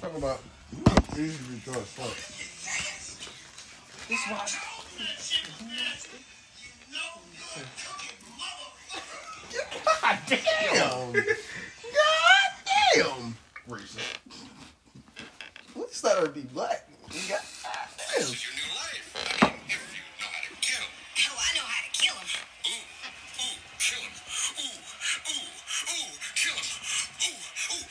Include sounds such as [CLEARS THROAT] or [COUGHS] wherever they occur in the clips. talk about easy to draw first. This is why. God damn! Damn. God damn! Racist. Let's let her be black. God damn. This is your new life. I mean, if you know how to kill. Oh, I know how to kill him. Ooh, ooh, kill him. Ooh, ooh, ooh, kill him. Ooh, ooh.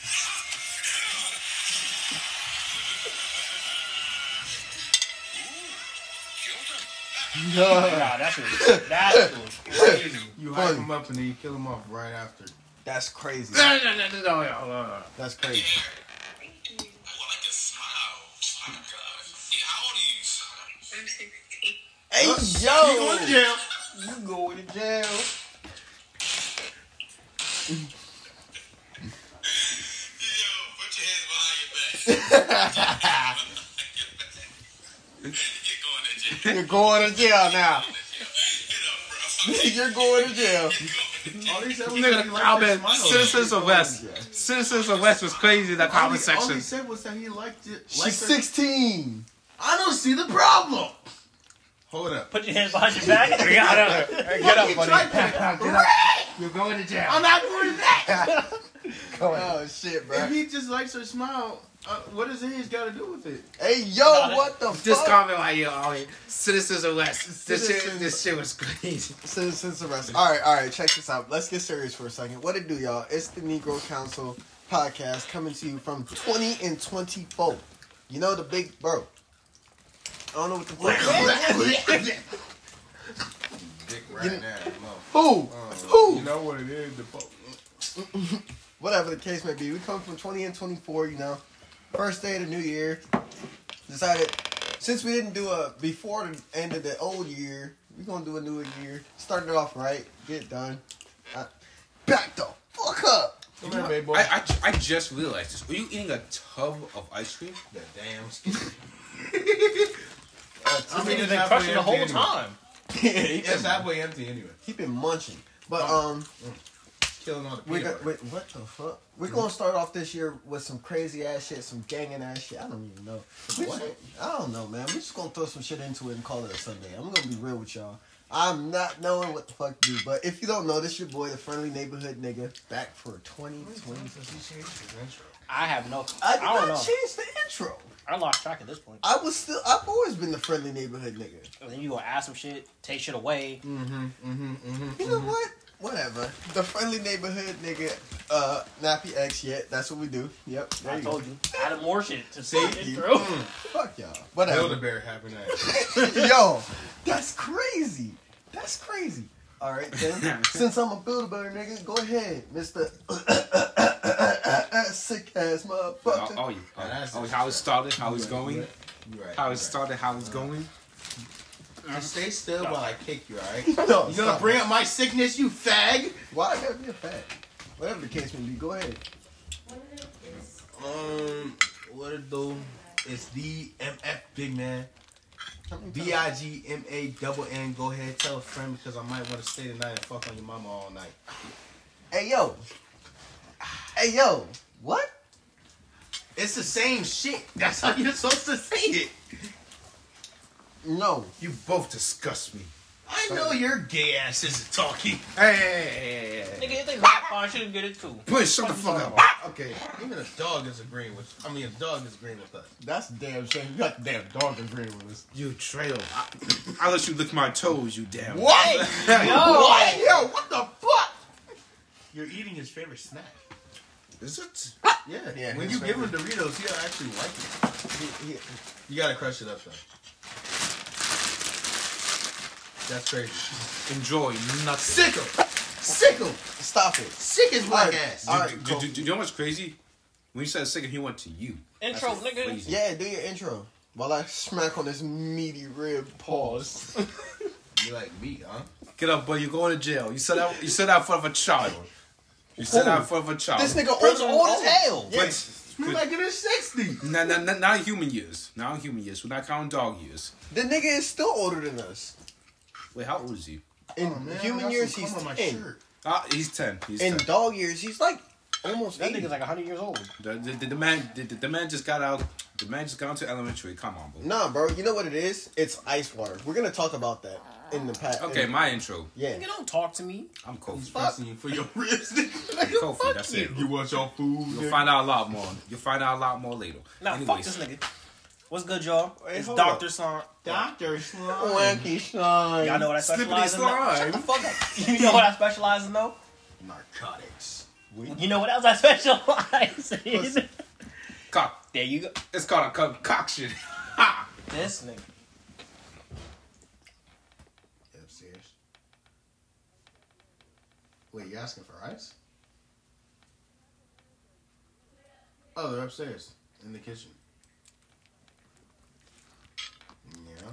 Ooh, killed him. Nah, that's what, that's what's crazy. You hype him up and then you kill him off right after. That's crazy. [LAUGHS] No, no, no, no, no, hold on. That's crazy. I would like to smile. Oh, my God. Yeah, how old are you? Hey You going to yo, jail? you going to jail? Yo, put your hands behind your back. You're going to jail. You're going to jail now. [LAUGHS] Get up, bro. You're going to jail. All these Nigga, I'll bet Citizens of West. Citizens of West was crazy in the All comment he, all he section. said was that he liked it. She's liked her. 16. I don't see the problem. Hold up. Put your hands behind your [LAUGHS] back. Rihanna. Get up, buddy. You're going to jail. I'm not doing that. oh shit, bro. If he just likes her smile, uh, what does his got to do with it? Hey yo, Got it. what the Just fuck? comment like, yo, all right, Citizens of West. This shit, Oh. Citizens- this shit was crazy. Citizens arrest. All right, all right. Check this out. Let's get serious for a second. What it do, y'all? It's the Negro Council podcast coming to you from 20 and 24. You know the big bro. I don't know what the fuck. Dick right now. Who? Who? You know what it is? The po- whatever the case may be. We come from 20 and 24, you know. First day of the new year. Decided, since we didn't do a before the end of the old year, we're going to do a new year. Start it off right. Get it done. Uh, back the fuck [LAUGHS] up. Come here, baby boy. I, I, I just realized this. Were you eating a tub of ice cream? the damn skin. I mean, they've been crushing the whole time. It's halfway empty anyway. He been munching. But, um, Killing all the we peanut got, butter. wait, what the fuck? We're going to start off this year with some crazy ass shit, some ganging ass shit. I don't even know. We just- I don't know, man. We're just going to throw some shit into it and call it a Sunday. I'm going to be real with y'all. I'm not knowing what the fuck to do, but if you don't know, this your boy, the friendly neighborhood nigga, back for 2020. I have no. I I, did not don't know. change the intro. I lost track at this point. I was still, I've always been the friendly neighborhood nigga. And then you gonna ask some shit, take shit away. Mm-hmm, You Mm-hmm. know what? Whatever. The friendly neighborhood nigga, uh, nappy X yet. That's what we do. Yep. There I you go. told you. Add more shit to See, see it you- Mm. through. Fuck y'all. Build a Whatever. bear happened. [LAUGHS] Yo, that's crazy. That's crazy. All right, [LAUGHS] then. Since I'm a Build-A-Bear nigga, go ahead, Mister [COUGHS] Sick ass Oh, motherfucker. oh, oh, oh, how it started, how it's going, Right. how it started, how it's going. Just stay still while I kick you, uh, alright? No, You gonna stop. bring up my sickness, you fag? Why I gotta be a fat? Whatever the case may be, go ahead. Um, what it do? It's DMF, big man. How many times- B I G M A double N. Go ahead, tell a friend because I might want to stay tonight and fuck on your mama all night. Hey yo. Hey yo. What? It's the same shit. [LAUGHS] That's how you're supposed to say it. No. You both disgust me. I know your gay ass isn't talking. Hey, hey, hey, hey, hey. Nigga, if they not fine, should get [LAUGHS] it too. Push, shut the fuck up. Okay, even a dog is agreeing with. I mean, a dog is agreeing with us. That's a damn shame. You got the damn dog agreeing with us. You trail. I, I let you lick my toes, you damn. What? What? Yo, what the fuck? You're eating his favorite snack. Is it? Yeah. Yeah, when his you give him Doritos, he'll actually like it. He- he- You gotta crush it up though. That's crazy. Enjoy nothing. Sickle, sickle, stop it. sick as black Alright. ass. Alright. Do, do, do, do you know what's crazy? When you said second, he went to you. Intro, That's nigga. crazy. Yeah, do your intro. While I smack on this meaty rib pause. You like me, huh? Get up, boy. You're going to jail. You said that. You said that in front of a child. You said that in front of a child. [LAUGHS] This nigga old, old as hell. But- Me like it is sixty. but not, not, not, not human years. Not human years. We're not counting dog years. The nigga is still older than us. Wait, how old is he? In Man, I got human some years, cum he's on my 10. shirt. Ah, he's ten. He's In ten. dog years, he's like almost That 80. nigga's like 100 years old. The, the, the, the man, the, the man just got out. The man just got into elementary. Come on, bro. Nah, bro. You know what it is? It's ice water. We're gonna talk about that in the past. Okay, my intro. yeah. Nigga, don't talk to me. I'm Kofi. Pressing you for your [LAUGHS] wrist. Kofi, that's it. you want your food? You'll find out a lot more. You'll find out a lot more later. Nah, fuck this nigga. What's good, y'all? Hey, it's hold Dr. up. Son. Doctor slime. Wanky slime. Y'all know what I Slippity specialize in? though? [LAUGHS] slime. Shut the fuck up. You know what I specialize in, though? Narcotics. You know what else I [LAUGHS] specialize in? Cock. there you go. It's called a concoction. This nigga. Yeah, I'm serious. Wait, you asking for ice? Oh, they're upstairs in the kitchen. Yeah.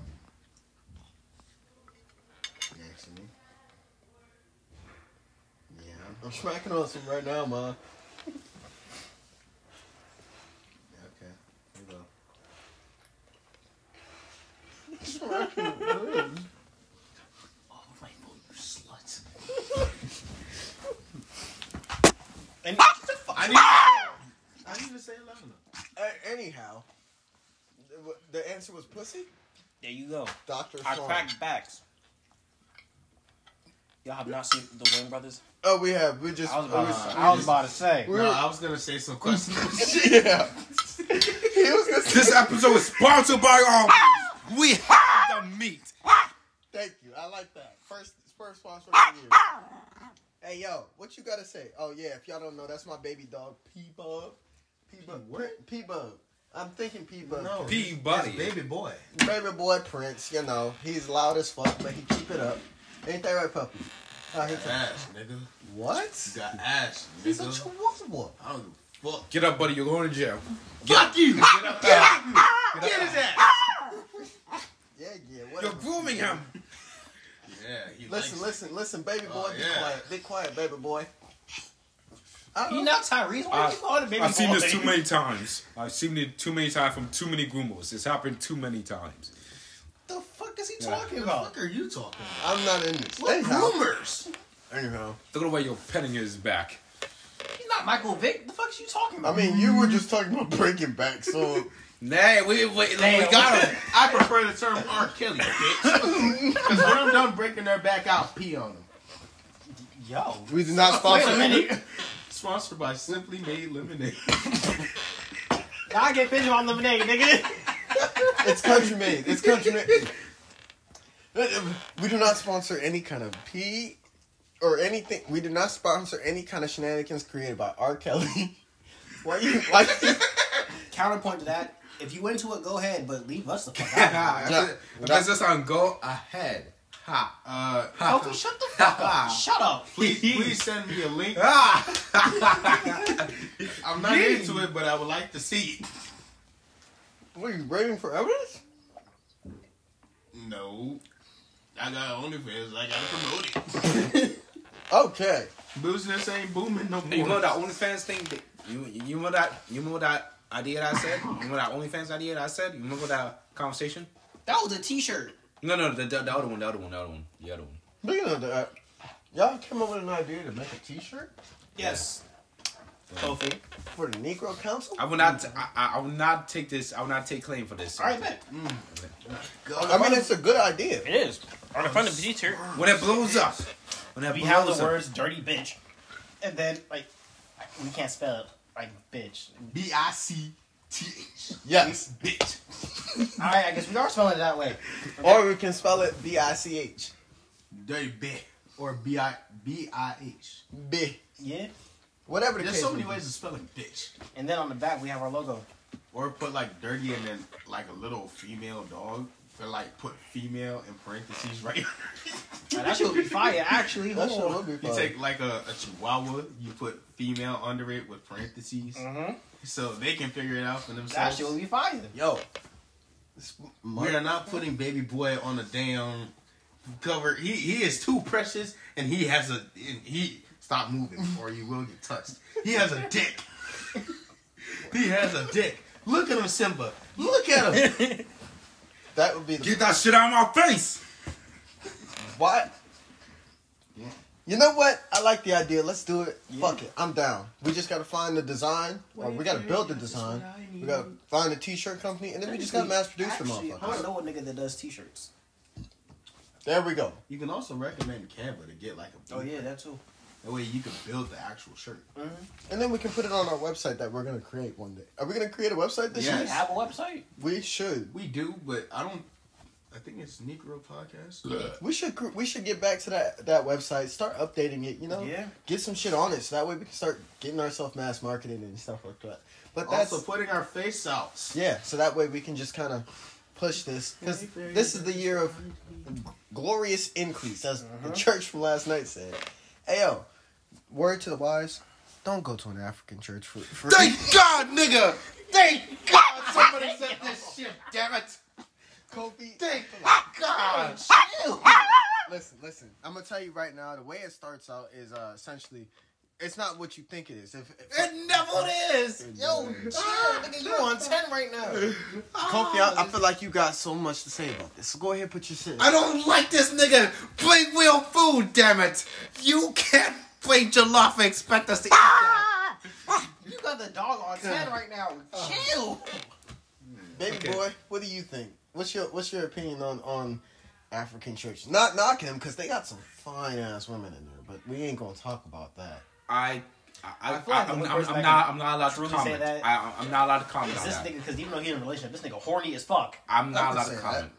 Next to me. Yeah. I'm smacking on some right now, ma. Okay. Here we go. Oh, my boy, you [LAUGHS] slut. and what the fuck? I need. I need to say it loud enough. A- anyhow, the- the answer was pussy. There you go. Doctor I slime. cracked backs. Y'all have not seen the Wayne Brothers? Oh, we have. We just. I was about, we to, I was about to say. we No, were- I was gonna say some [LAUGHS] questions. [LAUGHS] yeah. he was gonna say. [LAUGHS] this episode is sponsored by Ah! um. We have the meat. Thank you. I like that. First, first sponsor of the year. Hey, yo, what you gotta say? Oh yeah, if y'all don't know, that's my baby dog, P Bub. P Bub. what? P Bub. I'm thinking P Bub. P buddy, buddy. baby boy. Baby boy Prince, you know, he's loud as fuck, but he keep it up. Ain't that right, puppy? How he talk- Ash, nigga. what? You got ash, He's a nigga. chihuahua. I don't give a fuck. Get up, buddy. You're going to jail. Fuck you! Get up there. Get his ass! Yeah, yeah. You're Whatever. grooming him. Yeah, he Listen, likes listen, listen, baby boy. Oh, be yeah. quiet, be quiet, baby boy. I You don't- not Tyrese? Why I- you calling him baby I've seen boy? this too many times. I've seen it too many times from too many groomers. It's happened too many times. the fuck is he Yeah. talking it. about? are you talking about? I'm not in this. What Anyhow, rumors? anyhow. Look at the way you're petting his back. He's not Michael Vick. The fuck is you talking I about? mean, you were just talking about breaking back, so Nay, we, we, we Damn. [LAUGHS] got him. I prefer the term R. Kelly, bitch. Because when I'm done breaking their back out, pee on them. yo, we did not wait sponsor a minute. Sponsored by Simply Made Lemonade. Now I get pigeon on lemonade, nigga. It's country made. It's country made. We do not sponsor any kind of pee or anything. We do not sponsor any kind of shenanigans created by R. Kelly. [LAUGHS] Why you like? Counterpoint to that: If you into it, go ahead, but leave us the fuck out. [LAUGHS] Because this on go ahead. Ha. Uh, Kofi, Oh, shut the [LAUGHS] fuck up. Shut up. please, please send me a link. Ah. Ah. [LAUGHS] I'm not into it, but I would like to see it. What are you raving for evidence? No. I got OnlyFans. I gotta promote Okay. it. Business ain't booming no more. You know that OnlyFans thing? That, you you remember that? You remember that idea that I said? You remember that OnlyFans idea that I said? You remember that conversation? That was a T-shirt. No, no, the, the, the other one, the other one, the other one, the other one. Look at that. Y'all came up with an idea to make a T-shirt Yes. Kofi. for the Negro Council. I will not. I, I- I will not take this. I will not take claim for this. All right, bet. I mean, it's a good idea. It is. On the front of the T-shirt, When it blows up, when it we have blows the up, words "dirty bitch," and then like we can't spell it like bitch. B I C T H. Yes. Bitch. [LAUGHS] All right, I guess we are spelling it that way. Or we can spell it B I C H. Dirty bitch. Or B I B I H. B. Yeah. Whatever the There's case. so many may be. ways of spelling bitch. And then on the back we have our [LAUGHS] logo. Or put like dirty and then like a little female dog. Or like put female in parentheses [LAUGHS] right. Now, that shit would be fire, actually. That Hold shit on. would be you fun. take like a, a chihuahua, you put female under it with parentheses. Mhm. So they can figure it out for That themselves. shit would be fire. Yo. This we are not putting baby boy on a damn cover. He he is too precious and he has a and he stop moving or you will get touched. He has a dick. [LAUGHS] he has a dick. Look at him, Simba. Look at him. That would be the get that shit out of my face. What? You know what? I like the idea. Let's do it. Fuck it. I'm down. We just gotta find the design, or we gotta build the design. We gotta find a t-shirt company, and then we just gotta mass produce the Actually, I motherfucker. don't know a nigga that does t-shirts. There we go. You can also recommend Canva to get like a. Oh yeah, that too. That way you can build the actual shirt. And then we can put it on our website that we're gonna create one day. Are we gonna create a website this Yes. You have a website? year? We should. We do, but I don't. I think it's Negro Podcast. We should. cr- We should get back to that that website. Start updating it. You know. Yeah. Get some shit on it, so that way we can start getting ourselves mass marketing and stuff like that. But that's also putting our face out. yeah. So that way we can just kind of push this because this is the year of glorious increase, as the church from last night said. Hey yo, word to the wise. Don't go to an African church for, for Thank God, nigga. Thank God, somebody said this shit. Damn it. Kofi. Thank God. Listen, listen. I'm gonna tell you right now. The way it starts out is uh, essentially, it's not what you think it is. If, if [LAUGHS] It never is. yo, chill, nigga, you on ten right now. Kofi, I, I feel like you got so much to say about this. So go ahead, and put your shit. I don't like this nigga. Play real food, damn it. You can't play jollof and expect us to eat that. You got the dog on ten right now. Chill. Baby boy, what do you think? What's your What's your opinion on on African churches? Not knocking them because they got some fine ass women in there, but we ain't gonna talk about that. I. I, I, I feel like I, am the only I'm, I'm, person that not. can I'm not allowed to truly say comment. that I, I'm- I'm not allowed to comment It's on this that. nigga because even though he's in a relationship, this nigga horny as fuck. I'm I not would allowed to say comment.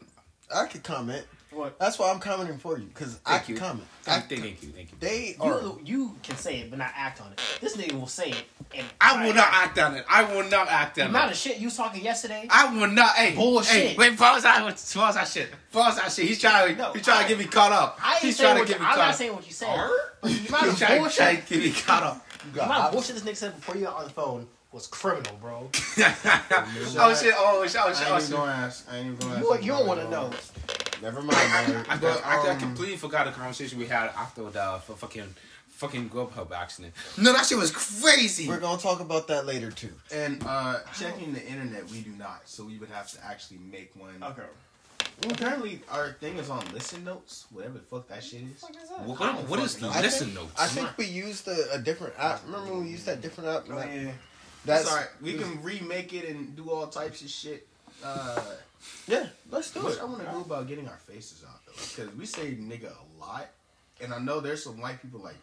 I could comment. What? That's why I'm commenting for you because I Thank can you. comment. I, Thank, thank, thank you. Thank you. they You are. you can say it but not act on it. This nigga will say it and I will not act on it. I will not act The on amount it. of shit you was talking yesterday. I will not. Hey, Bullshit. Hey, wait, pause that. Pause that shit. Pause that shit. He's trying. No, he's trying I- to get me caught up. I ain't he's saying trying what to you, get me I'm caught not up. saying what you said. Her? The amount He's of trying, trying bullshit, to get me caught [LAUGHS] up. You the got amount of options. bullshit this nigga said before you got on the phone was criminal, bro. oh shit! Oh shit! Oh shit! I Oh, ain't even shit. gonna ask. I ain't even gonna ask. You, you don't want to know. Never mind. [LAUGHS] man. I, got, I, I um, completely forgot the conversation we had after the uh, fu- fucking fucking Grubhub accident. No, that shit was crazy. We're gonna talk about that later too. And uh, checking the internet, we do not. So we would have to actually make one. Okay. Apparently, our thing is on listen notes, whatever the fuck that shit is. What, what, what is the I listen think, notes? I think we used a, a different app. Remember when we used that different app? That- That's That's all right. We can remake it and do all types of shit. Uh, Yeah, let's do what it. I want to do about getting our faces out though, because we say nigga a lot, and I know there's some white people like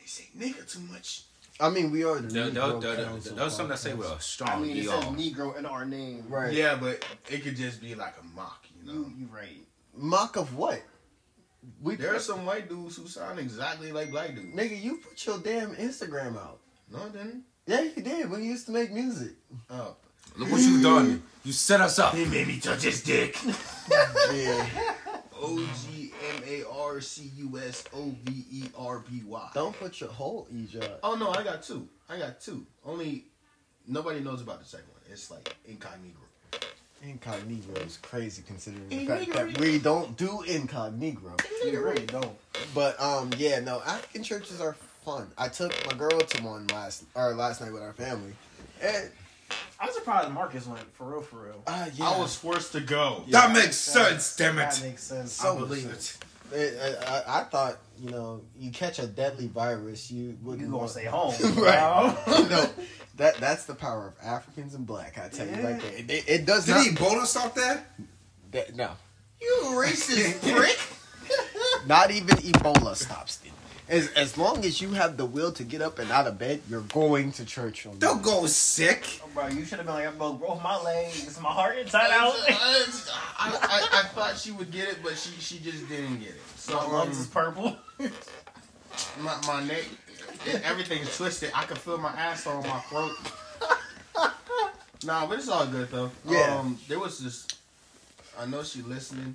they say nigga too much. I mean, we are the There, there, Negro there, there, Council there was something that say podcast. with a I strong mean, it ER. says Negro in our name. right. Yeah, but it could just be like a mock, you know. You, you right. Mock of what? We There are put, some white dudes who sound exactly like black dudes. nigga, you put your damn Instagram out. No, it didn't. Yeah, you did. We used to make music. Oh, Look what you done. You set us up. they made me touch his dick. [LAUGHS] [LAUGHS] Yeah. O G M A R C U S O V E R B Y. Don't put your whole E job. Oh no, I got two. I got two. Only nobody knows about the second one. It's like incognito. Incognito is crazy considering the fact that we don't do incognito. You really don't. But um, yeah, no, African churches are fun. I took my girl to one last or last night with our family, and I'm surprised Marcus went for real, for real. uh, yeah, I was forced to go. That makes sense, damn That it. makes sense. I believe it. I, I, I thought you know you catch a deadly virus, you wouldn't You gonna want- stay home, Right. bro. no, that that's the power of Africans and black. I tell you, like that. It, it- it does Did not. he bonus off that? that- no, You [LAUGHS] racist prick. not even Ebola stops it. As as long as you have the will to get up and out of bed, you're going to church. On Don't go sick. bro, you should have been like, I broke both my legs, my heart inside out. [LAUGHS] I, I, I thought she would get it, but she, she just didn't get it. So my [LAUGHS] um, lungs is purple. my, my neck, and everything's twisted. I can feel my ass on my [LAUGHS] throat. nah, but it's all good though. Yeah. Um, there was this. I know she listening,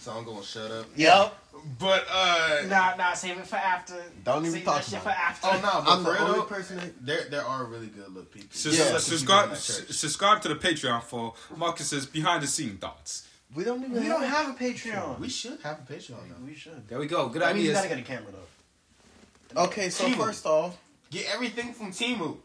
so I'm gonna shut up. Yep. But uh, Nah, nah, save it for after. Don't even save talk that shit about for it. after. oh no, but I'm for the real only though, person that There, there are really good little people. Sus- Yeah. subscribe, s- subscribe to the Patreon for Marcus's behind the scene thoughts. we don't even. We don't have a Patreon. We should have a Patreon now. We should. There we go. Good I mean, you ideas. gotta get a camera though. Okay, so first off, Get everything from Timu.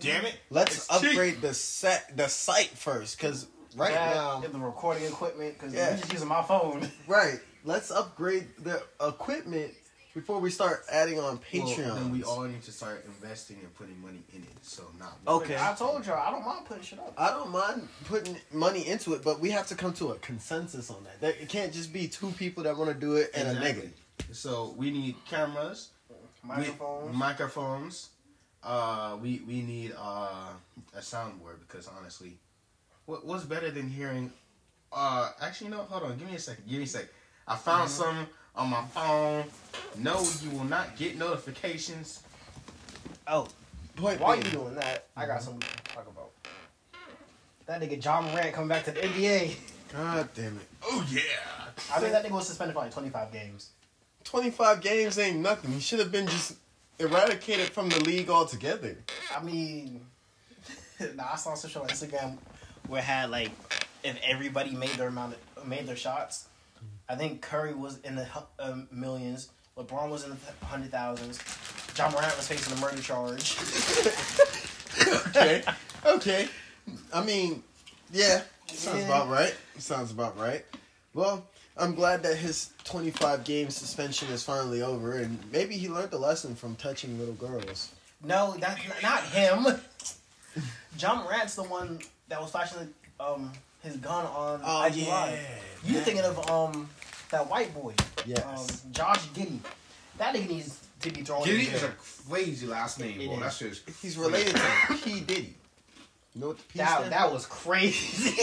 Damn it. let's It's cheap. upgrade the set the site first, because right That now, and the recording equipment because Yeah. we just using my phone. right, let's upgrade the equipment Before we start adding on Patreon, Well, then we all need to start investing and putting money in it. So not okay. I told y'all, I don't mind putting shit up. I don't mind putting money into it, but we have to come to a consensus on that. That it can't just be two people that want to do it and a Exactly. nigga. So we need cameras, we- Microphones. microphones. Uh, we we need uh a soundboard because honestly, what what's better than hearing? Uh, actually no, hold on, give me a second, give me a sec. I found some on my phone. No, you will not get notifications. Oh, Point while you being, doing that, I got something to talk about. That nigga John Morant coming back to the NBA. God damn it. Oh yeah. I [LAUGHS] think that nigga was suspended for like 25 games. 25 games ain't nothing. He should have been just eradicated from the league altogether. I mean, [LAUGHS] nah, I saw some shit on Instagram where it had like if everybody made their amount of, made their shots. I think Curry was in the hu- um, millions. LeBron was in the th- hundred thousands. John Morant was facing a murder charge. Okay. okay. I mean, yeah. Sounds Yeah. about right. Sounds about right. Well, I'm glad that his 25 game suspension is finally over, and maybe he learned a lesson from touching little girls. No, that's n- not him. [LAUGHS] John Morant's the one that was flashing um his gun on Oh, IG yeah. Live. You thinking of um that white boy? Yes. Um, Josh Giddy. That nigga needs to be thrown. in Giddy jail. is a crazy last name, It bro. is. That's just He's related to P. Diddy. You know what the P That, stands that was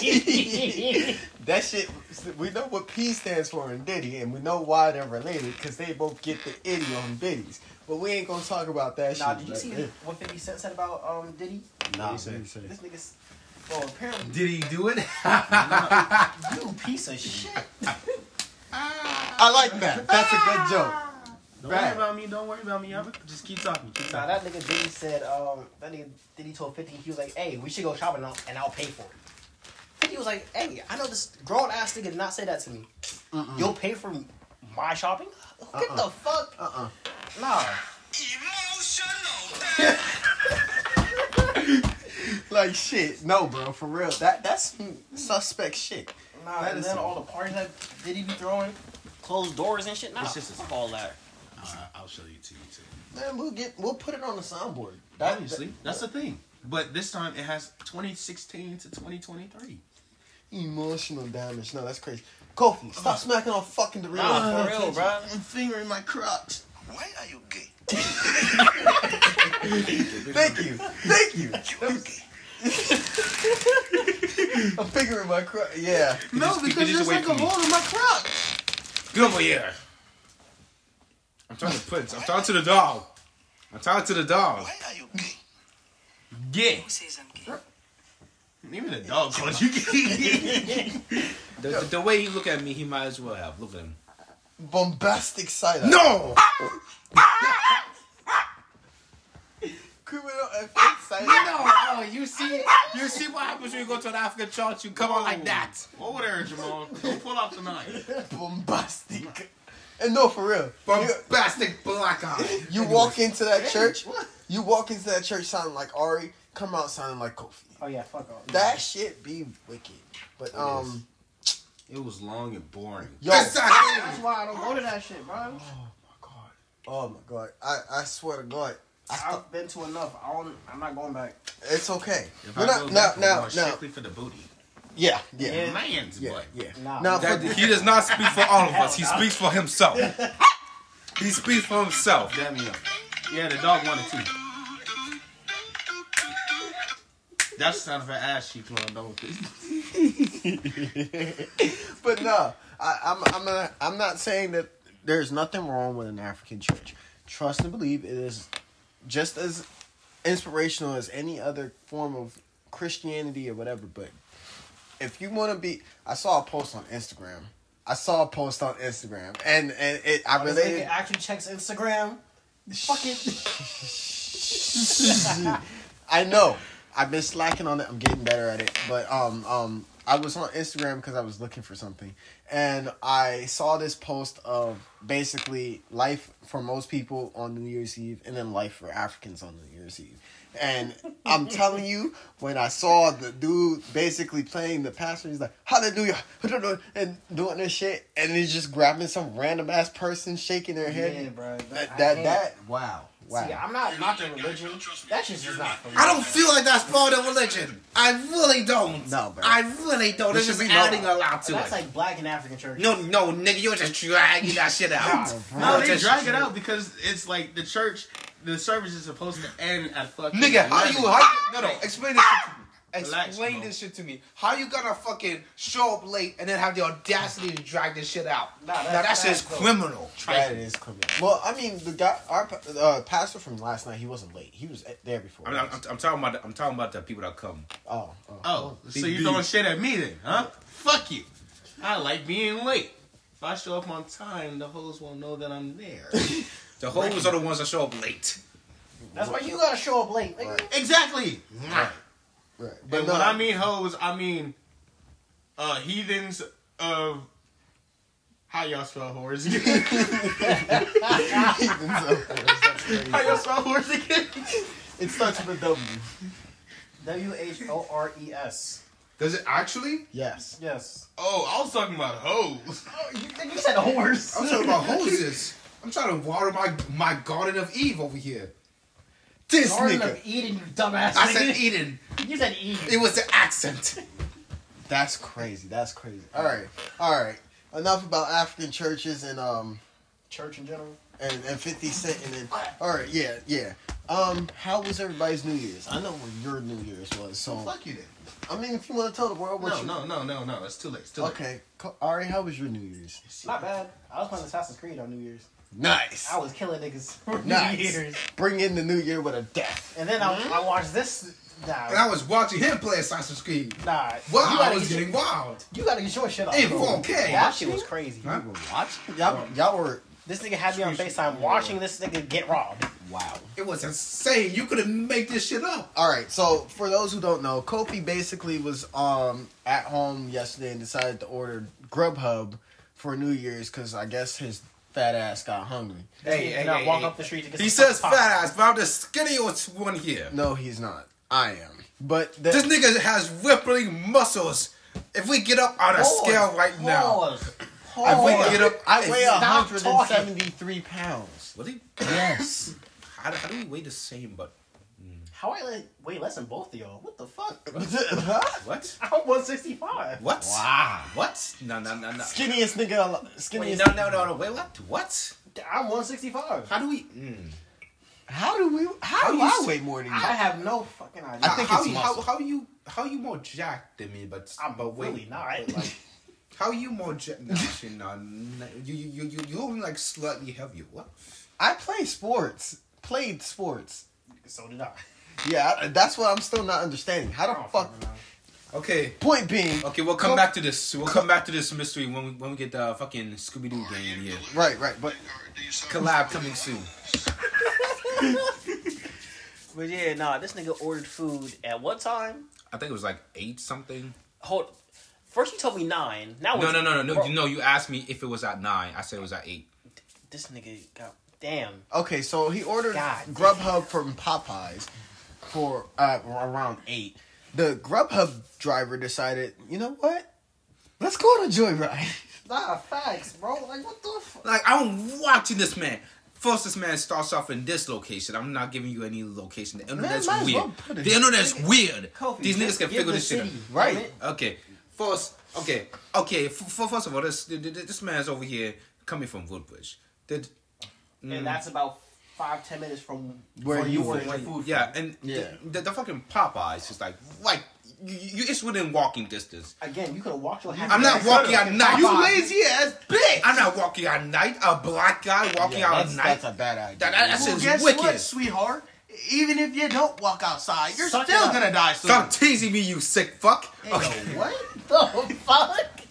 crazy. for? That shit, we know what P stands for in Diddy, and we know why they're related, because they both get the itty on Biddies. But we ain't gonna talk about that [LAUGHS] nah, shit. did you right see there. what 50 Cent said about um Diddy? Nah, What do you what do you say? This nigga's. Well, apparently, Did he do it? you piece of shit. I like that. That's a good joke. Ah! Don't Right. worry about me. Don't worry about me. I'm, just keep talking. Keep Nah, talking. that nigga Diddy said, um, that nigga Diddy told 50, he was like, hey, we should go shopping and I'll, and I'll pay for it. 50 was like, hey, I know this grown ass nigga did not say that to me. You'll pay for my shopping? Get the fuck. Uh-uh. Nah. Emotional damage. Like shit. No, bro, for real. That that's some suspect shit. Nah, That and is then some- all the parties that Diddy be throwing, closed doors and shit. Nah, It's just- fuck all that. Uh, I'll show you to you too. Man, we'll get we'll put it on the soundboard. That- Obviously, that's the thing. But this time it has 2016 to 2023. that- emotional damage. No, that's crazy. Kofi, stop smacking on fucking Doritos. Nah, for real, bro. I'm fingering my crotch. Why are you [LAUGHS] gay? Thank you. Thank you. You are gay. [LAUGHS] I'm figuring my cr- yeah. No, just- because you just there's like a away from me. hole in my crotch. Get over here. I'm trying to put. I'm talking to the dog. I'm talking to the dog. Why are you gay? Yeah. Who says I'm gay? Even the dog calls you gay. the, [LAUGHS] the, the way he look at me. He might as well have. Look at him. Bombastic side. No. Criminal effect side. Oh, you see, you see what happens when you go to an African church. You come out like that. Over there, Jamal. Don't pull out tonight. Bombastic. And no, for real. You, Bombastic black eye. you walk into that church. You walk into that church sounding like Ari. Come out sounding like Kofi. Oh, yeah, fuck all. That shit be wicked. But um, It was long and boring. yo, That's why I don't go to that shit, bro. oh my god, I, I swear to God, I thought- I've been to enough. I don't, I'm not going back. it's okay. If We're I not go now back, I'm now going now. strictly for the booty. Yeah yeah yeah Man's yeah. butt. Nah. Now for That, he does not speak for all of us. He Hell no. speaks for himself. He speaks for himself. Damn you. Yeah, the dog wanted to. That's the sound of her ass cheek when I'm done with this. But no, I, I'm I'm not, I'm not saying that there's nothing wrong with an African church. Trust and believe it is just as inspirational as any other form of Christianity or whatever. But if you want to be, I saw a post on Instagram. I saw a post on Instagram, and and it I This related. nigga actually checks Instagram. Fucking. I know. I've been slacking on it. I'm getting better at it. But um um I was on Instagram because I was looking for something and I saw this post of basically life for most people on New Year's Eve and then life for Africans on New Year's Eve. And [LAUGHS] I'm telling you, when I saw the dude basically playing the pastor, he's like, Hallelujah, [LAUGHS] hallelujah," and doing this shit, and he's just grabbing some random ass person, shaking their head. Yeah, bro. I That, that, can't. that, wow, wow. See, I'm not not the religion. That shit's just not for me. I don't feel like that's part of religion. I really don't. No, bro. I really don't. It's should just be no- adding a lot to That's it. like black and African church. No, no, nigga, you're just dragging that shit out. No, they just- drag it out because it's like the church, the service is supposed to end at fucking. Nigga, how 11. you how you, no no explain this shit to me. Relax, Explain bro. this shit to me. How you gonna fucking show up late and then have the audacity to drag this shit out? Nah, that's- now, that's that's just dope. criminal. That is criminal. Well, I mean, the guy, our pa- uh, pastor from last night, he wasn't late. He was there before. I'm, I'm, I'm talking about. The, I'm talking about the people that come. oh, oh. Oh, so you throwing shit at me then, huh? Fuck you. I like being late. If I show up on time, the hoes won't know that I'm there. [LAUGHS] The hoes are the ones that show up late. That's why you gotta show up late. nigga. exactly. right. But no, when [LAUGHS] I mean hoes, I mean uh heathens of how y'all spell [LAUGHS] whores again? how y'all spell whores again? it starts with a W. W H O R E S. Does it actually? Yes. Yes. Oh, I was talking about hoes. You, you said horse. I'm talking about hoses. I'm trying to water my my garden of Eve over here. This Garden nigga. of Eden, you dumbass. I said [LAUGHS] nigga. Eden. you said Eden. It was the accent. That's crazy. That's crazy. All right. All right. Enough about African churches and um Church in general. and, and Fifty Cent and then. All right. Yeah. Yeah. Um. How was everybody's New Year's? I know what your New Year's was. So Fuck you then. I mean, if you want to tell the world what No, you. no, no, no, no. It's too late. It's too late. Okay. Co- Ari, how was your New Year's? Not bad. I was playing Assassin's Creed on New Year's. Nice. I was killing niggas for Nice. New Year's. Bring in the New Year with a death. And then I, Hmm? I watched this. Nah, And I was watching him play Assassin's Creed. nah. Wow, you I gotta was get your- getting wild. You gotta get your shit off. In bro. 4K. That shit was crazy. Huh? Y'all, y'all were This nigga had me on FaceTime watching this nigga get robbed. wow. It was insane. You couldn't make this shit up. All right, so for those who don't know, Kofi basically was um at home yesterday and decided to order Grubhub for New Year's because I guess his fat ass got hungry. Hey, and hey, I hey, walk hey. up the street to get He some says pop. fat ass, but I'm the skinniest one here. No, he's not. I am. But the, This nigga has rippling muscles. If we get up on a Pause, scale right now, Pause. if we Pause. get up, I weigh up. Stop 173 pounds. What do you, Yes. how, how do we weigh the same? But How I let wait less than both of y'all? What the fuck? what? I'm 165. What? wow. What? No, no, no, no. [LAUGHS] Skinniest nigga. al- Skinniest. Wait, no, no, no, no. Wait, what? What? I'm 165. How do we? mm. How do we? How, How do you I s- weigh more than I you? have no fucking idea. I think how, it's you- muscle. How, how you? How you more jacked than me? But I'm but wait, really not. but, [LAUGHS] like, how you more jacked? No, shit, no, no. You you you you you only like slightly heavier. What? I play sports. Played sports. so did I. Yeah, I- that's what I'm still not understanding. How the fuck? Okay. Point being. Okay, we'll come back to this. We'll come back to this mystery when we when we get the fucking Scooby Doo game in here. Right, right, but Collab coming soon. But yeah, nah, this nigga ordered food at what time? I think it was like eight something. Hold. First you told me nine. Now No, it's- no, no, no, no. Bro, You know, you asked me if it was at nine. I said it was at eight. This nigga got damn. Okay, so he ordered God. Grubhub from Popeyes for uh, around eight. The Grubhub driver decided, you know what? Let's go on a joyride. [LAUGHS] Nah, facts, bro. Like what the fuck? Like I'm watching this man. First, this man starts off in this location. I'm not giving you any location. The internet's might as weird. well put it- the internet's weird. Kofi, These niggas just can give figure the this shit out. city, Right. damn it. Okay. First, okay, okay. F- f- first of all, this th- th- this man's over here coming from Woodbridge. Did And that's about five ten minutes from Where from you ordered were. your food. yeah, and Yeah. The, the, the fucking Popeyes is like like you, you it's within walking distance. Again, you could have walked your. happy I'm not ass walking out. at night. You lazy ass bitch. I'm not walking at night. A black guy walking Yeah, out that's, at night. that's a bad idea. That- that- that's Well, just guess wicked. what, sweetheart? Even if you don't walk outside, you're Suck it still up. gonna die soon. Stop teasing me, you sick fuck. Okay. What the fuck?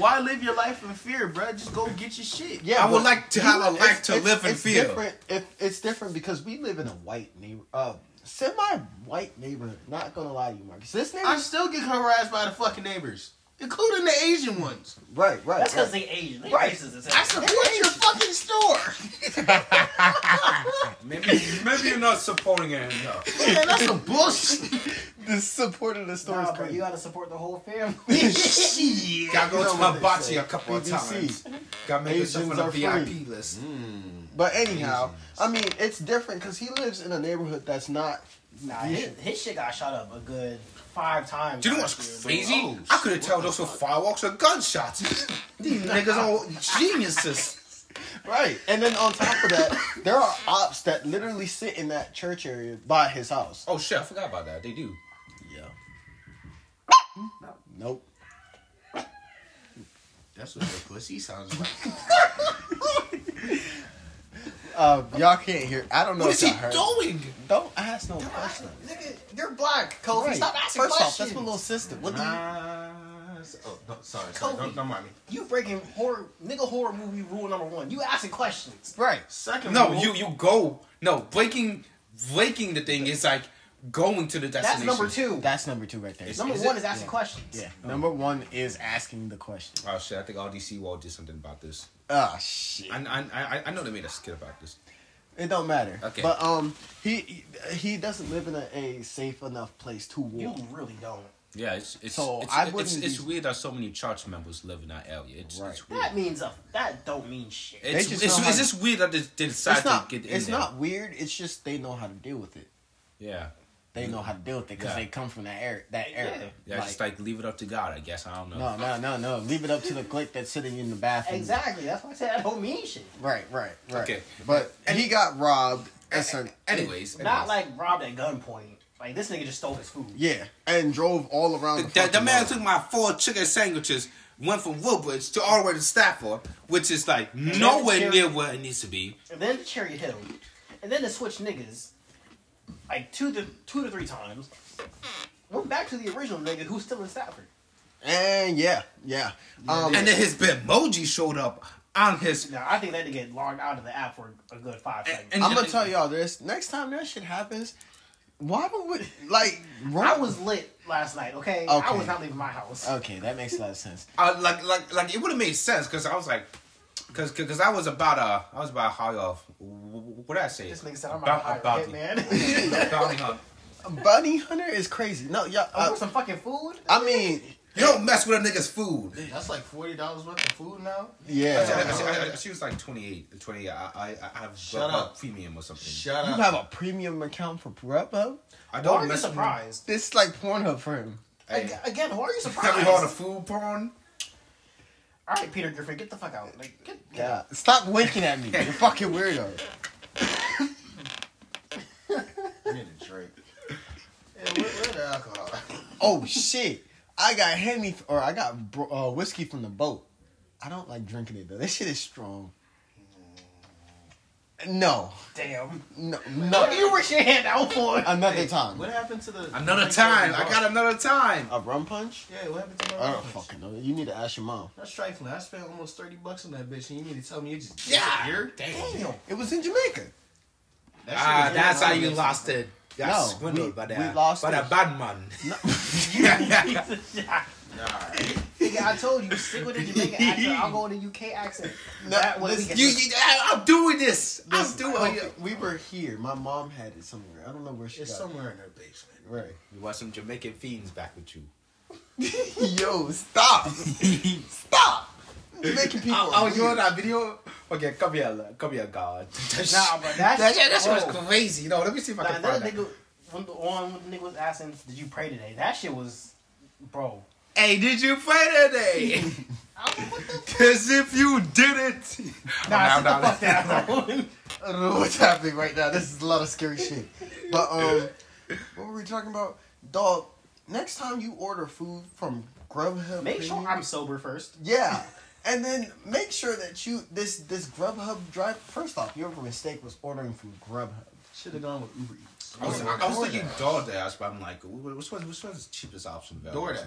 Why live your life in fear, bruh? Just go get your shit. yeah, I would but like to have a it's- life to it's- live in it's fear. Different, it, it's different because we live in a white neighbor, uh, semi-white neighborhood. Not gonna lie to you, Marcus. This I neighborhood, still get harassed by the fucking neighbors. including the Asian ones. Right, right. That's because right. they Asian. They Right. racist as I hell. support your fucking store. Maybe Maybe you're not supporting it enough. Man, [LAUGHS] that's some bullshit. the support of the story Nah, is bro, crazy. you gotta support the whole [LAUGHS] [LAUGHS] family. Shit. Gotta go You know to what they Hibachi say. a couple of BBC. times. Gotta make yourself on Asians the are VIP free. list. But anyhow, I mean, it's different because he lives in a neighborhood that's not. Nah, his, his shit got shot up a good five times. Do you know last what's year, crazy? Oh, I couldn't tell those were fireworks or gunshots. [LAUGHS] [LAUGHS] These niggas are geniuses. Right. And then on top of that, there are ops that literally sit in that church area by his house. Oh shit, I forgot about that. They do. Nope. That's what your pussy sounds like. [LAUGHS] Uh, y'all can't hear. I don't know What if is he y'all heard. doing? Don't ask no question. bro. Nigga, you're black, Kofi. Right. Stop asking First off, questions. that's my little sister. What do you? Ah, s- oh, no, sorry, sorry. Kobe. Don't, don't mind me. you breaking horror nigga horror movie rule number one. You asking questions. Right. Second, No, rule- you you go. No, breaking breaking the thing is like going to the That's destination. number two. That's number two right there. number is one it? is asking questions. yeah. Number one is asking the question. Oh shit, I think RDC Wall did something about this. Ah shit. I, I, I, I know they made a skit about this. It don't matter. Okay. But um, he he doesn't live in a, a safe enough place to You walk. really don't. Yeah, it's it's So, it's, I it's, wouldn't it's, it's be- weird that so many church members live in that area. It's, Right. it's weird. That means a, that don't mean shit. It's, just it's, know it's, how to- just weird that they, they decided It's not. to get in It's there. not weird. It's just they know how to deal with it. Yeah, They know how to deal with it because Yeah. they come from that era. That Yeah. era. yeah. Like, just like leave it up to God, I guess. I don't know. no, no, no, no. Leave it up to the clique that's sitting in the bathroom. Exactly. That's why I said that don't mean shit. Right, right, right. Okay. But he got robbed. Essentially. Anyways, Not anyways. like robbed at gunpoint. Like this nigga just stole his food. Yeah, and drove all around. The, That, that fucking man world. took my four chicken sandwiches, went from Woodbridge to all the way to Stafford, which is like nowhere then- near where it needs to be. And then to Cherry Hill. And then to switch niggas. Like two to two to three times. Went back to the original nigga who's still in Stafford. And yeah, yeah. Um, And then his Bitmoji showed up on his. Now I think that nigga logged out of the app for a good five seconds. and- I'm gonna tell y'all this. Next time that shit happens, why don't we like? I was lit last night, okay? I Okay. was not leaving my house. okay. That makes a lot of sense. Uh, like, like, like it would have made sense because I was like, because because I was about uh, I was about high off. What did I say? this nigga said I'm about to hire a bounty. hitman. [LAUGHS] Bounty hunt. Bunny Hunter is crazy. No, y'all. I uh, [LAUGHS] want some fucking food. I mean, You don't mess with a nigga's food. That's like forty dollars worth of food now. yeah. She, I, I, she was like 28, 28. I, I, I have Shut Grubhub up. premium or something. Shut You up. have a premium account for Grubhub. I Why don't are you mess with. surprised? This is like Pornhub for him. Hey, Ag- Again, why are you tell me all the surprised? food porn. All right, Peter Griffin, get the fuck out. Like, get, get Yeah. Stop winking at me. You're fucking weirdo. I need a [LAUGHS] drink. Hey, where, where the alcohol? Oh shit! I got Henny or I got bro- uh, whiskey from the boat. I don't like drinking it though. This shit is strong. No, damn. no, What do no. you reach your hand out for? Another Hey, time. What happened to the Another time. I got another time. A rum punch? Yeah, what happened to my I don't bucks? fucking know. You need to ask your mom. That's trifling. I spent almost thirty bucks on that bitch, and you mean to tell me it just Yeah. disappeared? Damn. It was in Jamaica. That shit Ah, was that's in how my you business. lost it. Got No, we- swindled by we that. lost by it. that uh, bad man. [LAUGHS] Nigga, I told you, stick with the Jamaican accent. I'll go with the UK [LAUGHS] accent. that way we listen, can you, you, I, I'm doing this. Listen, I'm doing it. okay, Oh, we were here. My mom had it somewhere. I don't know where she It's got somewhere in her basement. it. Right. You want some Jamaican fiends back with you? [LAUGHS] Yo, stop. stop. Making people. I, I was doing weird. oh, that video. Okay, come here, look, come here, God. Nah, but that's [LAUGHS] that, shit- that shit oh. was crazy. No, let me see if I Nah, can that find that. nigga, when the one when the nigga was asking, "Did you pray today?" That shit was, bro. Hey, did you play [LAUGHS] today? I was like, what the? As if you did it. [LAUGHS] Nah, sit nah, the fuck down. I don't know what's happening right now. This is a lot of scary shit. But um, what were we talking about, dog? Next time you order food from Grubhub, [LAUGHS] Make sure Premium- I'm sober first. yeah, and then make sure that you this this Grubhub drive. First off, your mistake was ordering from Grubhub. Should have gone with Uber Eats. I was, I was thinking DoorDash, but I'm like, wh- which one? Which one's the cheapest option? available to me?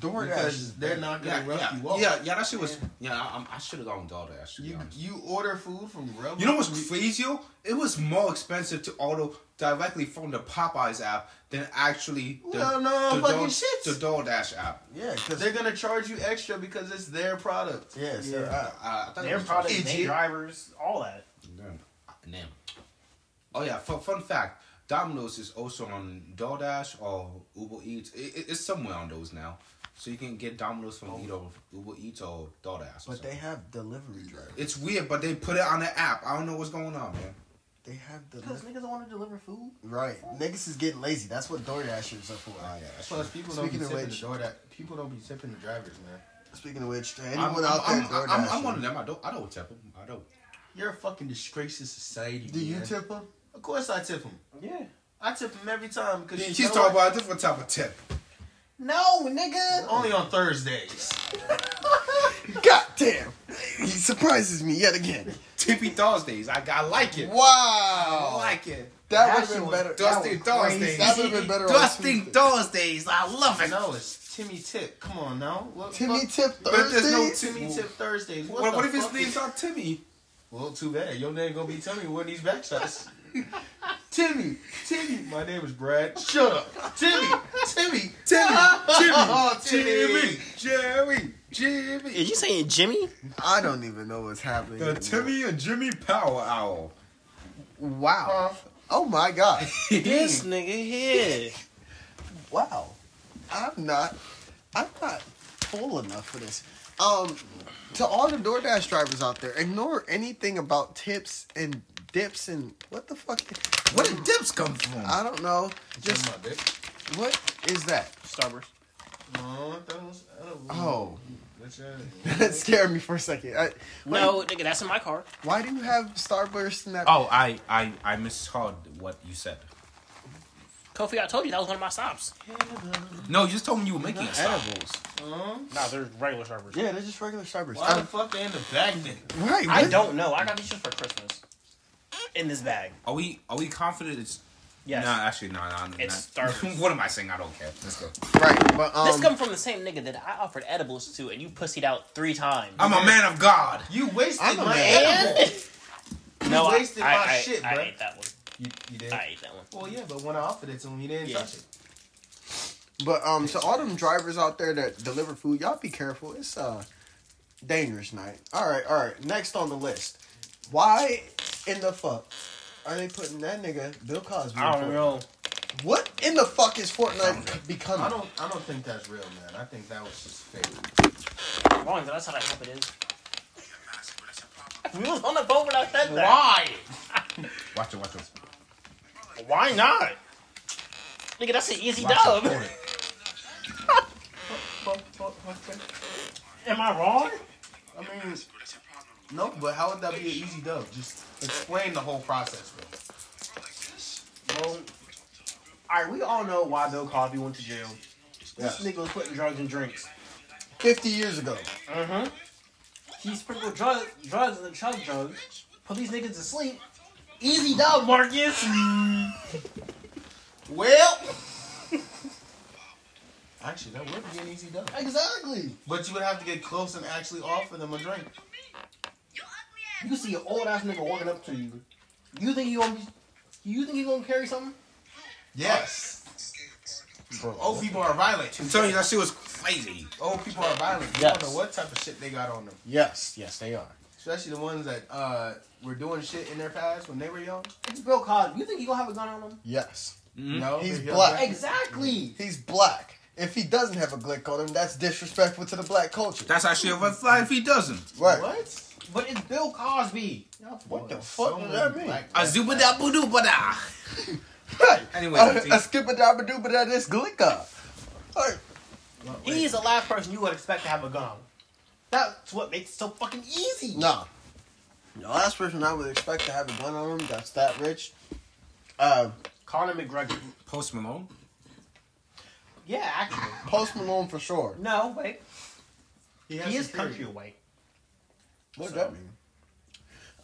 DoorDash. Because they're not gonna Yeah, rough yeah, you up. yeah, yeah. That shit was. Yeah, I, I'm- I should have gone DoorDash. To be You honest. you order food from Rebel. You know what's crazy? yo? It was more expensive to order directly from the Popeyes app than actually the, Well, no, the, fucking Door- shits. the DoorDash app. Yeah, because They're gonna charge you extra because it's their product. yeah, Yeah. so I, Uh, I thought it Their was- products, their Idiot. drivers, all that. Damn. Damn. Oh yeah. Fun, fun fact: Domino's is also on DoorDash or Uber Eats. It, it- it's somewhere on those now, so you can get Domino's from either Uber Eats or DoorDash. or but they something. have delivery drivers. it's weird, but they put it on the app. I don't know what's going on, man. They have Because delivery. niggas don't want to deliver food. Right, niggas is getting lazy. That's what DoorDashers are for. Oh yeah. That's Plus, people Speaking of don't be tipping which- the DoorDash. People don't be tipping the drivers, man. Speaking of which, to I'm, anyone I'm, out there, I'm, I'm, I'm, DoorDashing, one of them. I don't. I don't tip them. I don't. You're a fucking disgrace to society. do you man. tip them? Of course, I tip them. Yeah. I tip them every time because you She's know talking what? about a different type of tip. No, nigga. only on Thursdays. God damn, [LAUGHS] he surprises me yet again. Tippy Thursdays. I, I like it. I Wow, like it. that would That have shit been was better. Dusty that was crazy. Thursdays. That would have been better. on Dusting Tuesday. Thursdays. I love it. No, it's Timmy Tip. Come on now. What, Timmy fuck- Tip But there's no Thursdays. Timmy Tip Thursdays. What, What, the what if his fuck name's is- not Timmy? Well, too bad. Your name gonna be Timmy when these [LAUGHS] back shots. Timmy, Timmy. My name is Brad. Shut up, Timmy, Timmy, Timmy, Oh, Timmy. Jerry, Jimmy. Is you saying [LAUGHS] Jimmy? I don't even know what's happening. The anymore. Timmy and Jimmy Power Hour. Wow. Oh my god. This nigga here. Wow. I'm not I'm not full enough for this. Um to all the DoorDash drivers out there, ignore anything about tips and dips and what the fuck Where did dips come from? I don't know. Just Just my dick. what is that? Starburst. No, that was. I don't Oh. [LAUGHS] That's it. That scared me for a second. I, [LAUGHS] No, nigga, that's in my car. why do you have Starburst in that Oh, I, I, I misheard what you said. Kofi, I told you that was one of my stops. No, you just told me you were making a stop. edibles? Huh? Nah, they're regular Starburst. Yeah, they're just regular Starburst. Why the Um, fuck they in the back then? right. I what- don't know. I got these just for Christmas. In this bag. Are we, are we confident it's? Yes. No, actually, no, no, no. It's no. Starburst. [LAUGHS] what am I saying? I don't care. Let's go. Right. But um this come from the same nigga that I offered edibles to, and you pussied out three times. I'm a man of God. You wasted I'm a my man. edible. no, you I- wasted I, my I- shit, I bro. ate that one. You, you did. I ate that one. Well, yeah, but when I offered it to him, he didn't Yeah. touch it. But um, to all them drivers out there that deliver food, y'all be careful. It's a dangerous night. All right, all right. Next on the list, why in the fuck are they putting that nigga Bill Cosby? in Fortnite? What in the fuck is Fortnite I becoming? don't. I don't think that's real, man. I think that was just fake. Wrong, but that's how I hope it is. [LAUGHS] We was on the boat when I said that. Watch it, watch it. Why not? Nigga, that's an easy Watch dub. it. Hold it. Am I wrong? I mean, no, but how would that be an easy dub? Just explain the whole process, bro. Well, all right, we all know why Bill Cosby went to jail. This nigga was putting drugs in drinks. Fifty years ago, Mm-hmm. He sprinkled drug, drugs in the chug jug, put these niggas to sleep. Easy dub, Marcus. Well, actually, that would be an easy dub. exactly. But you would have to get close and actually offer them a drink. You see an old ass nigga walking up to you. You think you gonna be? You think you gonna carry something? Yes. Oh, Old people are violent. I'm telling you, that shit was crazy. Old people are violent. You Yes. don't know what type of shit they got on them. Yes, yes, they are. Especially the ones that uh, were doing shit in their past when they were young. It's Bill Cosby. You think you gonna have a gun on him? Yes, No, Mm-hmm. He's they're young. black. Exactly. he's black. If he doesn't have a glick on him, that's disrespectful to the black culture. That's actually a red flag if he doesn't. right. What, What? But it's Bill Cosby. the Boy, fuck so does many that mean? black- A zuba da boo doo ba da. Right. Anyway, a, a please. skip a dabba dooba that is glicka. Like, He's the last person you would expect to have a gun on. That's what makes it so fucking easy. No. The last person I would expect to have a gun on him that's that rich. Uh, Conor McGregor. Post Malone. Yeah, actually. Post Malone for sure. No, wait. He, He is security. country white. What does that mean?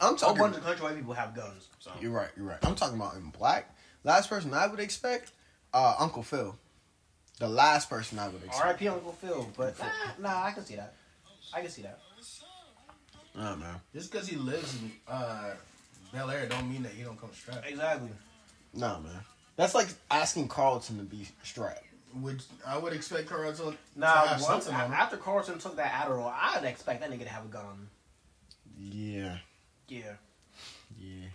I'm A whole talking. bunch of country white people have guns. So you're right. You're right. I'm talking about in black. Last person I would expect, uh, Uncle Phil. The last person I would expect. R.I.P. Uncle Phil, but nah, nah, I can see that. I can see that. Oh man. Just because he lives in uh, Bel Air don't mean that he don't come strapped. Exactly. No man. That's like asking Carlton to be strapped. Would I would expect Carlton to Nah, have once, something on him. after Carlton took that Adderall, I'd expect that nigga to have a gun. Yeah. Yeah. Yeah.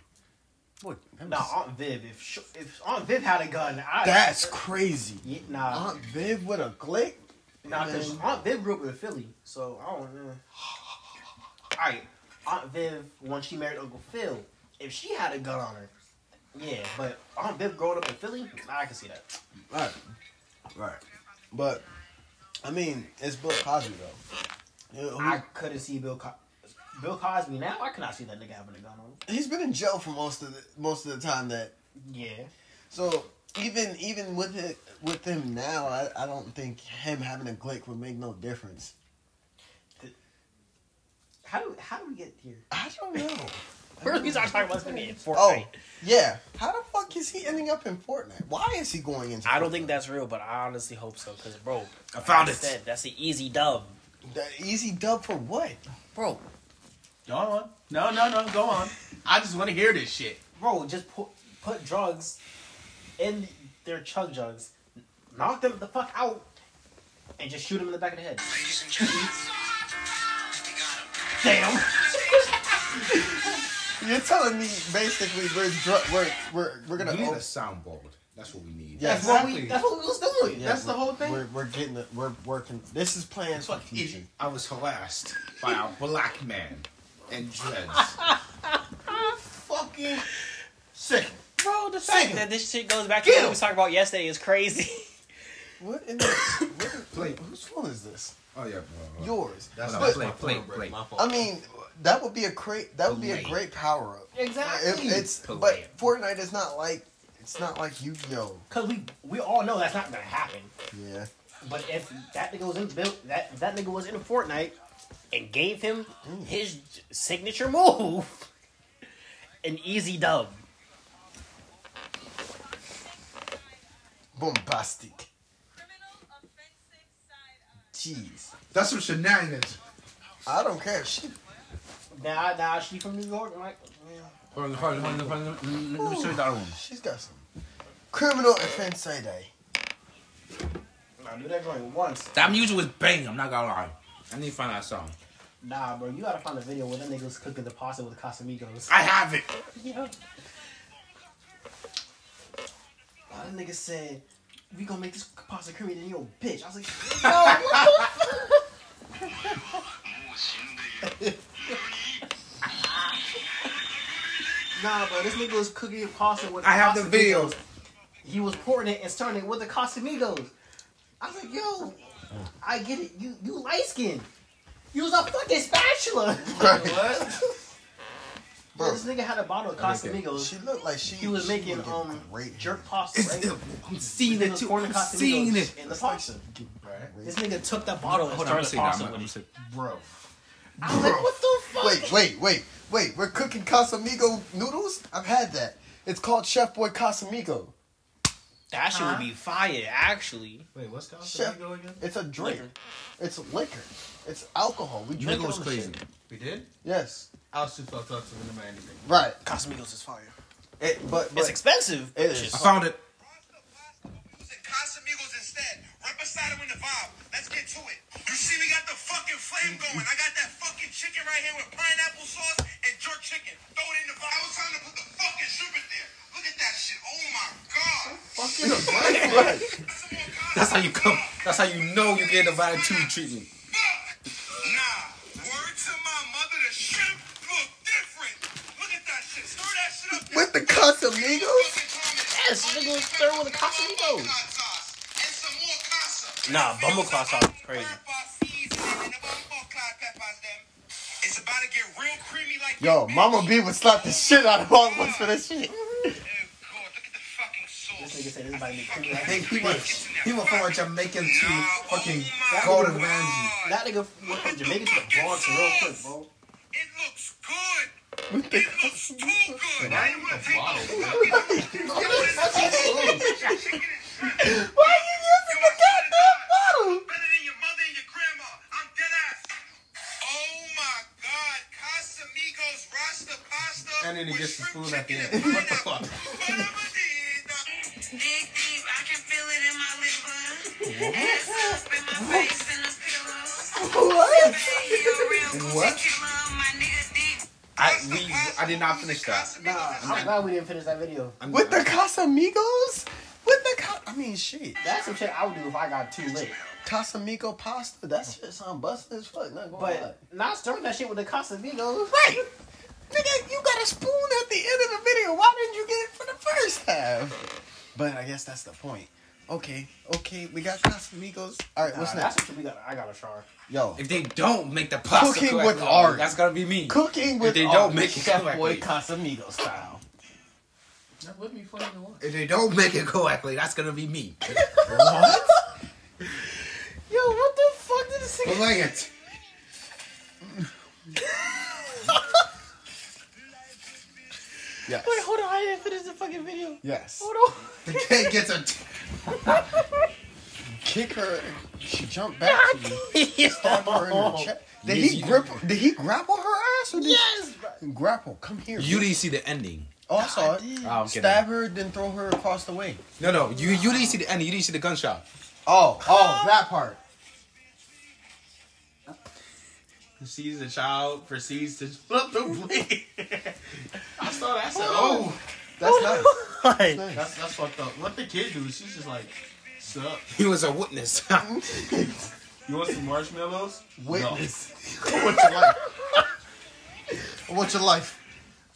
What? that Nah, was- Aunt Viv. If sh- if Aunt Viv had a gun, I'd that's crazy. yeah, nah, Aunt Viv with a click. nah, because man. Aunt Viv grew up in Philly, so I don't know. All right, Aunt Viv when she married Uncle Phil, if she had a gun on her, yeah. But Aunt Viv growing up in Philly, nah, I can see that. Right. Right. But I mean, it's Bill Cosby though. You know, who- I couldn't see Bill Co- Bill Cosby now. I cannot see that nigga having a gun on. him. he's been in jail for most of the most of the time that Yeah, So even even with it with him now, I, I don't think him having a glick would make no difference. how do how do we get [LAUGHS] here? I don't know. We're we start talking about this nigga in Fortnite. oh yeah, how the fuck is he ending up in Fortnite? Why is he going into? I don't think Fortnite? that's real, but I honestly hope so. Cause bro, I found it. like Said, that's the easy dub. that easy dub for what, bro. Go on. No, no, no. Go on. I just want to hear this shit. Bro, just put put drugs in their chug jugs, knock them the fuck out, and just shoot them in the back of the head. Ladies and gentlemen, we got him. Damn. You're telling me basically we're dr- we're we're we're We gonna. need o- a soundboard. That's what we need. Yeah. That's what we. That's what we was doing. Yeah, That's the we're- whole thing. We're, we're getting it. We're working. This is plans for Fucking future. idiot. I was harassed by a black man and dreads. Fucking sick. Bro, the fact fact Damn. that that this shit goes back to to Get what what we we was was talking about yesterday is crazy. [LAUGHS] What in the? what in- Play. Whose phone is this? Oh yeah. Yours. That's But- play, play, play. My fault. I mean, that would be a great that would be a Play. great power up. It, it's but Play. Fortnite is not like it's not like Yu Gi Oh. Cause we we all know that's not gonna happen. Yeah. But if that nigga was in Bill- that if that nigga was in Fortnite and gave him his j- signature move, an easy dub. Bombastic. Jeez. That's some shenanigans. I don't care. She Now, now she from New York. I'm like, Hold on, hold on, hold on, hold on. Let me show you that one. she's got some criminal offense a day. nah, do that joint once. That music was banging. I'm not gonna lie. I need to find that song. Nah, bro, you gotta find a video where that nigga's cooking the pasta with Casamigos. I have it. Yeah. Nah, that nigga said, "We gonna make this pasta creamy than your bitch." I was like, "Nah, bro, this nigga was cooking pasta with." I have the Casamigos. video. He was pouring it and stirring it with the Casamigos. I was like, "Yo, I get it. You you light skin. Use a fucking [LAUGHS] spatula." what? Bro. This nigga had a bottle of Casamigos. She looked like she He was she making would get um great jerk pasta. It's- Right? I'm seeing He it was too. pouring I'm the Casamigos seeing it. in the pasta. This nigga took that bottle and Hold on, started I'm the seeing that. pasta I'm with gonna it. say, Bro. I was like, what the fuck? Wait, wait, wait, wait. We're cooking Casamigo noodles? I've had that. It's called Chef Boy Casamigo. That shit would be fire, actually. Wait, what's Costa Chef. Rica again? It's a drink. Liquor. It's liquor. It's alcohol. We drink Nigga it was on the crazy. shit. We did? Yes. I was too fucked up to remember anything. Right. Casamigos is fire. It, but, but Mm-hmm. it's expensive. It It is. is. I found it. Using Casamigos instead. Right beside him in the vibe. Let's get to it. You see, we got the fucking flame going. I got that fucking chicken right here with pineapple sauce and jerk chicken. Throw it in the vibe. I was trying to put the fucking shrimp in there. Look at that shit. Oh my god. That's some more Casa- That's how you come. That's how you know you get the two treatment. Nah. Word to my mother, the shrimp look different. Look at that shit. Stir that shit up. with the Casamigos? Yes, nigga was throwing with the Casamigos. Nah, Bumbleclaw sauce is crazy. It's about to get real creamy like Yo, this, Mama bitch. B would slap the shit out of all of us for that shit. Oh, God, look at the fucking sauce. This nigga said everybody make Fucking- cream. Hey, he went, he went from a Jamaican to Nah, fucking oh my Gordon God. Ramsay. That nigga went from Jamaica to the Bronx real quick, bro. It looks good. It looks too good. I didn't want to take those fucking. Why are you using the goddamn bottle? Better than your mother and your grandma. I'm dead ass. Oh my god, Casamigos Rasta Pasta. And then he with gets the shrimp spoon at the chicken end. and [LAUGHS] What the pineapple. fuck? But I'm a dead. Dig deep, I can feel it in my liver. Ass up in my face in the pillow. What? What? My nigga deep. I we I did not finish that. Nah, I'm glad we didn't finish that video. I'm, With the Casamigos? With the Ca- I mean, shit. That's some shit I would do if I got too lit. Casamigo pasta. That shit sound busted as fuck. Not going But not stirring that shit with the Casamigos. Right! Nigga, you got a spoon at the end of the video. Why didn't you get it for the first half? But I guess that's the point. Okay, okay, we got Casamigos. All right, Nah, what's that's next? what we got. I got a char. Yo, if they don't make the pasta Cooking correctly, with art. that's gotta be me. cooking with they don't art, make it Chef Boy correctly. Casamigos style. That would be funny to watch. If they don't make it correctly, that's gonna be me. Yo, what the fuck did this? Play it. Yes, Wait, hold on. I didn't finish the fucking video. yes. Hold [LAUGHS] on. The kid gets a. T- Kick her. She jumped back. to you. Stab her in her [LAUGHS] chest. Did he grip? Did he grapple her ass? Or did yes. Grapple. Come here. [LAUGHS] you didn't see the ending. Oh, I saw it. Oh, I'm kidding. Stab her, then throw her across the way. No, no, you you didn't see the ending. You didn't see the gunshot. [LAUGHS] Oh, oh, that part. Sees the child, proceeds to flip the blade. I saw that. I said, oh, That's nice. that's, that's fucked up. What the kid do? She's just like, sup? He was a witness. [LAUGHS] You want some marshmallows? Witness. [LAUGHS] What's your life? What's your life?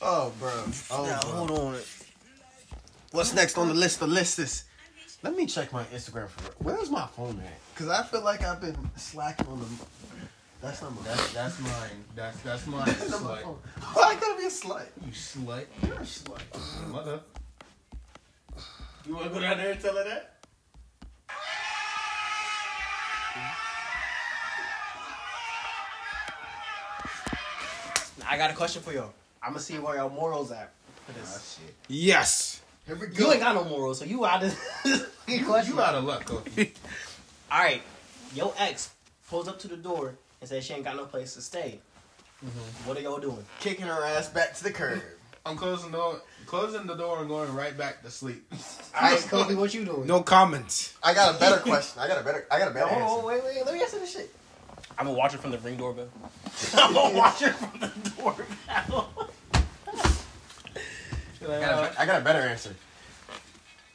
Oh, bro. Oh, bro. hold on. What's next on the list? The list is. Let me check my Instagram for Where's my phone at? Cause I feel like I've been slacking on the. That's not my. [LAUGHS] That's that's mine. That's that's mine. that's not my slut. phone. Why I gotta be a slut? You slut. You're a slut. Mother. You want to go down there and tell her that? I got a question for y'all. I'm gonna see where your morals at for this. yes. Here we you go. ain't got no morals, so you out of [LAUGHS] fucking question. You out of luck, Kofi. All right, your ex pulls up to the door and says she ain't got no place to stay. What are y'all doing? [LAUGHS] kicking her ass back to the curb. I'm closing the door, closing the door and going right back [LAUGHS] to sleep. All right, Kobe, what you doing? No comments. I got a better question. I got a better. I got a better Hold on, answer. Oh, wait, wait, let me answer this shit. I'm gonna watch her from the ring doorbell. [LAUGHS] I'm gonna watch her from the doorbell. I got a, I got a better answer.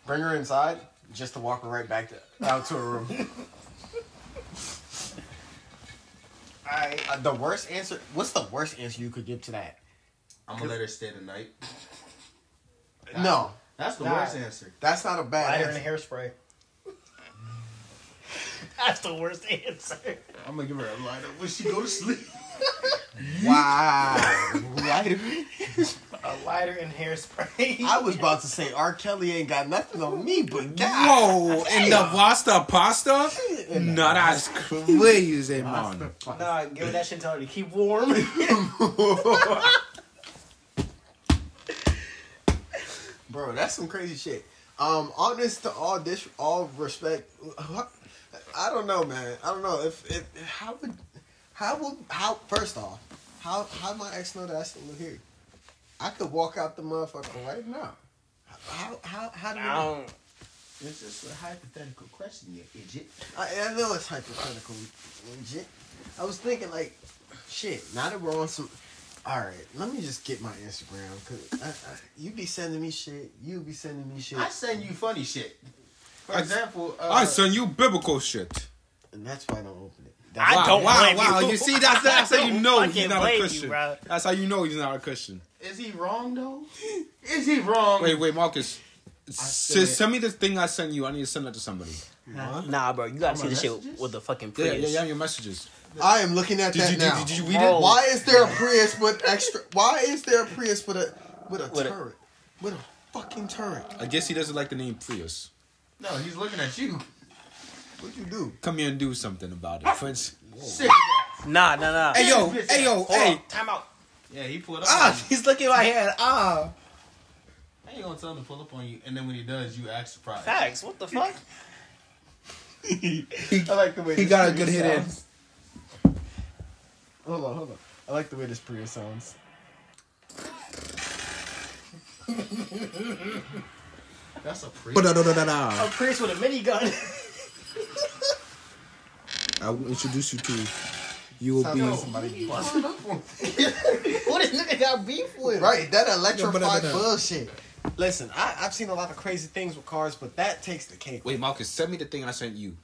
Bring her inside just to walk her right back to, out to her room. [LAUGHS] I Uh, the worst answer. What's the worst answer you could give to that? I'm gonna let her stay tonight. No, That's the Nah. worst answer. that's not a bad lighter and answer. hairspray. [LAUGHS] That's the worst answer. I'm gonna give her a lighter when she go to sleep. [LAUGHS] Wow, [LAUGHS] lighter. A lighter and hairspray. I was about to say R. Kelly ain't got nothing on me, but God. Whoa, and the pasta pasta? No, that's crazy, man. [LAUGHS] nah, give her that shit and tell her to keep [LAUGHS] warm. Bro, that's some crazy shit. Um, all this to all this, all respect. I don't know, man. I don't know if if how would how would how first off how how my ex know that I still live here? I could walk out the motherfucker right now. How how how do you? I don't. This is a hypothetical question, you idiot. I, I know it's hypothetical, legit. I was thinking like, shit. Now that we're on some, all right. Let me just get my Instagram because I, I, you be sending me shit. You be sending me shit, I send you funny shit. For I- example, uh, I send you biblical shit. and that's why I don't open it. I That's wow, don't wow, blame wow. you. You see, that's, that's [LAUGHS] how you don't know fucking he's not a blame you, Christian. bro. that's how you know he's not a Christian. is he wrong though? [LAUGHS] Is he wrong? Wait, wait, Marcus. sent S- it. send me the thing I sent you. I need to send that to somebody. Nah, bro, you gotta see the shit messages? with the fucking Yeah, yeah, Prius. yeah. Your messages. I am looking at Did that you, did, now. did you read Bro. it? why is there a Prius with extra? Why is there a Prius with a with a With a- turret? with a fucking turret? I guess he doesn't like the name Prius. No, he's looking at you. Oh. What you do? Come here and do something about it, Prince. Sick. Nah, nah, nah. Hey yo, hey yo, Hold hey, on, time out. Yeah, he pulled up. on Ah, you. he's looking right here. Ah, How you gonna tell him to pull up on you? And then when he does, you act surprised. facts. What the fuck? I like the way He this got a Prius good hit in. sounds. Hold on, hold on. I like the way this Prius sounds. That's a pre. Ba-da-da-da-da-da. [LAUGHS] A Prius with a [LAUGHS] minigun. I will introduce you to. You will Sounds be. like somebody- Who this nigga got beef with? Right, that Yeah, but- but- electrified but- bullshit. Listen, I, I've seen a lot of crazy things with cars, but that takes the cake. Wait, Marcus, send me the thing I sent you.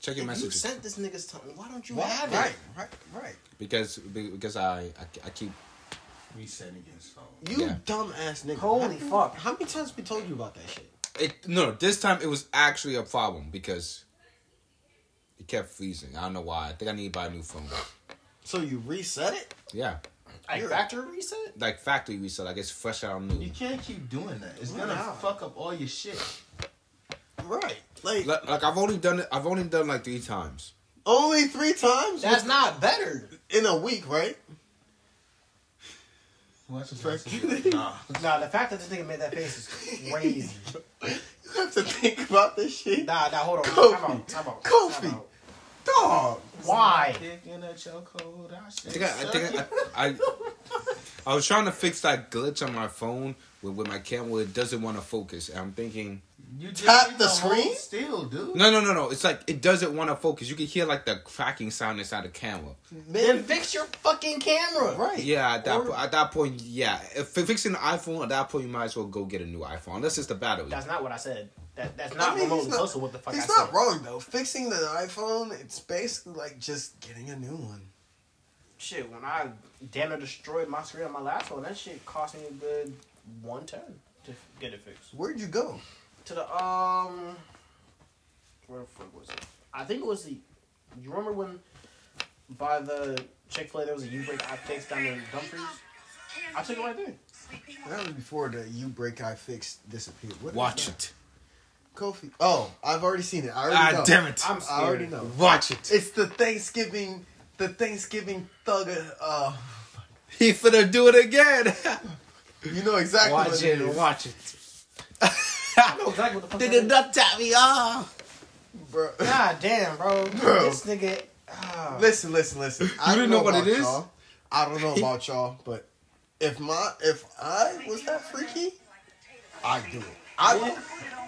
Check your If you messages sent this nigga's tongue. Why don't you Why- have it? right, right, right. because because I I, I keep Reset against phone. You Yeah. dumbass nigga. Holy How- fuck. How many times we told you about that shit? it. No, this time it was actually a problem because it kept freezing. I don't know why. I think I need to buy a new phone. So you reset it? Yeah, Like You're- factory reset? like factory reset. I guess fresh out new. You can't keep doing that. It's gonna Wow. fuck up all your shit. Right. Like, Like, like I've only done it. I've only done like three times. only three times That's not better. in a week, [LAUGHS] right? Watch the Fuck rest you. of it. Nah. Nah, the fact that this nigga made that face is [LAUGHS] crazy. [LAUGHS] You have to think about this shit. nah, nah, hold on. Kofi. Time out. Time out. Kofi. time out. Dog. Why? Kick in that chokehold, I I should think I, I think I, I I was trying to fix that glitch on my phone with, with my camera. where It doesn't want to focus. And I'm thinking. you just Tap need the to hold screen? Still, dude. No, no, no, no. It's like it doesn't want to focus. You can hear like the cracking sound inside the camera. Then fix your fucking camera. Right. Yeah, at that Or- po- at that point, yeah. If you're fixing the iPhone, at that point, you might as well go get a new iPhone. Unless it's the battery. That's not what I said. That that's I not mean, remotely he's not- close to what the fuck I He's said. not wrong though. Fixing the iPhone, it's basically like just getting a new one. Shit, when I damn near destroyed my screen on my last one, that shit cost me a good one ten to f- get it fixed. Where'd you go? To the um, where the fuck was it? I think it was the. You remember when by the Chick Fil A there was a U break I fixed down in Dumfries? I took it right there. That was before the you break I fix disappeared. What is Watch that? it. Kofi. Oh, I've already seen it. I already know. Ah, damn it. I'm I already scared. know. Watch it. [LAUGHS] It's the Thanksgiving, the Thanksgiving thugger. Uh, He finna do it again. [LAUGHS] you know exactly what Watch it it. is, Watch it. I know exactly [LAUGHS] what the fuck. Nigga, that duck tap me ah. off. bro. [LAUGHS] is. God damn, bro. Bro. [LAUGHS] This nigga. ah. Listen, listen, listen. I didn't know what about it is? y'all. I don't know about y'all, but if my if I was that freaky, I'd do it. I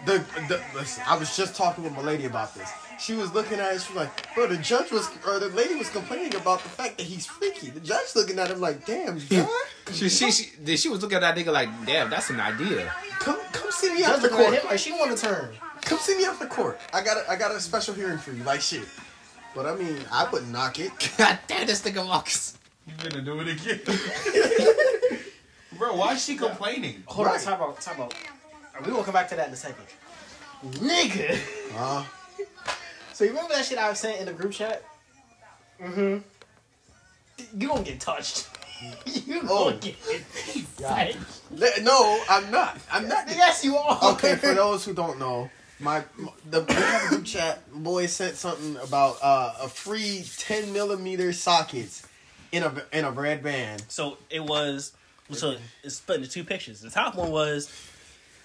the, the listen. I was just talking with my lady about this. She was looking at it. She was like, "Bro, the judge was or the lady was complaining about the fact that he's freaky." The judge looking at him like, [LAUGHS] "Damn, judge, She, she, she, she was looking at that nigga like, damn, that's an idea. [LAUGHS] come come see me Just after looking at court. him like she want to turn. Come see me after court. I got a, I got a special hearing for you, like shit." But I mean, I would knock it. [LAUGHS] God damn, this nigga walks. You finna do it again. Bro, why is she complaining? Hold Right. on, time out, time out. We gonna come back to that in a second. Nigga. [LAUGHS] Huh? So you remember that shit I was saying in the group chat? Mm-hmm. You gonna get touched. [LAUGHS] you gonna Oh. get [LAUGHS] touched. Le- No, I'm not. I'm not. Yes, you are. Okay, [LAUGHS] for those who don't know, my the we have a group chat boy sent something about uh, a free ten millimeter sockets in a in a red band. So it was so it's split into two pictures. The top one was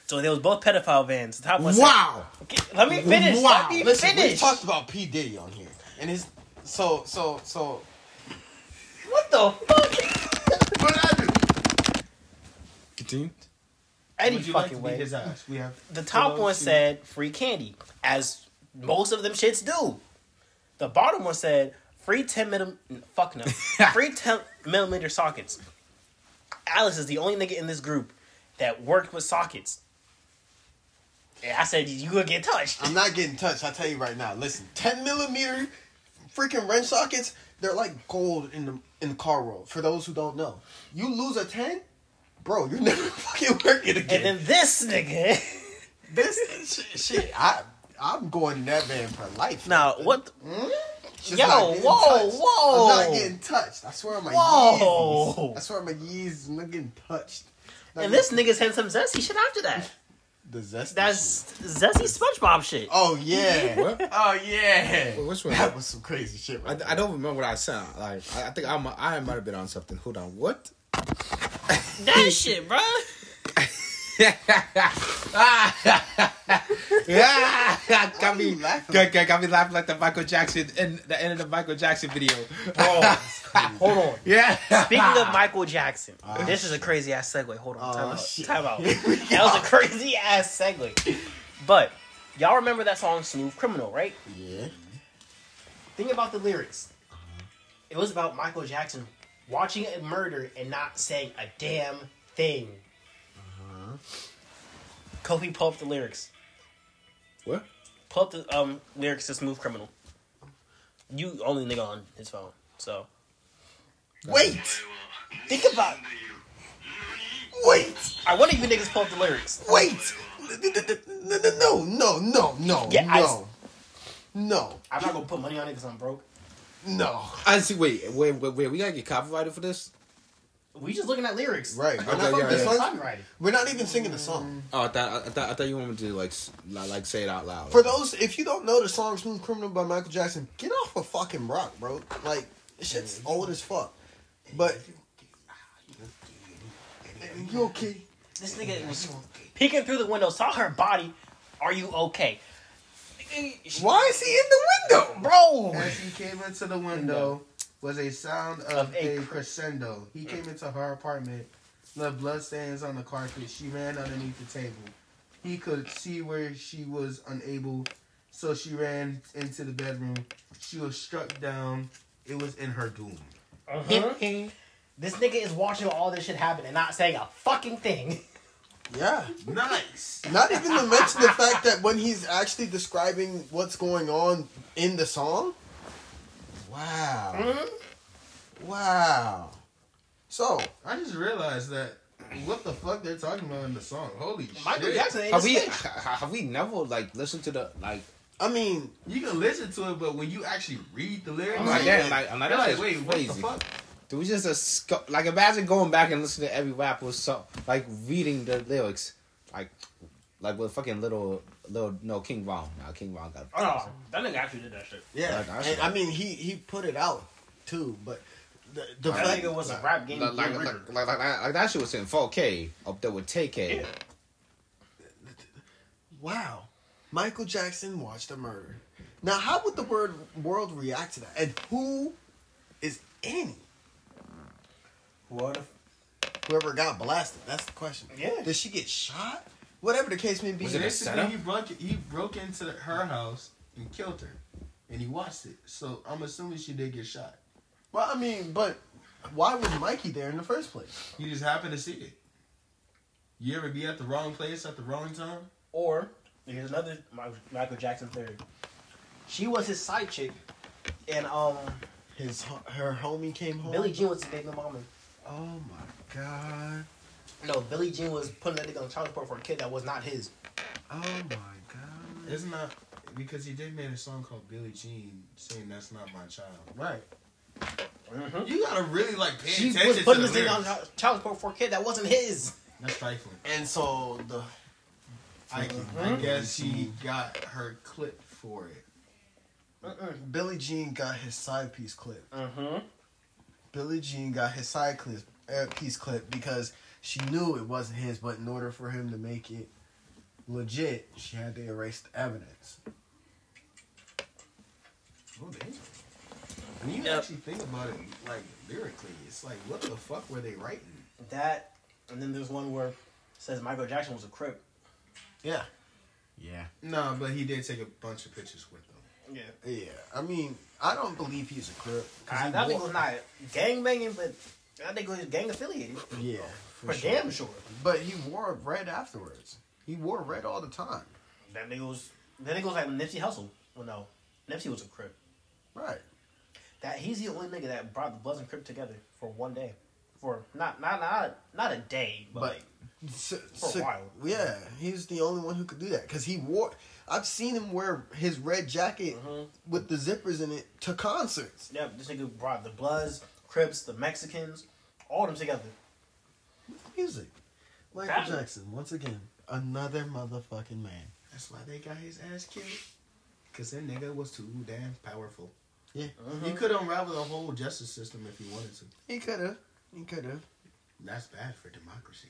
so they was both pedophile vans. The top one said- Wow. Okay, let me finish. Wow, Let me listen, we finish. talked about P Diddy on here, and his so so so. What the fuck? Continue. Any Would you like to fucking be way. his ass? We have The top Hello, one Siri. said free candy, as most of them shits do. The bottom one said free ten millim [LAUGHS] fuck no, free ten millimeter sockets. Alice is the only nigga in this group that worked with sockets. And I said you gonna get touched. I'm not getting touched. I tell you right now. Listen, ten millimeter freaking wrench sockets. They're like gold in the in the car world. For those who don't know, you lose a ten, bro. You're [LAUGHS] never fucking working again. And then this nigga. [LAUGHS] This shit, shit I I'm going that van for life. hmm? Now what? Just yo, not getting whoa, touched. whoa. I'm not getting touched. I swear on my Whoa. Yeezys. I swear on my Yeezys, I'm not getting touched. Not And this getting- nigga said some zesty shit after that. The zesty. That's Zesty SpongeBob shit. Oh [LAUGHS] yeah. What? Oh yeah. Wait, which one? That was some crazy shit. I, Right I don't remember what I said. Like I, I think I mi- I might have been on something. Hold on, [LAUGHS] what? That shit, bro. yeah, [LAUGHS] got you me laughing? Got, got, got me laughing like the Michael Jackson and the end of the Michael Jackson video. [LAUGHS] Hold on. Yeah, Speaking of Michael Jackson, this is a crazy ass segue. Hold on, time Ah. Oh, out. shit. [LAUGHS] Time out. That was a crazy ass segue. But y'all remember that song "Smooth Criminal," right? Yeah. Think about the lyrics. It was about Michael Jackson watching a murder and not saying a damn thing. Uh-huh. Kofi pull up the lyrics. What? Pull up the um, lyrics to "Smooth Criminal." You only nigga on his phone, so Wait. think about. Wait. I want you niggas pull up the lyrics. Wait. No. No. No. No. Yeah, I- no. No. I'm not gonna put money on it because I'm broke. No. I see. Wait, wait, wait, wait. We gotta get copyrighted for this. We just looking at lyrics. Right. We're, Okay, not, yeah, this yeah. one- Copyrighted. we're not even singing the song. Oh, I thought I, I thought I thought you wanted me to like s- li- like say it out loud. For those, if you don't know the song "Smooth Criminal" by Michael Jackson, get off a fucking rock, bro. Like this shit's old as fuck. But you okay? This nigga was peeking through the window, saw her body. Are you okay? Why is he in the window, bro? As he came into the window was a sound of, Of a, a crescendo. Mm. He came into her apartment, left bloodstains on the carpet. She ran underneath the table. He could see where she was unable, so she ran into the bedroom. She was struck down. It was in her doom. Uh-huh. Mm-hmm. This nigga is watching all this shit happen and not saying a fucking thing. Yeah. Nice. Not even to mention the fact that when he's actually describing what's going on in the song. Wow. Wow. So I just realized that what the fuck they're talking about in the song. Holy Michael shit. Jackson ain't have we a snitch. have we never like listened to the like? I mean, You can listen to it, but when you actually read the lyrics, I'm like, damn, like, I'm like, you're that's like, just wait, crazy. what the fuck? Do we just a sc- like imagine going back and listening to every rap or so like reading the lyrics like like with fucking little little no King Von now King Von got Oh, that nigga actually did that shit. yeah. Like, that's and, right. I mean, he he put it out too, but the, the That fact nigga was a rap game. like, like, like, rigger. like, like, like that shit was in 4K up there with TK. wow, Michael Jackson watched a murder. Now, how would the word world react to that? And who is any What if whoever got blasted? That's the question. Yeah. Did she get shot? Whatever the case may be. Was it a Basically, setup? he broke he broke into her house and killed her, and he watched it. So I'm assuming she did get shot. Well, I mean, but why was Mikey there in the first place? He just happened to see it. You ever be at the wrong place at the wrong time? or Here's another Mi- Michael Jackson theory. She was his side chick, and um, His her homie came home. Billie Jean was his baby mama. Oh my god. No, Billie Jean was putting that nigga on child support for a kid that was not his. Oh my god. It's not because he did make a song called Billie Jean saying that's not my child. Right. You gotta really like pay She was attention putting to this the nigga on lyrics. chi- child support for a kid that wasn't his. That's trifling. And so the I, I guess she got her clip for it. Billie Jean got his side piece clip. Mm-hmm. Billie Jean got his side clip, uh, piece clip because she knew it wasn't his, but in order for him to make it legit, she had to erase the evidence. Oh damn. When you Yep. actually think about it, like lyrically, it's like what the fuck were they writing? That, and then there's one where it says Michael Jackson was a crip. Yeah. Yeah. No, but he did take a bunch of pictures with them. Yeah. Yeah. I mean, I don't believe he's a crook. 'cause he that wa- nigga was not gang banging, but that nigga was gang affiliated Yeah. for damn sure. But he wore red afterwards. He wore red all the time. That nigga was that nigga was like Nipsey Hussle. Well, no, Nipsey was a crip. Right. That he's the only nigga that brought the Bloods and Crip together for one day, for not not not not a day, but, But like, so, For a so- while. yeah, he's the only one who could do that because he wore. I've seen him wear his red jacket Mm-hmm. with the zippers in it to concerts. yeah, this nigga brought the Bloods, Crips, the Mexicans, all them together. Music, Michael That- Jackson once again. another motherfucking man. That's why they got his ass killed. Cause that nigga was too damn powerful. Yeah, he could unravel the whole justice system if he wanted to. He could have. He could have. That's bad for democracy,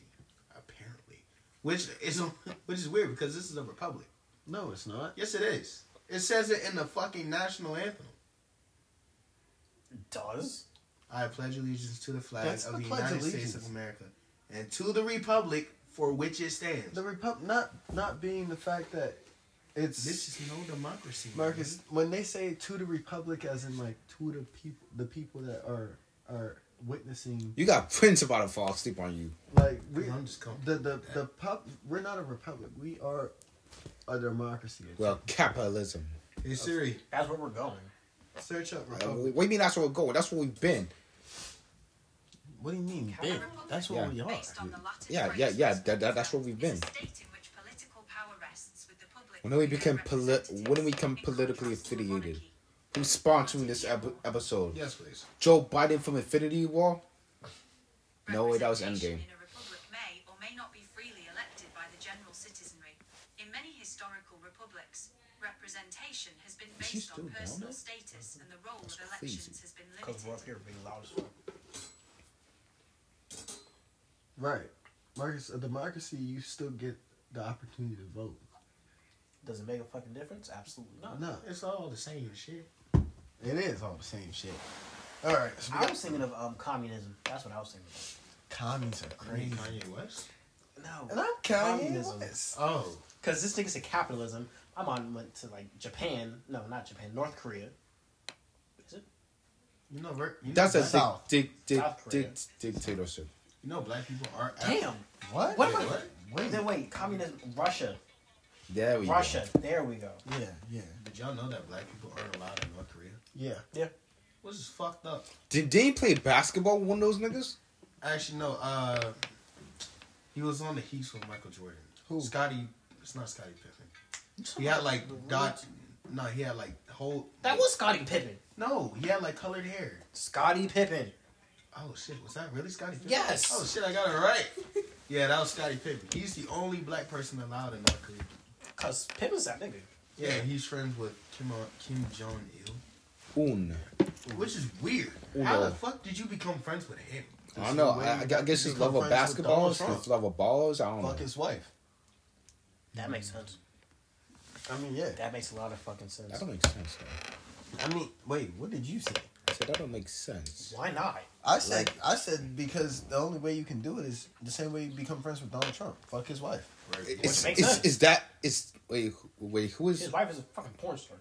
apparently. Which is [LAUGHS] which is weird because this is a republic. No, it's not. Yes, it is. It says it in the fucking national anthem. Does? I pledge allegiance to the flag That's of the the, pledge United allegiance. States of America and to the republic for which it stands. The republic, not not being the fact that it's This is no democracy, man. Marcus. When they say to the republic, as in like to the people, the people that are are witnessing, You got Prince about to fall asleep on you. like we, I'm just comfortable the the with that. the pub, we're not a republic. We are a democracy. Well, capitalism. Hey Siri, That's where we're going. Search up Oh. Uh, republic. what do you mean that's where we're going? That's where we've been. What do you mean, big? That's what Yeah. we are. Based on the Latin Yeah, phrase yeah, yeah. for That, that, that's where we've is a been. state in which political power rests with the public When do we being become their poli- when do we representatives become in contrast politically to a affiliated? monarchy. Who's sponsoring this ep- episode? yes please. Joe Biden from Infinity War? No way, that was Endgame. Representation in a republic may or may not be freely elected by the general citizenry. In many historical republics, representation has been She's based still on down personal there? status and the role of crazy. elections has been Because limited. we're up here being loud as fuck. Right, Marcus. A democracy, you still get the opportunity to vote. Does it make a fucking difference? Absolutely not. No, It's all the same shit. it is all the same shit. All right, so we I got- was thinking of um, communism. That's what I was thinking commies are I mean, crazy. Kanye West. of. And No. I'm Kanye Communism. West. Oh, Because this nigga's a capitalism. My mom went to like Japan. No, not Japan. North Korea. Is it? you know, ver- you know That's a black, South. dic- dic- South dic- Korea. dic- dictatorship. you know black people are Damn. What? What Wait, am I? what? Wait. Then wait, communism. Russia. There we go. Russia. There we go. Yeah, yeah, Did y'all know that black people aren't allowed in North Korea? yeah. Yeah. Which is fucked up. Did, did he play basketball with one of those niggas? Actually, no. Uh, he was on the Heat with Michael Jordan. Who? Scotty. It's not Scotty Pippen. He had like dot. No, he had like whole. That was Scottie Pippen. No, he had like colored hair. Scottie Pippen. Oh shit, was that really Scotty Pippen? Yes. Oh shit, I got it right. yeah, that was Scotty Pippen. He's the only black person allowed in North Korea. Cause Pippen's that nigga. Yeah, he's friends with Kim uh, Kim Jong Il, Un. which is weird. Ooh, How no. the fuck did you become friends with him? I don't know. Way I, I guess his become love of friends with basketball, Donald his Trump. love of balls. I don't know. Fuck his wife. That makes sense. I mean, yeah. That makes a lot of fucking sense. That don't make sense. Though. I mean, wait. What did you say? I said that don't make sense. Why not? I said, I said because the only way you can do it is the same way you become friends with Donald Trump. Fuck his wife. It's, makes it's, sense. Is that is wait who- wait who His is wife is a fucking porn star.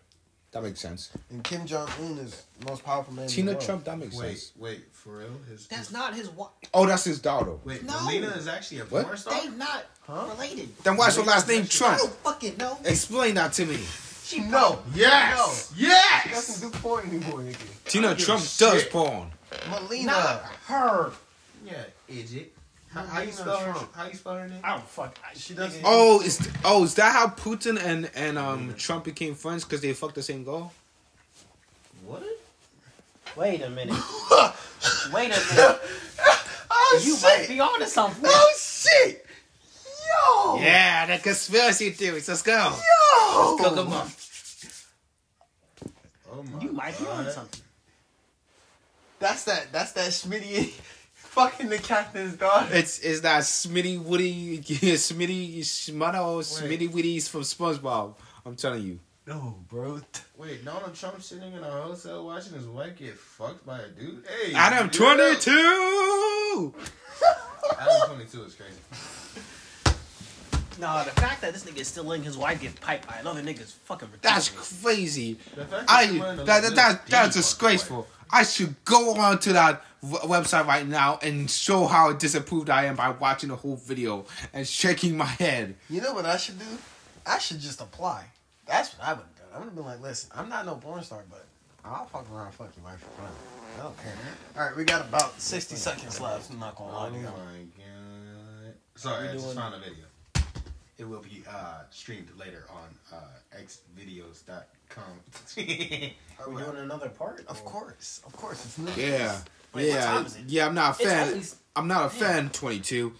that makes sense? And Kim Jong Un is the most powerful man. in the Tina world. Trump. That makes Wait, sense. wait, for real? His, That's not his wife. Oh, that's his daughter. Wait, No. Melina is actually a What? porn star. They not related. Then why is her last name I Trump? don't fucking know. Explain that to me. She no. Yes, yes. She doesn't do porn anymore, nigga. Tina give a Trump shit. does porn. Melina. Not her. Yeah, idiot. How, how you Melina spell her? Trump. How you spell her name? I don't fuck. I, she doesn't. Oh, is oh is that how Putin and and um Trump became friends because they fucked the same girl? What? Wait a minute. Wait a minute. Oh You might shit! be onto something. Oh shit! Yo. Yeah, the conspiracy theories. Let's go. Yo. Cook 'em up. Oh my. You might be onto God. something. That's that. That's that [LAUGHS] Schmitty. Fucking the captain's daughter. It's is that Smitty Woody [LAUGHS] Smitty Schmutto Smitty Woody's from SpongeBob. I'm telling you. No, bro. Wait, Donald Trump sitting in a hotel watching his wife get fucked by a dude. Hey, Adam dude. twenty two Adam twenty two is crazy. No, the fact that this nigga is still letting his wife get piped by another nigga is fucking ridiculous. That's crazy. The fact that I you're wearing a that that, that little that's D disgraceful. I should go on to that w- website right now and show how disapproved I am by watching the whole video and shaking my head. You know what I should do? I should just apply. That's what I would have done. I would have been like, listen, I'm not no porn star, but I'll fuck around and fuck your wife for fun. I don't care. All right, we got about 60 seconds left. I'm not going to Oh lie my to you. god. Sorry, I just found a video. It will be uh, streamed later on uh, [LAUGHS] Oh, xvideos.com. Are we doing another part? Of course. Of course. It's new. Yeah, Wait, what yeah, time is it? yeah. I'm not a It's fan. always- I'm not a fan. Twenty two.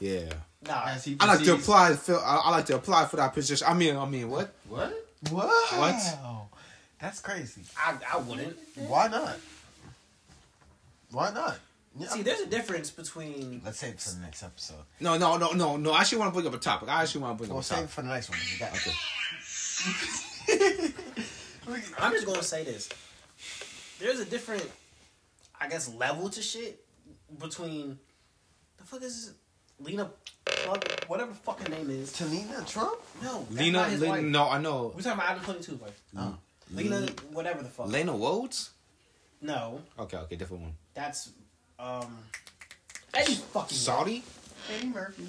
Yeah. Nah. As he I like to proceeds. apply. Feel, I, I like to apply for that position. I mean, I mean, what? What? Wow. What? That's crazy. I, I wouldn't. Why not? Why not? Yeah. See, there's a difference between. Let's save it for the next episode. No, no, no, no, no. I actually want to bring up a topic. I actually want to bring We'll up a save topic. it for the next one. We got- I'm just gonna say this. There's a different, I guess, level to shit between the fuck is this? Lena, Plug- whatever the fucking name is. Talina Trump? No, that's Lena, not his Lena wife. no, I know. We're talking about Adam 22's wife. Oh. um, Lena, whatever the fuck. Lena Woods. no, Okay, okay, different one. that's um. Eddie fucking Saudi. Eddie Murphy.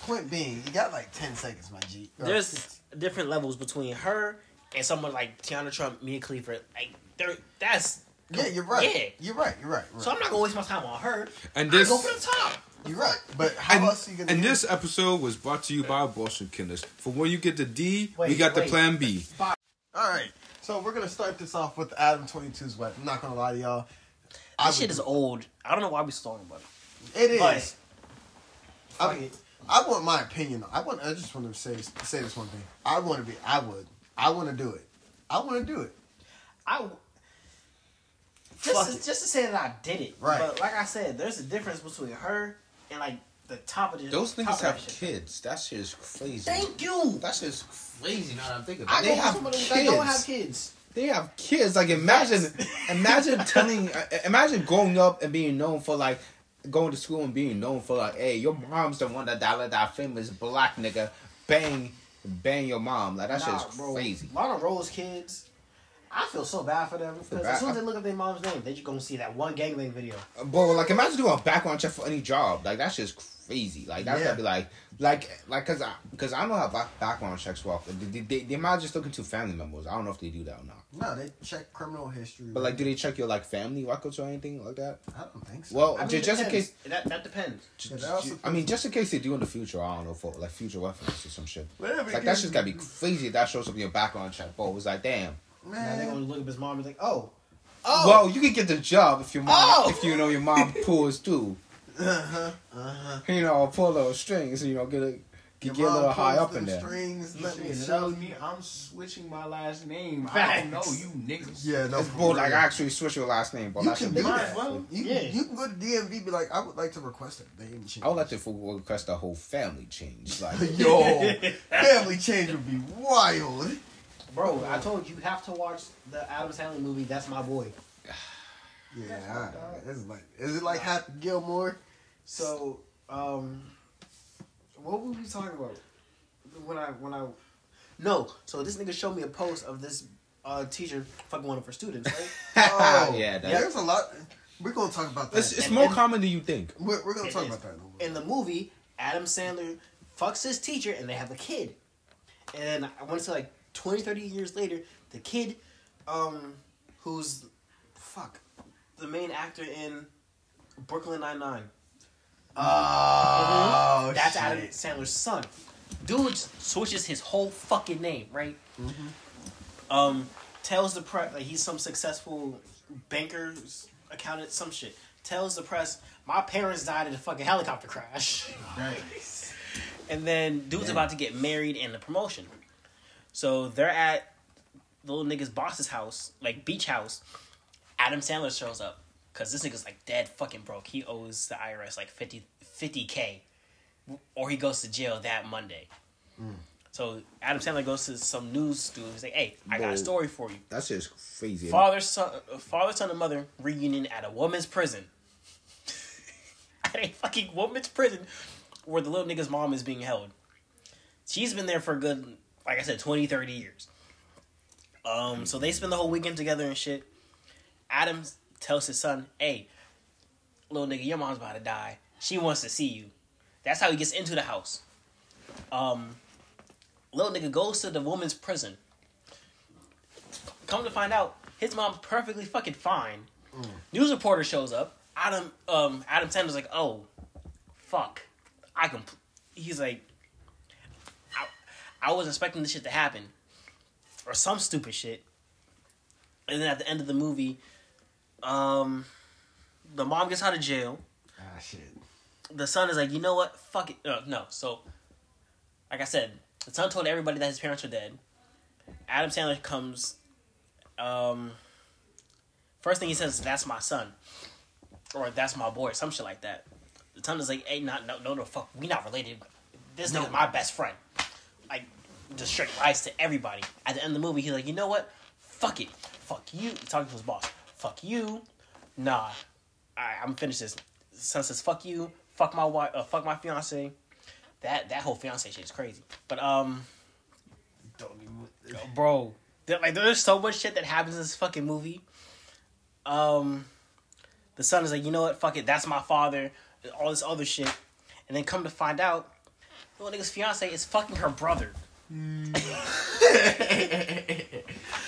Quit being. You got like 10 seconds, my G. Or- There's different levels between her and someone like Tiana Trump, Mia Khalifa. Like, there, that's Yeah, you're right. Yeah. You're right. You're right. right. so. I'm not gonna waste my time on her. And I this go for the top. You're right. But how and, else are you going to and this episode was brought to you by Abortion Killers. For when you get the D, we Wait, got the wait. Plan B. All right. So we're going to start this off with Adam 22's wife. I'm not going to lie to y'all. I This shit is old. I don't know why we still talking about it. It is. But- I, Fuck it. I want my opinion. I want. I just want to say say this one thing. I want to be. I would. I want to do it. I want to do it. I Fuck just to, it. just to say that I did it. Right. But like I said, there's a difference between her and like the top of the Those top niggas of that have shit. kids. That shit is crazy. Thank you. That shit is crazy. Now that I'm thinking about I it. know somebody that don't have kids. They have kids. Like imagine, [LAUGHS] imagine telling, uh, imagine growing up and being known for like going to school and being known for like, hey, your mom's the one that that let that famous black nigga bang, bang your mom. Like that Nah, shit is bro. crazy. Lana Rose kids. I feel so bad for them because bad. as soon as they look up their mom's name, they just gonna see that one gangbang video. Bro, like imagine doing a background check for any job. Like that's just crazy. Like that's Yeah. gotta be like, like, like, cause I, cause I know how back, background checks work. They, they, they, they might just look into family members. I don't know if they do that or not. No, they check criminal history. But like, do they check your like family records or anything like that? I don't think so. Well, I mean, ju- it just in depends. case, that that depends. ju- Yeah, ju- that also I mean, just in case they do in the future. I don't know for like future reference or some shit. Whatever Like it that's is. just gotta be crazy. if That shows up in your background check. Bro, it was like, damn. Now they're man, gonna look up his mom and be like, oh, Oh. Well, you can get the job if your mom, if you know your mom pulls too. Uh huh. Uh huh. You know, pull those strings. You know, get a your get, get a mom little high pulls up them in there. Strings, let me If that know. was me, I'm switching my last name. I Facts. don't know you niggas. Yeah, no. It's for bull. real. Like I actually switch your last name, but you that can should do be. that. well, you, yeah. you can go to DMV. and Be like, I would like to request a name change. I would like to full- request the whole family change. Like, [LAUGHS] Yo, family change would be wild. bro, I told you you have to watch the Adam Sandler movie. That's my boy. Yeah, it's like, is it like Happy Gilmore? So, um, what were we talking about? When I when I no, so this nigga showed me a post of this uh, teacher fucking one of her students, [LAUGHS] right? Oh, Yeah, that- there's a lot. We're gonna talk about that. It's, it's And- more and- common than you think. we're, we're gonna It talk is. about that. In a little bit. In the movie, Adam Sandler fucks his teacher and they have a kid. And I want to say like 20, 30 years later, the kid, um, who's fuck, the main actor in Brooklyn Nine Nine. Oh, That's shit. Adam Sandler's son. Dude switches his whole fucking name, right? Mm-hmm. Um, tells the press like he's some successful banker, s- accountant, some shit. Tells the press, my parents died in a fucking helicopter crash. [LAUGHS] [LAUGHS] and then dude's about to get married and the promotion. So they're at the little nigga's boss's house, like beach house. Adam Sandler shows up because this nigga's like dead fucking broke. He owes the IRS like 50 k or he goes to jail that Monday. So Adam Sandler goes to some news dude. He's like, "Hey, I got Whoa. a story for you. that shit's crazy. Father, son, uh, father, son, and mother reunion at a woman's prison. [LAUGHS] at a fucking woman's prison where the little nigga's mom is being held. She's been there for a good, like I said, 20, 30 years. Um, so they spend the whole weekend together and shit. Adam tells his son, "Hey, little nigga, your mom's about to die. She wants to see you." That's how he gets into the house. Um, little nigga goes to the woman's prison. Come to find out, his mom's perfectly fucking fine. News reporter shows up. Adam um Adam Sandler's like, oh, fuck, I can. He's like, I, I was expecting this shit to happen, or some stupid shit. And then at the end of the movie, um, the mom gets out of jail. Ah, shit. the son is like, you know what? Fuck it. No, no. So, like I said, the son told everybody that his parents are dead. Adam Sandler comes. Um, first thing he says, "That's my son," or "That's my boy," some shit like that. The son is like, "Hey, not no no no fuck, we not related. This nigga's my best friend." Like, just straight lies to everybody. At the end of the movie, he's like, "You know what? Fuck it. Fuck you." He's talking to his boss. Fuck you. Nah, I, I'm finished this. Son says, "Fuck you, fuck my wife, uh, fuck my fiance." That that whole fiance shit is crazy. But um, don't even, bro. there- Like there's so much shit that happens in this fucking movie. Um, the son is like, you know what? Fuck it. That's my father. and All this other shit, and then come to find out, the little nigga's fiance is fucking her brother.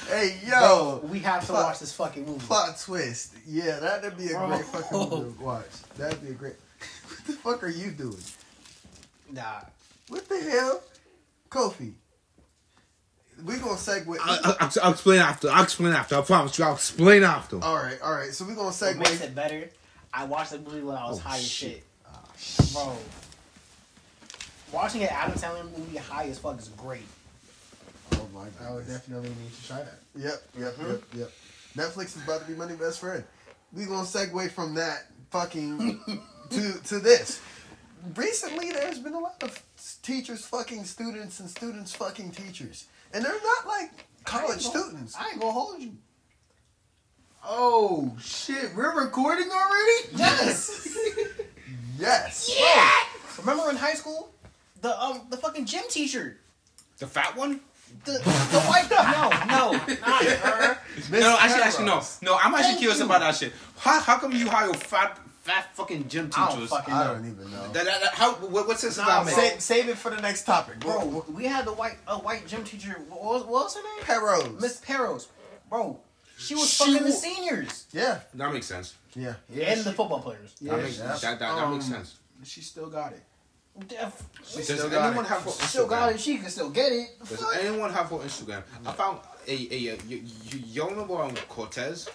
Hey, yo. We have to Oh, Fuck. watch this fucking movie. Plot twist. Yeah, that'd be a great fucking movie to watch. That'd be a great. [LAUGHS] What the fuck are you doing? Nah, What the hell, Kofi? We gonna segue. I, I, I'll explain after. I'll explain after. I promise you. I'll explain after. all right, all right. So we gonna what makes segue. it better? I watched the movie when I was high as shit. Bro, watching an Adam Sandler movie high as fuck is great. Oh my I would god. definitely need to try that. Yep, yep, Uh-huh. yep, yep. Netflix is about to be my new best friend. We gonna segue from that [LAUGHS] fucking to to this. Recently, there's been a lot of s- teachers fucking students and students fucking teachers, and they're not like college students. I ain't gonna hold you. Oh shit, we're recording already? Yes. [LAUGHS] yes. Remember in high school, the um the fucking gym teacher, The fat one? the the white no no not her. Miss no, actually, actually, no, Penrose. no. I'm actually Thank curious you. about that shit. How, how come you hire fat, fat fucking gym I don't teachers? fucking I know. don't even know. That, that, that, how, what, what's this about, man? Sa- save it for the next topic, Bro, we had the white a white gym teacher. What was, what was her name? Perros. Miss Perros. Bro, she was She fucking wa- the seniors yeah, That makes sense. yeah. and the football players. that makes, yeah. that, that, that Um, makes sense. She still got it. Def- Does still got anyone it. have her She Instagram? Still got it. She can still get it. Does Fuck. anyone have her Instagram? I found a a, a you, you, you remember um, Cortez?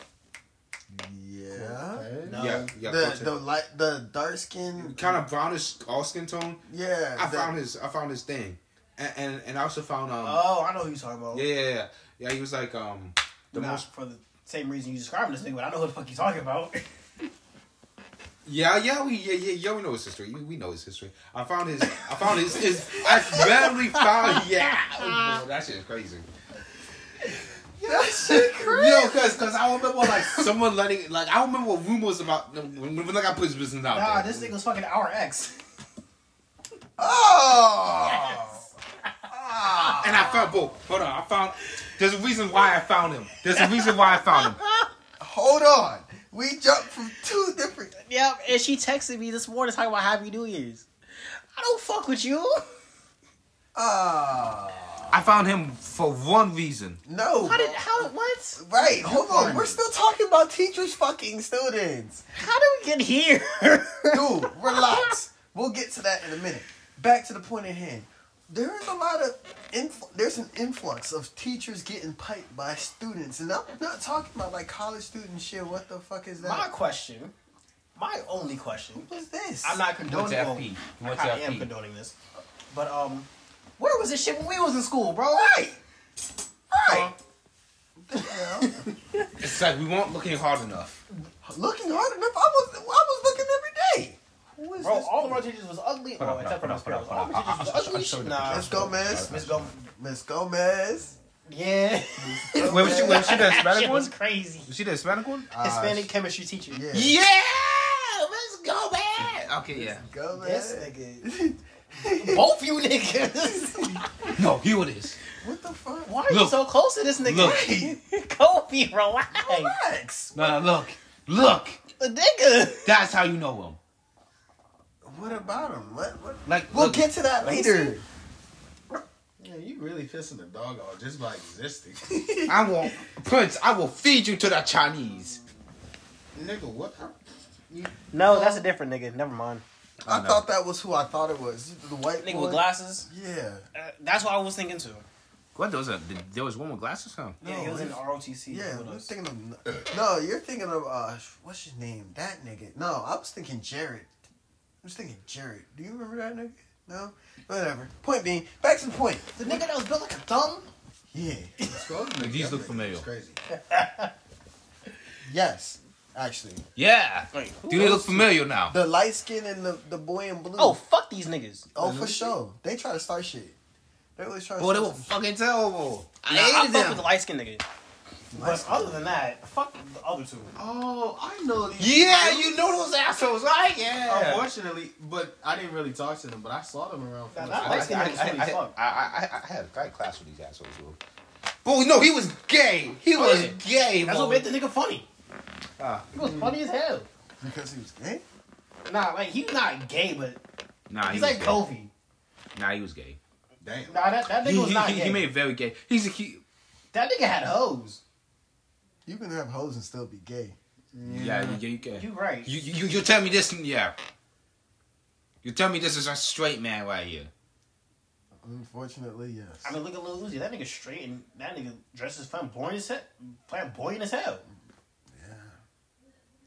Yeah. Um, No. Yeah, yeah, The Cortez. the light the dark skin kind of brownish, all skin tone. yeah I the- found his, I found his thing, and and, and I also found um, Oh, I know who you're talking about. yeah, yeah, yeah, yeah. He was like um, the Not most, for the same reason you describing this nigga, but I know who the fuck you talking about. yeah, yeah, we, yeah, yeah, yeah. We know his history. We, we know his history. I found his, I found his, his I barely found, yeah. Oh, bro, that shit is crazy. that shit crazy. Yo, cause, cause I remember like someone letting, like I remember rumors about when, when I got put his business out. [LAUGHS] nah, there. this nigga's fucking our ex. Oh. And I found both. Hold on, I found. There's a reason why I found him. There's a reason why I found him. Hold on. We jumped from two different. Yeah, and she texted me this morning talking about Happy New Year's. I don't fuck with you. Ah. I found him for one reason. no. How did how what? right. Hold on. We're still talking about teachers fucking students. How did we get here? [LAUGHS] Dude, relax. We'll get to that in a minute. Back to the point at hand. There is a lot of infl- there's an influx of teachers getting piped by students, and I'm not talking about like college student shit. What the fuck is My that? question, my only question. What is this? I'm not condoning. What's well, FP? I What's kinda FP? am condoning this, but um, where was this shit when we was in school, bro? Right. Right. Yeah. It's like we weren't looking hard enough. looking hard enough. I was I was looking every day. Who is Bro, this? all of our teachers was ugly. Oh, except for Miss Perros. All of our teachers was ugly. as shit. Nah, Miss Gomez. Miss Gum. Miss Gomez. Yeah, [LAUGHS] Wait, was she, was she [LAUGHS] the Hispanic Shit was one? crazy. Was she the Hispanic one? Uh, Hispanic chemistry teacher. Yeah. Yeah, let's go back. Okay, yeah. This Gomez. [LAUGHS] nigga. Both you niggas. [LAUGHS] No, here it is. What the fuck? Why are you Look. so close to this nigga? [LAUGHS] Kofi, relax. Relax. No, no, look, look. The nigga. That's how you know him. What about him? What? What? Like, We'll look, get to that later. Yeah, you really pissing the dog off just by existing. I will, Prince. I will feed you to the Chinese. Nigga, what? No, that's a different nigga. Never mind. I thought that was who I thought it was. The white Nigga boy? with glasses. Yeah. Uh, that's what I was thinking too. What? There was a there was one with glasses. Huh? Yeah, he was in ROTC. Yeah, with I'm us. thinking of no. You're thinking of uh, what's his name? That nigga. No, I was thinking Jared. was thinking Jared. Do you remember that nigga? No? Whatever. Point being, back to the point. The nigga that was built like a thumb? Yeah. Like, these look familiar. It's crazy. Yes. Actually. Yeah. Do they look familiar now? The light skin and the, the boy in blue. Oh, fuck these niggas. Oh, for sure. They try to start shit. They always try to Boy, Oh, they were start some fucking terrible. I, Nah, I I fuck fuck with the light skinned nigga. shit. But other than that, fuck the other two. Oh, I know with- these. Yeah, you know those assholes, right? Yeah. Unfortunately, but I didn't really talk to them, but I saw them around. Nah, for nah, the- I, I, Light skin I, niggas funny as I, fuck. I, I, I had I had class with these assholes, bro. But no, he was gay. He was gay. That's bro. what made the nigga funny. Ah. he was funny as hell. Because he was gay? Nah, like he's not gay, but Nah, he he's was like gay. Kofi. Nah, he was gay. Damn. Nah, that, that nigga He, was he, not he, gay. he made it very gay. He's a he, that nigga had hoes. You can have hoes and still be gay. yeah, yeah, you gay. You right. You, you, you tell me this, yeah. You tell me this is a straight man right here. Unfortunately, yes. I mean, look at Lil Uzi. That nigga straight and that nigga dresses flamboyant as hell. Flamboyant as hell.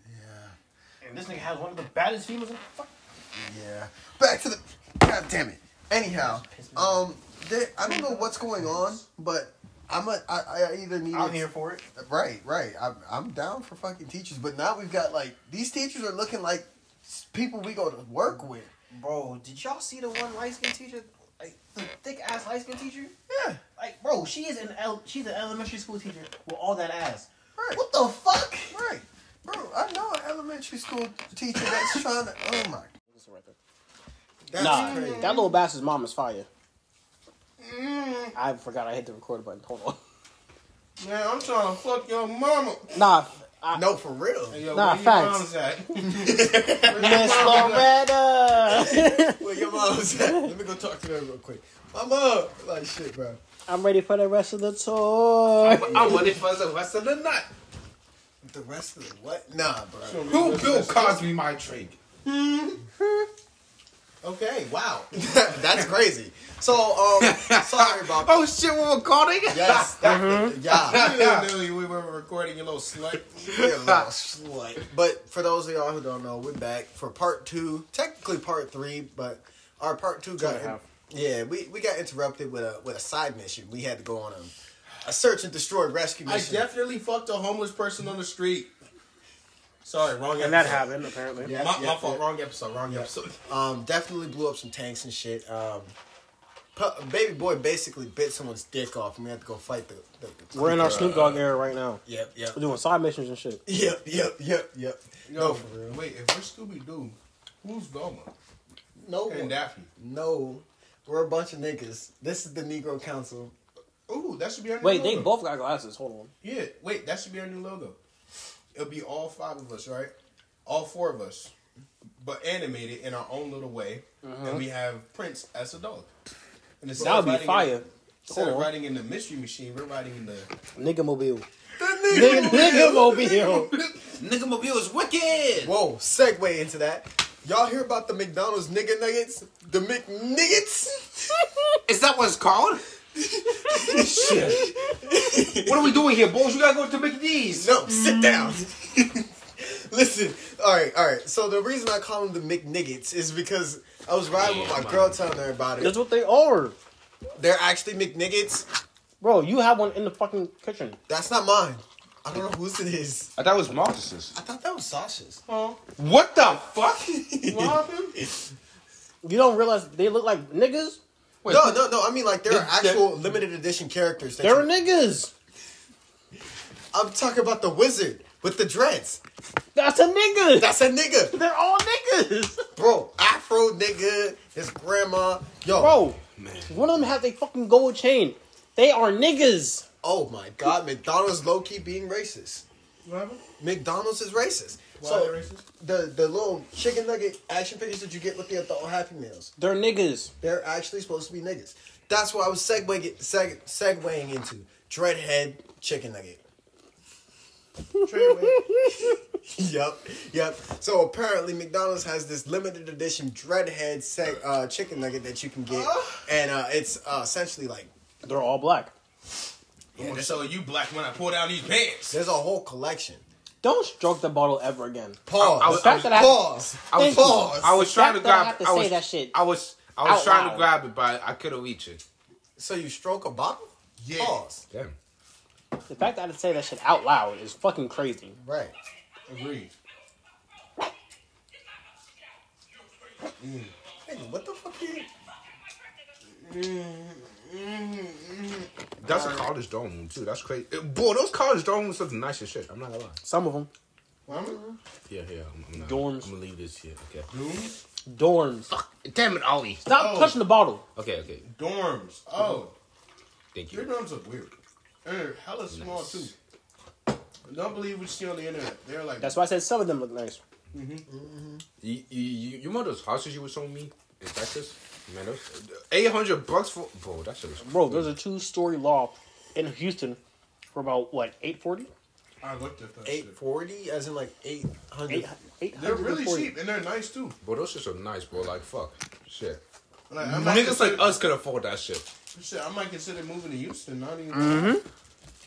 yeah. And this nigga has one of the baddest females in the fuck. Yeah. Back to the. God damn it. Anyhow, um, there, I don't know what's going on, but I'm a. I, I either need. I'm to- here for it. Right, right. I'm, I'm down for fucking teachers, but now we've got like these teachers are looking like s- people we go to work with. Bro, did y'all see the one light skinned teacher? Like, the thick ass light skinned teacher? Yeah. Like, bro, she is an el- she's an elementary school teacher with all that ass. Right. What the fuck? Right. Bro, I know an elementary school teacher [LAUGHS] that's trying to. Oh my. That's nah, crazy. that little bastard's mom is fire. I forgot I hit the record button. Hold on. Man, I'm trying to fuck your mama. Nah, I, no, for real. Yo, Nah, where your facts. mom's [LAUGHS] at? Miss Loretta. Where your mom's at? Let me go talk to them real quick. My mom, like shit, bro. I'm ready for the rest of the tour. I want it for the rest of the night. The rest of the what? Nah, bro. Who Bill Cosby my drink? Mm-hmm. Okay, wow, [LAUGHS] that's crazy. So, [LAUGHS] um, sorry about that. Oh shit, we're recording? Mm-hmm. Yes, yeah, [LAUGHS] Literally, we were recording your little slut. you're [LAUGHS] a little slut. But for those of y'all who don't know, we're back for part two, technically part three, but our part two got yeah, we, we got interrupted with a with a side mission. We had to go on a, a search and destroy rescue [LAUGHS] I mission. definitely fucked a homeless person on the street. Sorry, wrong episode. happened apparently. Yeah, my, yeah, my fault. yeah. Wrong episode. Wrong episode. [LAUGHS] Um, definitely blew up some tanks and shit. Um, pu- baby boy basically bit someone's dick off, and we had to go fight the. the, the We're in our Snoop Dogg era right now. Yep, yep, We're doing side missions and shit. yep, yep, yep, yep. No, for real. Wait, if we're Scooby Doo, who's Velma No and one. Daphne? No, we're a bunch of niggas. This is the Negro Council. Ooh, that should be our new Wait, logo. they both got glasses. Hold on. Yeah, wait, that should be our new logo. It'll be all five of us, right? All four of us, but animated in our own little way, and we have Prince as a dog. And instead Uh-huh. That of would be riding fire. In, instead of Hold on. riding in the mystery machine, we're riding in the Nigga mobile. Nigga mobile. Nigga Mobile is wicked! Whoa, Oh, segue into that. Y'all hear about the McDonald's nigga nuggets? The McNuggets? [LAUGHS] Is that what it's called? What are we doing here, boys? You gotta go to McDee's. No, sit down. Listen, all right, all right. So the reason I call them the McNuggets is because I was riding with my girl telling her about it. That's what they are. They're actually McNuggets. Bro, you have one in the fucking kitchen. That's not mine. I don't know whose it is. I thought it was Marcus's. I thought that was Sasha's. What the fuck? You don't realize they look like niggas? no, no, no. I mean, like there are actual limited edition characters. That They're you- niggas. I'm talking about the wizard with the dreads. That's a nigga. That's a nigga, They're all niggas. bro. Afro nigga. His grandma. Yo, Bro, one of them has a fucking gold chain. They are niggas. Oh my God, McDonald's low key being racist. McDonald's is racist. so the the little chicken nugget action figures that you get with the adult Happy Meals, They're niggas. they're actually supposed to be niggas. That's what I was segwaying seg, segwaying into dreadhead chicken nugget. [LAUGHS] Yep, yep. So apparently McDonald's has this limited edition dreadhead seg, uh, chicken nugget that you can get, and uh, it's uh, essentially like They're all black. I'm gonna show you black when I pull down these pants. there's a whole collection. Don't stroke the bottle ever again. Pause. I The was- fact that I pause. I was, Thank you. Pause. I was trying to That don't grab. have to I say was, that shit I was, I was out trying to loud. grab it, but I couldn't reach it. So you stroke a bottle? Yeah. Pause. Damn. the fact that I say that shit out loud is fucking crazy. Right. Agreed. Mm. Nigga, what the fuck you? That's a college dorm room too. That's crazy. Eh, Boy, those college dorm rooms are the nicest shit. I'm not gonna lie. Some of them Yeah, yeah. I'm, I'm not, Dorms. I'm gonna leave this here. Okay. dorms. Damn it, Ollie. Stop touching the bottle. Okay, okay. Dorms. Oh, Thank your you. dorms are weird. They're hella small Nice. too. Don't believe what you see on the internet. They're like That's why I said some of them look nice. You, you, you, you remember those houses you were showing me in Texas? Man, those uh, eight hundred bucks for. Bro, that shit was. Bro, there's a two story loft in Houston for about what, 840? I looked at that. Eight shit. forty, as in like eight hundred. Eight, They're really 840. cheap and they're nice too. Bro, those shits are nice, bro. Like fuck, shit. Like, Mm-hmm. I might Niggas like consider- us could afford that shit. Shit, I might consider moving to Houston. Not even. Mm-hmm.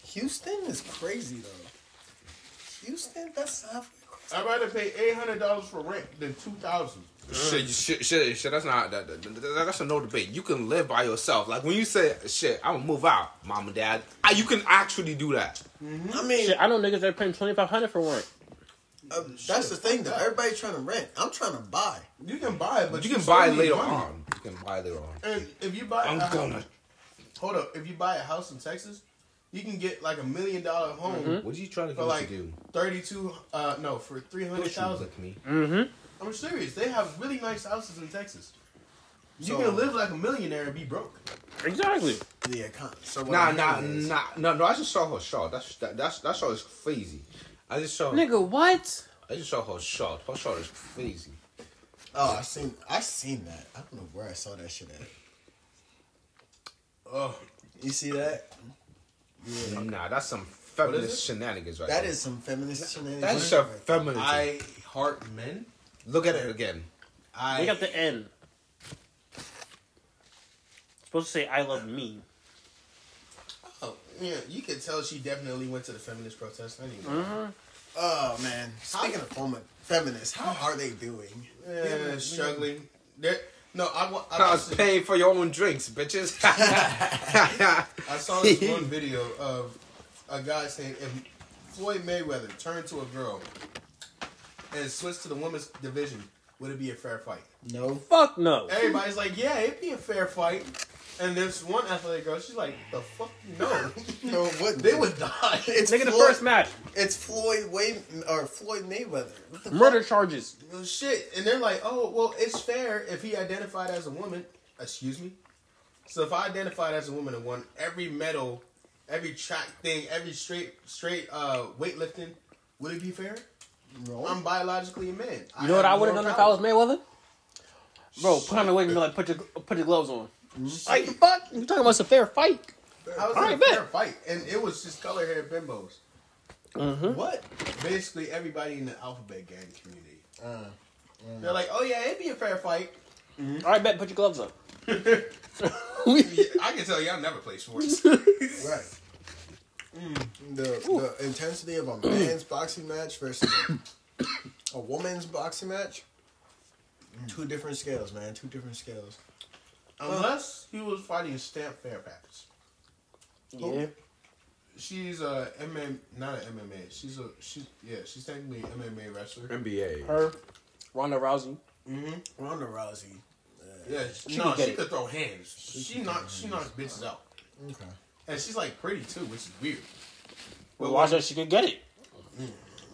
Houston is crazy though. Houston, that's halfway crazy. I'd rather pay eight hundred dollars for rent than two thousand. Shit, you- shit, shit, shit, that's not that, that- that- that's a no debate. You can live by yourself. Like when you say shit, I'm gonna move out, mom and dad. I, you can actually do that. I mean, Shit, I know niggas that are paying 2500 for rent. uh, that's the thing though. Everybody's trying to rent. I'm trying to buy. You can buy it, but But you can still buy need later money. on. You can buy later on. And if you buy, I'm a- gonna- hold up. If you buy a house in Texas, you can get like a million dollar home What are you trying to for get me like to do? thirty two. Uh, no, for three hundred Push you thousand. with me. I'm serious. They have really nice houses in Texas. You So- can live like a millionaire and be broke. Exactly. Yeah, con- so what Nah, I'm nah, hearing is- nah, no, no. I just saw her shot. That's that, that's that shot is crazy. I just saw. Nigga, what? I just saw her shot. Her shot is crazy. Oh, I seen, I seen that. I don't know where I saw that shit at. Oh, You see that? Nah, that's some it? feminist shenanigans right That there. is some feminist shenanigans. That's some feminism. I heart men. Look at it again. I Look at the N. Supposed to say I love me. Oh, yeah, you can tell she definitely went to the feminist protest. I didn't know. Oh man, speaking of femi- feminists, how are they doing? Yeah, they're struggling. They're, no, I, wa- I I was watched this- paying for your own drinks, [LAUGHS] bitches. I [LAUGHS] saw this one video of a guy saying if Floyd Mayweather turned to a girl and switched to the women's division, would it be a fair fight? No, Fuck no. Everybody's like, yeah, it'd be a fair fight. And this one athletic girl, she's like, the fuck no. [LAUGHS] no, it wouldn't. they would die. It's Nigga, the Floyd- first match, It's Floyd Way or Floyd Mayweather. What the murder charges. No shit. And they're like, oh, well, it's fair if he identified as a woman. Excuse me? So if I identified as a woman and won every medal, every track thing, every straight straight uh weightlifting, would it be fair? No. I'm biologically a man. You know what I have would have no done if I was power. Mayweather? Bro, put on the weight and be like, put your put your gloves on. Mm-hmm. Like fuck, you talking about it's a fair fight? I was All in right, a fair bet. fight, and it was just color hair bimbos. Mm-hmm. fuck? What? Basically, everybody in the alphabet gang [LAUGHS] community. They're like, oh yeah, it'd be a fair fight. All right, bet, put your gloves on. I can tell y'all never play sports. [LAUGHS] Mm, Right. The, the intensity of a man's [CLEARS THROAT] boxing match versus [COUGHS] a woman's boxing match. Two different scales, man. Two different scales. Unless he was fighting Stamp Fairfax. yeah, She's a MMA, not an MMA. She's a she's yeah. She's technically an MMA wrestler. NBA. her, Ronda Rousey. Ronda Rousey. Yeah, she, She no, could get she it. could throw hands. She knocked she knocks bitches out, Okay. and she's like pretty too, which is weird. But watch that, she could get it.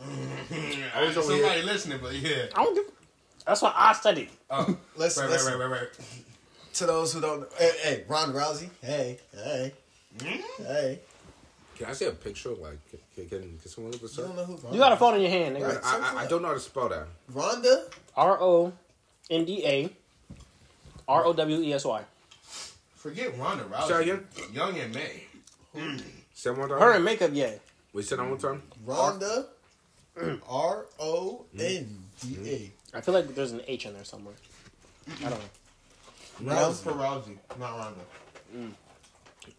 I was somebody listening, but yeah. I don't give. That's why I studied. Oh, Let's, right, right, let's right, right, right. to those who don't. Hey, hey, Ronda Rousey. Hey, hey, hey. Can I see a picture? Like, can, can, can someone look this You don't up? know who Ronda? You got a phone in your hand, I, nigga. I, I don't know how to spell that. Ronda. R O N D A R O W E S Y. Forget Ronda Rousey. Say again? Young and May. Say it one time. Her in makeup, yeah. Wait, say that one time. Ronda. R O N D I feel like there's an H in there somewhere. I don't know. Rousey for Rousey, not Ronda.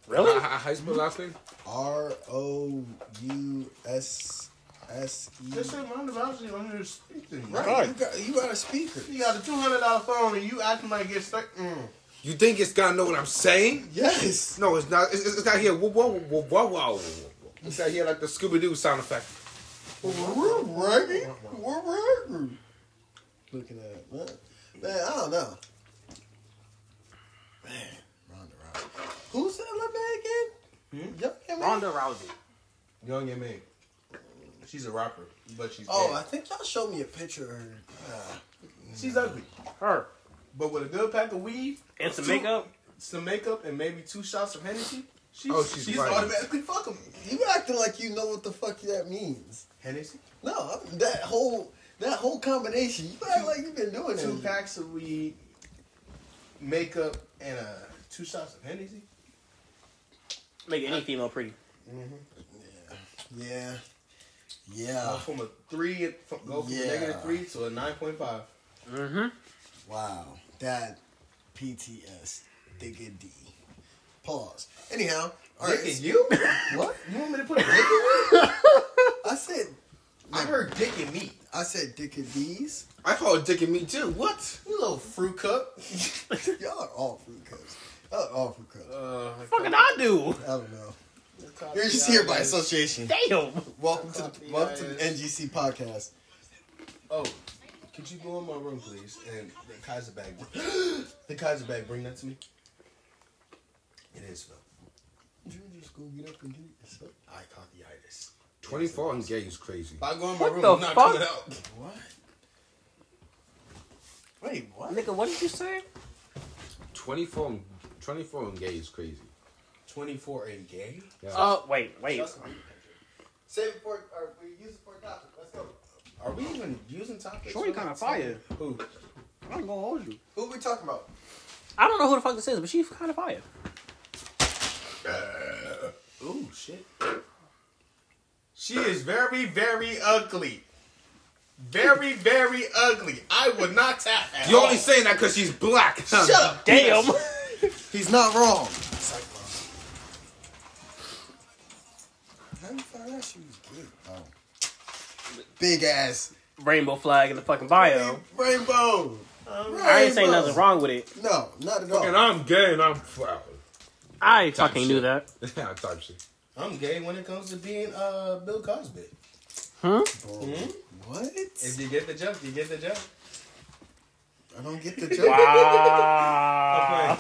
Really? Uh, How, how you spell last name? A. R O U S S E. This ain't mine about you on your speaking. Right. You got, you got a speaker. You got a two hundred dollar phone and you acting like it's stuck. Mm. You think it's gonna know what I'm saying? Yes. No, it's not. It's, it's it's not here. Whoa, whoa, whoa, whoa, whoa, whoa. It's not here like the Scooby Doo sound effect. We're working. We're working. Looking at it, man. Man, I don't know. Man, Ronda Rousey. Who's that little man again? Yep, yeah, man. Ronda Rousey. Young and May. She's a rapper, but she's Oh, dead. I think y'all showed me a picture of her. Uh, she's ugly. Her. But with a good pack of weed, And some makeup. some makeup, and maybe two shots of Hennessy, she's, Oh, she's she's, right. automatically fuckable. you acting like you know what the fuck that means. Hennessy, No, I'm- that whole that whole combination. You act like you've been doing two it. packs of weed, makeup, and uh, two shots of Hennessy. Make any female pretty. Yeah, yeah. Uh, Go Uh, from a three, from, go from Yeah. a negative three to a nine point five. Wow, that PTS digga D. Pause. Anyhow, all right. Dick and you? What? You want me to put a dick in you? I said. I heard dick and me. I said dick and D's. I call it Dick and Me too. What? You little fruit cup. Y'all are all fruit cups. Y'all are all fruit cups. Uh, Fucking I do. I don't know. You're just here by association. Damn. Welcome to the, welcome to the NGC podcast. Oh, could you go in my room, please? And the Kaiser bag. [GASPS] the Kaiser bag, bring that to me. It is, Phil. You just go get up and do it yourself. I caught the itis. Twenty four and gay is crazy. If I go in my room, the I'm not fuck? coming out. What? Wait, what? Nigga, what did you say? Twenty four and twenty four and gay is crazy. 24 and gay? Yeah. Oh, wait, wait. Save it for, uh, or we use it for a topic. Let's go. Are we even using topics? Shorty We're not kind of fire. saying- Who? I ain't gonna hold you. Who we talking about? I don't know who the fuck this is, but she's kind of fire. Ooh, shit. She is very, very ugly. Very, very ugly. I would not tap at You all. only saying that because she's black. Shut up. Damn. He's not wrong. How you find out she was good? Oh. Big ass Rainbow flag in the fucking bio. rainbow. I ain't saying nothing wrong with it. No, not at And all. I'm gay and I'm proud. I fucking knew shit. [LAUGHS] that. Type shit. I'm gay when it comes to being uh Bill Cosby. What? If you get the joke, you get the joke. I don't [LAUGHS] get the joke. Wow.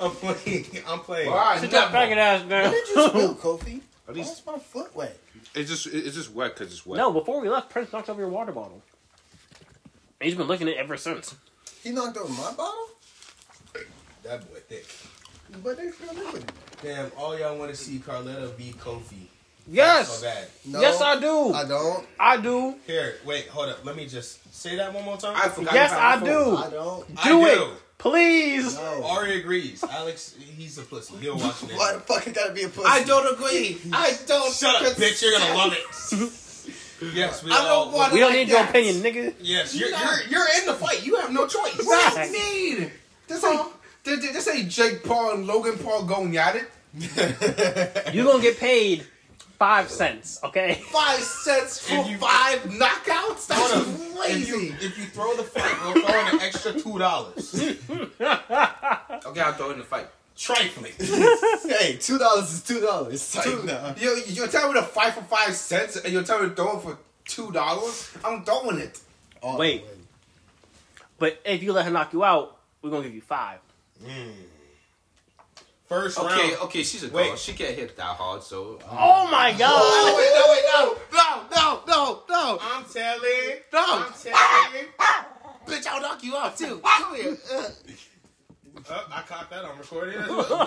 I'm playing. I'm playing. Sit your faggot ass down. Did you spill, Kofi? Why At least is my foot wet? it's just it's just wet because it's wet. No, before we left, Prince knocked over your water bottle. And he's been looking at it ever since. He knocked over my bottle? That boy thick. But they fell in with it. Damn, all y'all want to see Carletta v. Kofi. So Yes. bad. No, Yes, I do. I don't. I do. Here, wait, hold up. Let me just say that one more time. I forgot. Yes, you had I my phone. do. I don't. Do I it. do. Please. No. Oh. Ari agrees. Alex, he's a pussy. He'll watch it. Why the fuck it gotta be a pussy? I don't agree. I don't. Shut up, bitch. You're gonna love it. [LAUGHS] yes, we I don't all- want- We don't like need your that. opinion, nigga. Yes, you're, you're you're in the fight. You have no choice. What I need? This ain't this, this ain't Jake Paul and Logan Paul going at it. [LAUGHS] You're gonna get paid five cents, okay? Five sets for If you- five knockouts. That's Hold up. If you, crazy. if you throw the fight, we'll throw in an extra two dollars. Okay, I'll throw in the fight. Trifling. Hey, two dollars is two dollars. Two now. You you're telling me to fight for five cents, and you're telling me to throw it for two dollars. I'm throwing it. All Wait. the way. But if you let her knock you out, we're gonna give you five. First Okay, round. okay, she's a Wait. girl. She can't hit that hard, so. Oh my god! wait, no, wait, no, no, no, no, no, I'm telling. no. I'm telling. Bitch, I'll knock you out too. Uh, I caught that on recording. as well.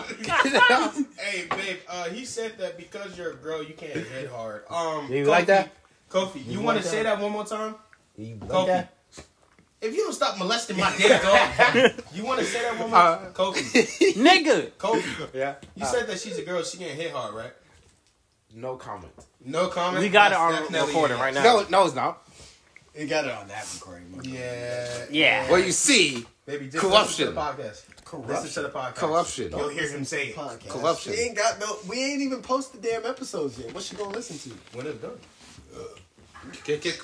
hey, babe. Uh, he said that because you're a girl, you can't hit hard. Um, You Kofi, like that? Kofi, you, want to say that one more time? You Kofi, if you don't stop molesting my dick, dog, you want to say that one more time? Kofi, [LAUGHS] Nigga! Kofi, Yeah. you said that she's a girl, she can't hit hard, right? No comment. No comment. We got it That's on definitely recording a- right now. No, no, it's not. You got it on that recording. Yeah. Yeah. Well, you see, Baby, just Corruption. listen to the podcast. Listen to the podcast. Corruption. You'll hear him say it. Podcast. Corruption. She ain't got no. We ain't even posted damn episodes yet. What she gonna listen to? When it's done. kick it.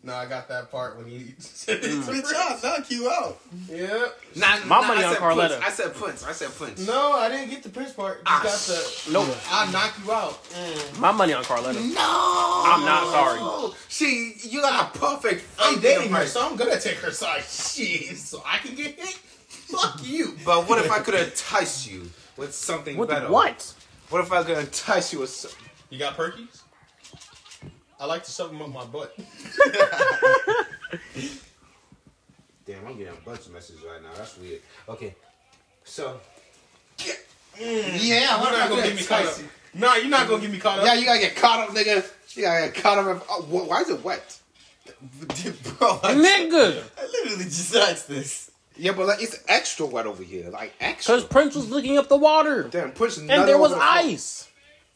No, I got that part when you. [LAUGHS] Mm. Bitch, I'll knock you out. [LAUGHS] yeah. Nah, My nah, money I on said Carletta. Punch. I said punch. I said punch. No, I didn't get the Prince part. Ah, Just got the. Nope. I'll knock you out. My money on Mm-hmm. Carletta. No. I'm not sorry. Oh, she, you got a perfect. I'm fucking dating her, person. so I'm gonna take her side. Shit, so I can get hit. Fuck you. But what if I could entice you with something What? better? The, what? What if I could entice you with something? You got perkies? I like to shove them up my butt. Damn, I'm getting a bunch of messages right now. That's weird. Okay, so Mm. Yeah, you're not gonna get me caught up. Nah, you're not gonna get me caught up. yeah, you gotta get caught up, nigga. You gotta get caught up. Oh, wh- why is it wet? Bro, I, Nigga, I literally just asked this. Yeah, but like it's extra wet over here, like extra. because Prince was looking up the water, Damn, push and there was ice.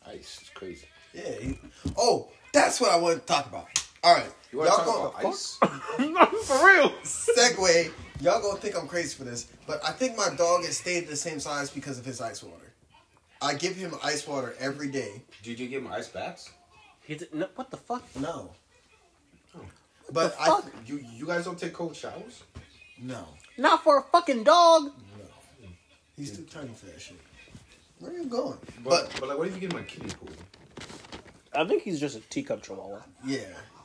Ice is crazy. Yeah. he- Oh, that's what I wanted to talk about. All right, You y'all want to talk gonna about ice? For real. segue. Y'all gonna think I'm crazy for this, but I think my dog has stayed the same size because of his ice water. I give him ice water every day. Did you give him ice baths? He did, no, what the fuck? No. But the I fuck? You you guys don't take cold showers? no. Not for a fucking dog. He's too tiny for that shit. Where are you going? But But but, like, what if you give him a kiddie pool? I think he's just a teacup chihuahua. yeah,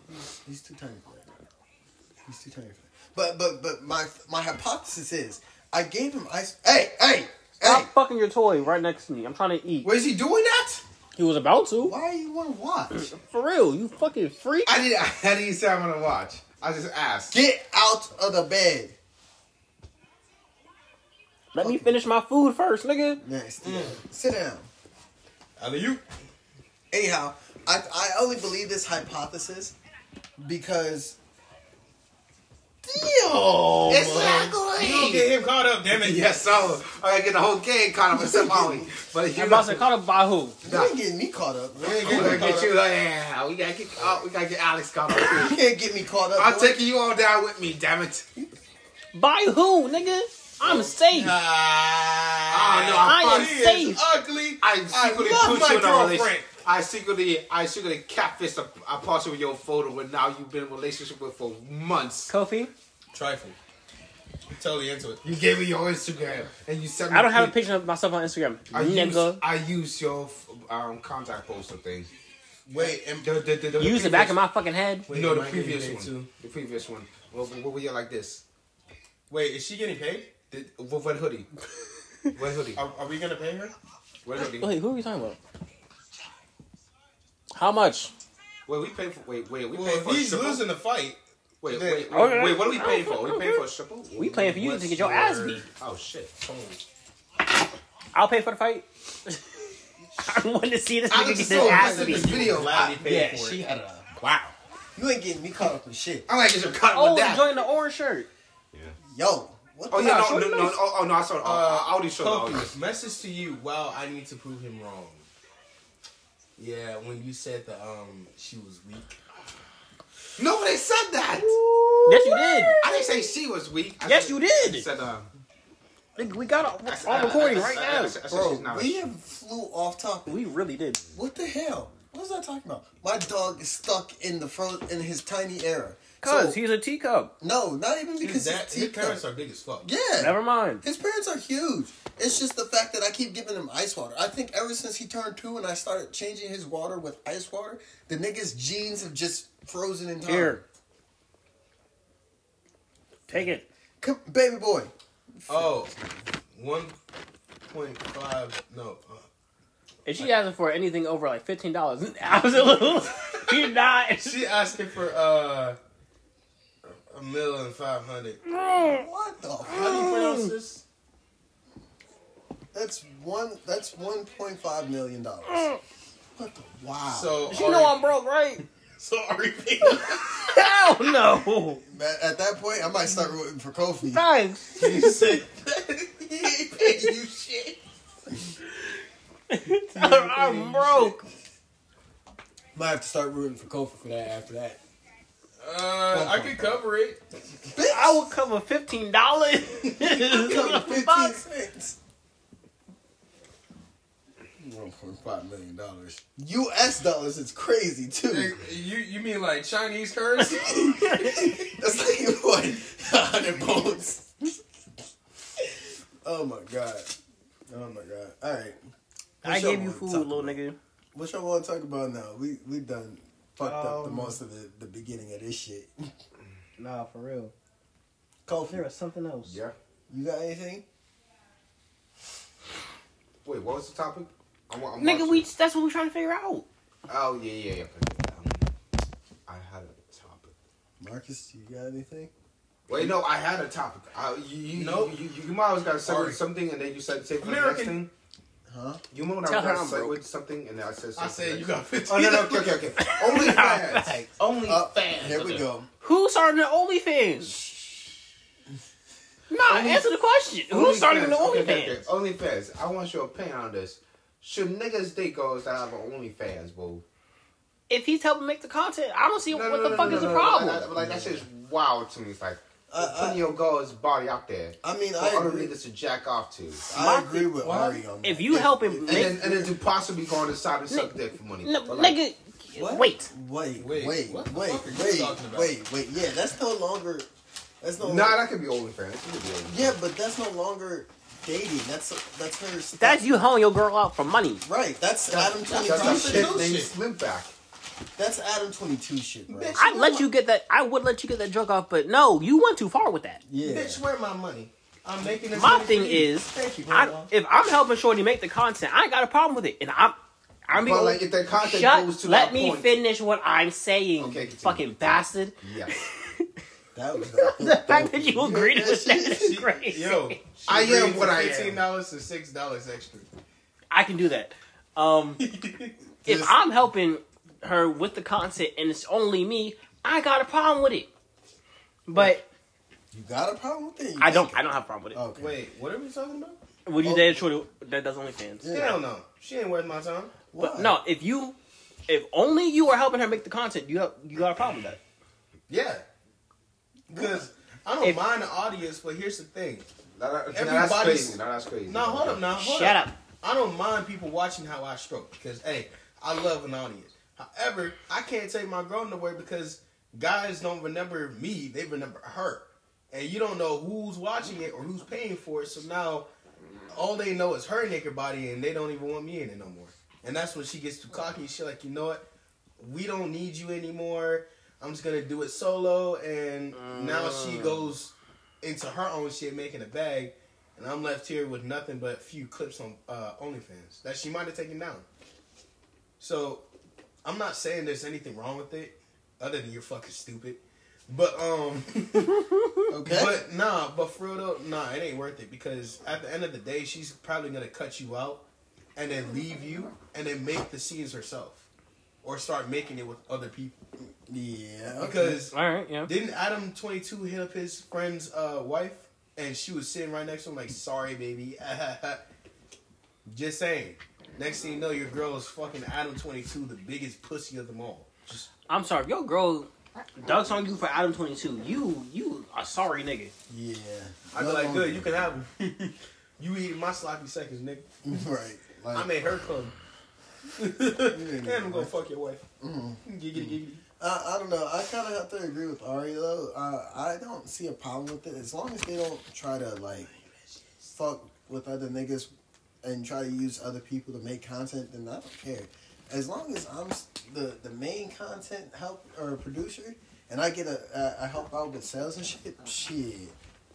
he's, he's too tiny for that. He's too tiny for that. But but but my my hypothesis is I gave him ice. Hey hey Stop hey! fucking your toy right next to me. I'm trying to eat. Wait, is he doing that? He was about to. Why you want to watch? For real, you fucking freak. I didn't. I didn't say I'm gonna watch. I just [CLEARS THROAT] asked. Get out of the bed. Let me finish my food first, nigga. Next, Mm. sit down. Alley you. Anyhow, I, I only believe this hypothesis because. Damn! You don't get him caught up, damn [LAUGHS] it. Yes, so I gotta get the whole game caught up except Molly. But you I'm about to call him by who? You ain't getting me caught up. bro. You ain't We're getting gonna him caught get you. up. Like, yeah, we gotta get. Oh, we gotta get Alex caught up. You Too. can't get me caught up. I'm boy. taking you all down with me. Damn it. By who, nigga? I'm safe. Oh no, I I'm am funny. safe. Ugly. I secretly love put my you in a girlfriend. relationship. I secretly, I secretly catfished a, a parcel of your photo, and now you've been in a relationship with for months. Kofi, Trifle. I'm totally into it. You gave me your Instagram, and you sent me. I don't have a pic- picture of myself on Instagram, I nigga. used, I used your um, contact poster thing. Wait, and The, the, the, the Use the previous- back of my fucking head. Wait, no, am the I getting previous paid one. too? The previous one. What, what were you like this? Wait, is she getting paid? The, what, what [LAUGHS] hoodie? What hoodie? Are, are we gonna pay her? What [LAUGHS] hoodie? Wait, Wait, who are you talking about? How much? we pay for. Wait, wait, we Well, pay if for. a he's stripper? losing the fight, Wait, then- wait, wait, Okay. wait, What are we paying for? Are we paying for a stripper? We playing for you to get your ass beat. Oh shit! I'll pay for the fight. [LAUGHS] I want to see this I nigga get just his saw ass this in beat. this video. gladly I- paid Yeah, for she it. had a. Wow. You ain't getting me caught up in shit. I'm gonna get your cut Oh, with that. enjoying the orange shirt. Yo, what oh the yeah, Yeah, no, show no, the no, nice. oh, oh no, I saw. Uh, Uh, Audi showed all this. Kofi, message to you. Wow, I need to prove him wrong. Yeah, when you said that um she was weak. Nobody said that. Yes, you did. I didn't say she was weak. I Yes, said- you did. I said, um, Nigga, we got I it said- I- I- on recording I- right I- I- I now. said- I said she's Bro, not- we have flew off topic. We really did. What the hell? What was I talking about? My dog is stuck in the fro in his tiny era. Cause So- he's a teacup. no, not even because that, his his teeth parents are. are big as fuck. Yeah, Never mind. His parents are huge. It's just the fact that I keep giving him ice water. I think ever since he turned two and I started changing his water with ice water, the nigga's jeans have just frozen in time. Here. Take it. Come, baby boy. Oh, 1.5, no. uh, If she asking for anything over like fifteen dollars, [LAUGHS] absolutely not. She asking for uh a million five hundred. What the How do fuck? you pronounce this? That's one that's one point five million dollars. What the wow. So You know I'm broke, right? [LAUGHS] so Ari P. Hell no. at, at that point I might start rooting for Kofi. Thanks. You said he ain't [LAUGHS] paying you shit. I'm broke. Might have to start rooting for Kofi for that after that. Uh, I could cover it. I would cover fifteen [LAUGHS] dollars. Fifteen cents. One point five million dollars. U.S. dollars is crazy too. You you mean like Chinese currency? That's like what hundred bones. oh my god. Oh my god. All right. I What's your gave you one food, talk little about? nigga. What y'all want to talk about now? We we done fucked up the Um, most of the, the beginning of this shit. Nah, for real. There Kofi, was something else. Yeah. you got anything? Wait, what was the topic? I'm, I'm Nigga, watching. we that's what we trying to figure out. Oh yeah, yeah, yeah. okay. Um, I had a topic. Marcus, you got anything? Wait, no, I had a topic. I, you, you, Nope. you, you, you might have got Sorry. said something, and then you said save for the next American. thing. Huh? You might have Tell her got I'm said with something, and then I said. I save for the said you next got thing. Oh fifteen. no, no, okay, okay, okay. Only fans. Only Uh, here we go. Who started the OnlyFans? Nah, answer the question. Who started the OnlyFans? Only fans. I want your opinion on this. Should niggas date girls that have an OnlyFans, bro? If he's helping make the content, I don't see No, what no, the no, fuck no, is no, the no, problem. Like, that- like that shit's wild to me. It's like Uh, putting your girl's body out there I mean, for I other agree, niggas to jack off to. I agree with Ari on that. If you help him And make, then, and then to possibly go on the side and suck dick for money. no, But, like, nigga, What? wait. Wait, wait, Wait, wait, what the wait, fuck are you wait, talking about? wait, Yeah, that's no longer. That's no. Nah, that could be OnlyFans. It could be OnlyFans. yeah, but that's no longer dating. That's that's her. Stuff. That's you helping your girl out for money. Right. That's Adam twenty That's two that shit shit. prostitution. thing slim back. That's Adam twenty two shit, bro. Bitch. I let you get that. I would let you get that drug off, but no, you went too far with that. Yeah. Bitch, where my money? I'm making this. My money for thing you. is, thank you, I, grandma. if I'm helping Shorty make the content, I ain't got a problem with it, and I'm. I'm But like if that content Shut. goes to let that me point, finish what I'm saying. Okay, you continue. fucking [LAUGHS] bastard. [LAUGHS] yeah. That was. The fact that you agreed with that is crazy. Yo, she I am raised what I am. Fifteen dollars to six dollars extra. I can do that. Um, [LAUGHS] if Just- I'm helping her with the content and it's only me, I got a problem with it. But You got a problem with it? I don't. I don't have a problem with it. Okay. Wait, what are we talking about? Uh, Would you Oh. date a shorty that does OnlyFans? Yeah. Hell no, she ain't worth my time. Why? But no, if you, if only you are helping her make the content, you have, you got a problem with that. Yeah, because I don't If- mind the audience, but here's the thing. Now, that- now that's Everybody's- crazy. Now that's crazy. Now hold up, now hold Shut up. I don't mind people watching how I stroke because hey, I love an audience. However, I can't take my girl nowhere because guys don't remember me; they remember her, and you don't know who's watching it or who's paying for it. So now, all they know is her naked body, and they don't even want me in it no more. And that's when she gets too cocky. She like, you know what? We don't need you anymore. I'm just gonna do it solo. And now she goes into her own shit, making a bag. And I'm left here with nothing but a few clips on uh, OnlyFans that she might have taken down. So I'm not saying there's anything wrong with it, other than you're fucking stupid. But um, [LAUGHS] Okay. but nah, but for real though, nah, it ain't worth it because at the end of the day, she's probably gonna cut you out and then leave you and then make the scenes herself or start making it with other people yeah. Okay. because All right, yeah. didn't Adam twenty two hit up his friend's uh, wife, and she was sitting right next to him, like, "Sorry, baby." [LAUGHS] Just saying. Next thing you know, your girl is fucking Adam twenty two, the biggest pussy of them all. I'm sorry. If your girl ducks on you for Adam 22, you you a sorry nigga. Yeah. I'd be No like, "Good, you longer. can have him. [LAUGHS] you eating my sloppy seconds, nigga. [LAUGHS] Right. Like, I made her [LAUGHS] come, and I'm gonna fuck your wife. Mhm. Giggity, giggity. I, I don't know. I kind of have to agree with Ari though. Uh, I don't see a problem with it as long as they don't try to like fuck with other niggas and try to use other people to make content. Then I don't care. As long as I'm s- the the main content help or producer and I get a, a, a help out with sales and shit. Shit,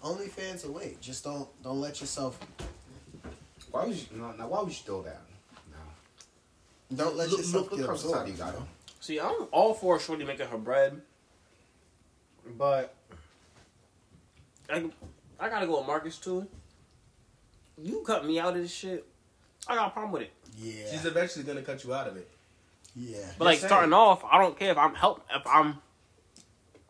OnlyFans away. Just don't don't let yourself Why would you? No, now why would you throw that? No. don't let Look- yourself look what get comes absorbed. out you got. you know? See, I'm all for Shorty making her bread, but I, I gotta go with Marcus too. You cut me out of this shit. I got a problem with it. Yeah, She's eventually gonna cut you out of it. yeah. But like Just saying. starting off, I don't care if I'm help if I'm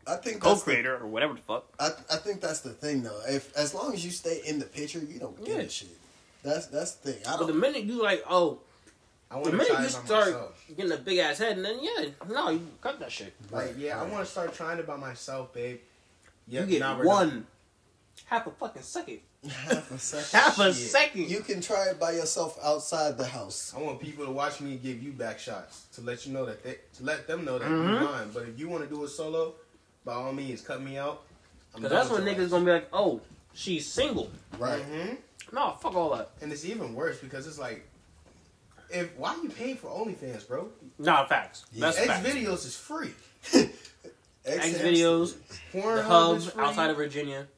I think that's the- co-creator or whatever the fuck. I, I think that's the thing though. If as long as you stay in the picture, you don't give Yeah. a shit. That's that's the thing. I But the don't. minute you like, oh, I want to minute try you it by start myself. getting a big ass head, and then yeah, no, you cut that shit. Like, yeah, I [LAUGHS] want to start trying it by myself, babe. you get now we're one, half a fucking second, [LAUGHS] half a second. You can try it by yourself outside the house. I want people to watch me give you back shots to let you know that they to let them know that Mhm. you're mine. But if you want to do it solo, by all means, cut me out. Cause that's when niggas gonna be like, oh, she's single. Right. hmm No, fuck all that. And it's even worse because it's like, if why you paying for OnlyFans, bro? Nah, facts. That's X facts. videos is free. X videos, the Pornhub hub is free. outside of Virginia. [LAUGHS]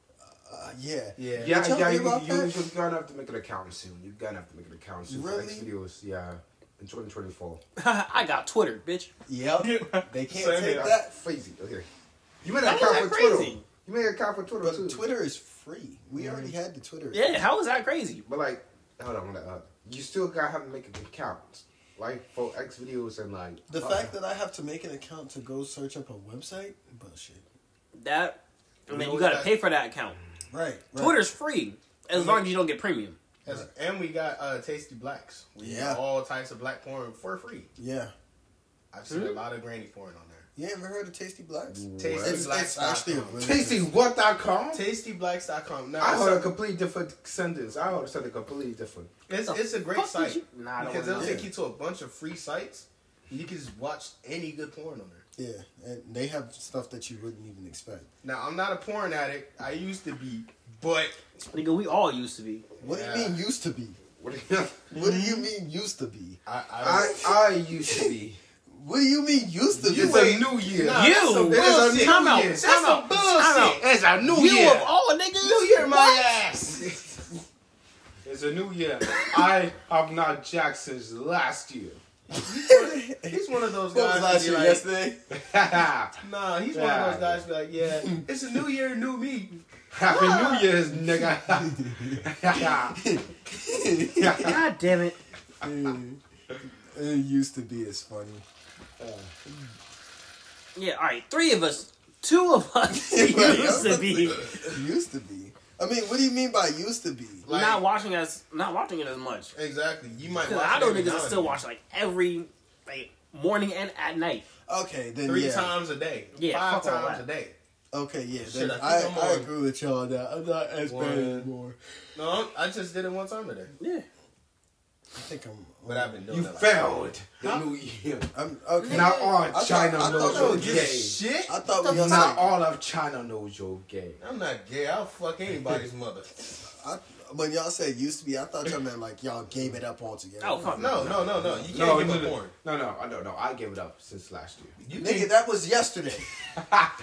Uh, yeah. yeah. You Yeah, tell yeah, me you, about you, that? you, are gonna have to make an account soon. You're gonna have to make an account soon. Really? For X videos, yeah, in 2024. I got Twitter, bitch. [LAUGHS] Yep. They can't Same take here. that. Crazy. Okay. You made an That account was for Twitter. crazy. You made an account for Twitter But too. Twitter is free. We Mm-hmm. already had the Twitter. Yeah, how is that crazy? But like, hold on, hold on. You still gotta have to make an account, like for X videos and like The fact that I have to make an account to go search up a website, bullshit. That I know mean, you what gotta that- pay for that account. Right. right. Twitter's free as Mhm. long as you don't get premium. As- and we got uh, Tasty Blacks. We Yeah. got all types of black porn for free. Yeah. I've seen a Hmm? lot of granny porn on there. You ever heard of Tasty Blacks? Mm. Tasty It's, it's actually a really Tasty what dot com. TastyBlacks.com. Now, I it's, heard a a, complete different sentence. I heard something completely different. it's, it's a great Fuck site you- Nah, I don't because wanna it'll know. take you to a bunch of free sites. and You can just watch any good porn on there. Yeah, and they have stuff that you wouldn't even expect. Now, I'm not a porn addict. I used to be, but Nigga, we all used to be. What do Yeah. Mm-hmm. you mean used to be? What do you? What do you mean used to be? I, I, I I used to [LAUGHS] be. What do you mean used to be? It's a new year. Nah, that's you some bullshit. bullshit. Time out. That's time some out. bullshit. Time out. It's a new You of all niggas. New Year, my What? ass. It's a new year. I have not jacked since last year. [LAUGHS] He's one of those What was guys. last be year? like, yesterday? Happy Nah, he's one of those guys. Be like, yeah, it's a new year, new me. New Year's, nigga. [LAUGHS] God damn it. Eh, eh, used to be is funny. Yeah, all right. Three of us. Two of [LAUGHS] us used to be Used to be. I mean, what do you mean by used to be? Like- not watching us, not watching it as much. Exactly. You might. Because Watch I it know every niggas now that and still then. watch like every like morning and at night. Okay, then three yeah. times a day. Yeah, five fuck all times that. a day. Okay, yeah. Shit, Then I think I, I'm I, on. agree with y'all on that. I'm not as bad One. anymore. No, I just did it one time today. Yeah. I think I'm. But I've been doing you that like- failed the new year. I'm okay. Not all thought- China I thought knows that you're was Give a gay. shit. I thought we Not also, all of China knows you're gay. I'm not gay. I'll fuck anybody's mother. [LAUGHS] I, when y'all said used to be, I thought y'all meant like y'all gave it up altogether. Oh fuck. No, no, no, no. You can't No, give no, up no, porn. no, no, I- no, no. I gave it up since last year. You Nigga, can, that was yesterday. [LAUGHS] I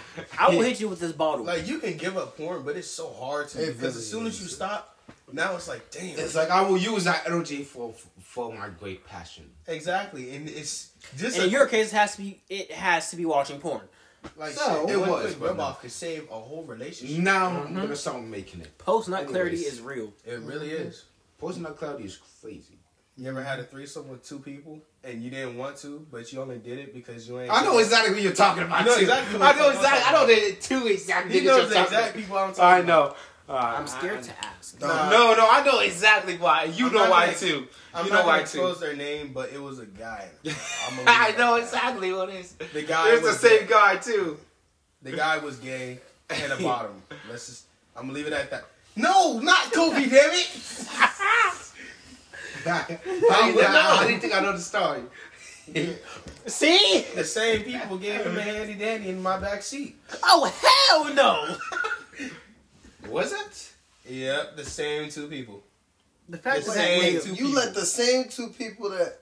will hit you with this bottle. like you can give up porn, but it's so hard to It because really as soon as you stop, now it's like damn. It's like I will use that energy for for my great passion. exactly, and it's just a, and in your case, it has to be it has to be watching porn. like So, shit, it one was, quick but rub no. off could save a whole relationship. Now I'm gonna start making it. Post nut clarity Anyways. is real. Mm-hmm. It really is. Posting that cloudy is crazy. You ever had a threesome with two people and you didn't want to, but you only did it because you ain't. I know exactly who you're talking about. You know too. exactly what I know I'm talking exactly. I know about. the two exact. He niggas knows you're the talking exact about. people I'm I talking about. know. Uh, I'm scared to ask. Nah. No, no, I know exactly why. You I'm know not why gonna- too. I'm you not know gonna why too. expose their name, but it was [LAUGHS] a guy. I'm gonna leave I it know at that. exactly what it is. The guy It's the was same gay. guy too. The guy was gay and a [LAUGHS] bottom. Let's just. I'm gonna leave it at that. No, not Kobe, damn it! [LAUGHS] How do you know? How do you think I know the story? See? The same people gave him a handy dandy in my back seat. Oh hell no! Was it? Yep, the same two people. The The fact that same that two you people. let the same two people that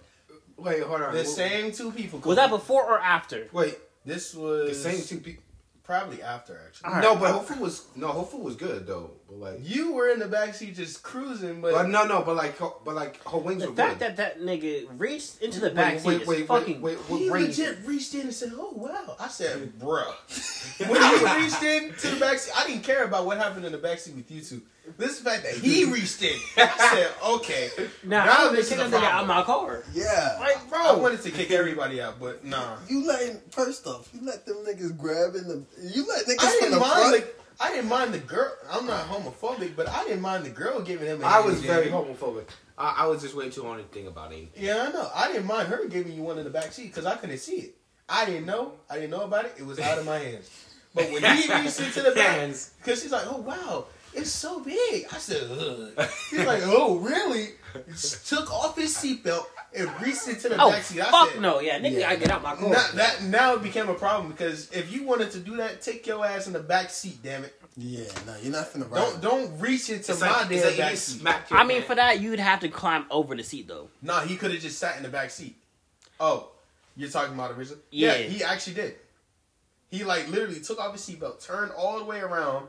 Wait, hold on. the Wait, same two people. was that before or after? Wait, This was the same two people. probably after actually. Alright. No, but Whole Food was no Whole Food was good though. But like, You were in the back seat just cruising, but, but no, no, but like, her- but like her wings The were fact good. that that nigga reached into the Wait, back wait, seat wait, is wait, fucking wait, wait, he crazy. legit reached in and said, "Oh wow!" I said, "Bruh." when he reached in to the backseat, I didn't care about what happened in the backseat with you two. This is the fact that he reached in. I said, "Okay." now, Now I'm this kicking is that a nigga out problem. my car. yeah. Like, I bro, wanted to kick everybody out, but nah. You letting first off, you let them niggas grab in the you let I niggas from didn't the mind. front. The, I didn't mind the girl. I'm not homophobic, but I didn't mind the girl giving him. a I was hand very job. homophobic. I, I was just way too on to think about it. Yeah, I know. I didn't mind her giving you one in the back seat because I couldn't see it. I didn't know. I didn't know about it. It was out of my hands. But when he reached [LAUGHS] into the back, because she's like, "Oh wow, it's so big." I said, Ugh. "He's like, oh really?" Just took off his seatbelt and reached into the Oh, back seat. I fuck said, no. Yeah, nigga, I get out my Oh, car. Now, that now it became a problem because if you wanted to do that, take your ass in the back seat. Damn it! Yeah, no, you're not finna ride. Don't don't reach into It's my like, it's damn like you back just seat. smack your I mean, hand. for that, you'd have to climb over the seat, though. Nah, he could have just sat in the back seat. Oh, you're talking about originally? Yeah. Yeah. he actually did. He like literally took off his seatbelt, turned all the way around,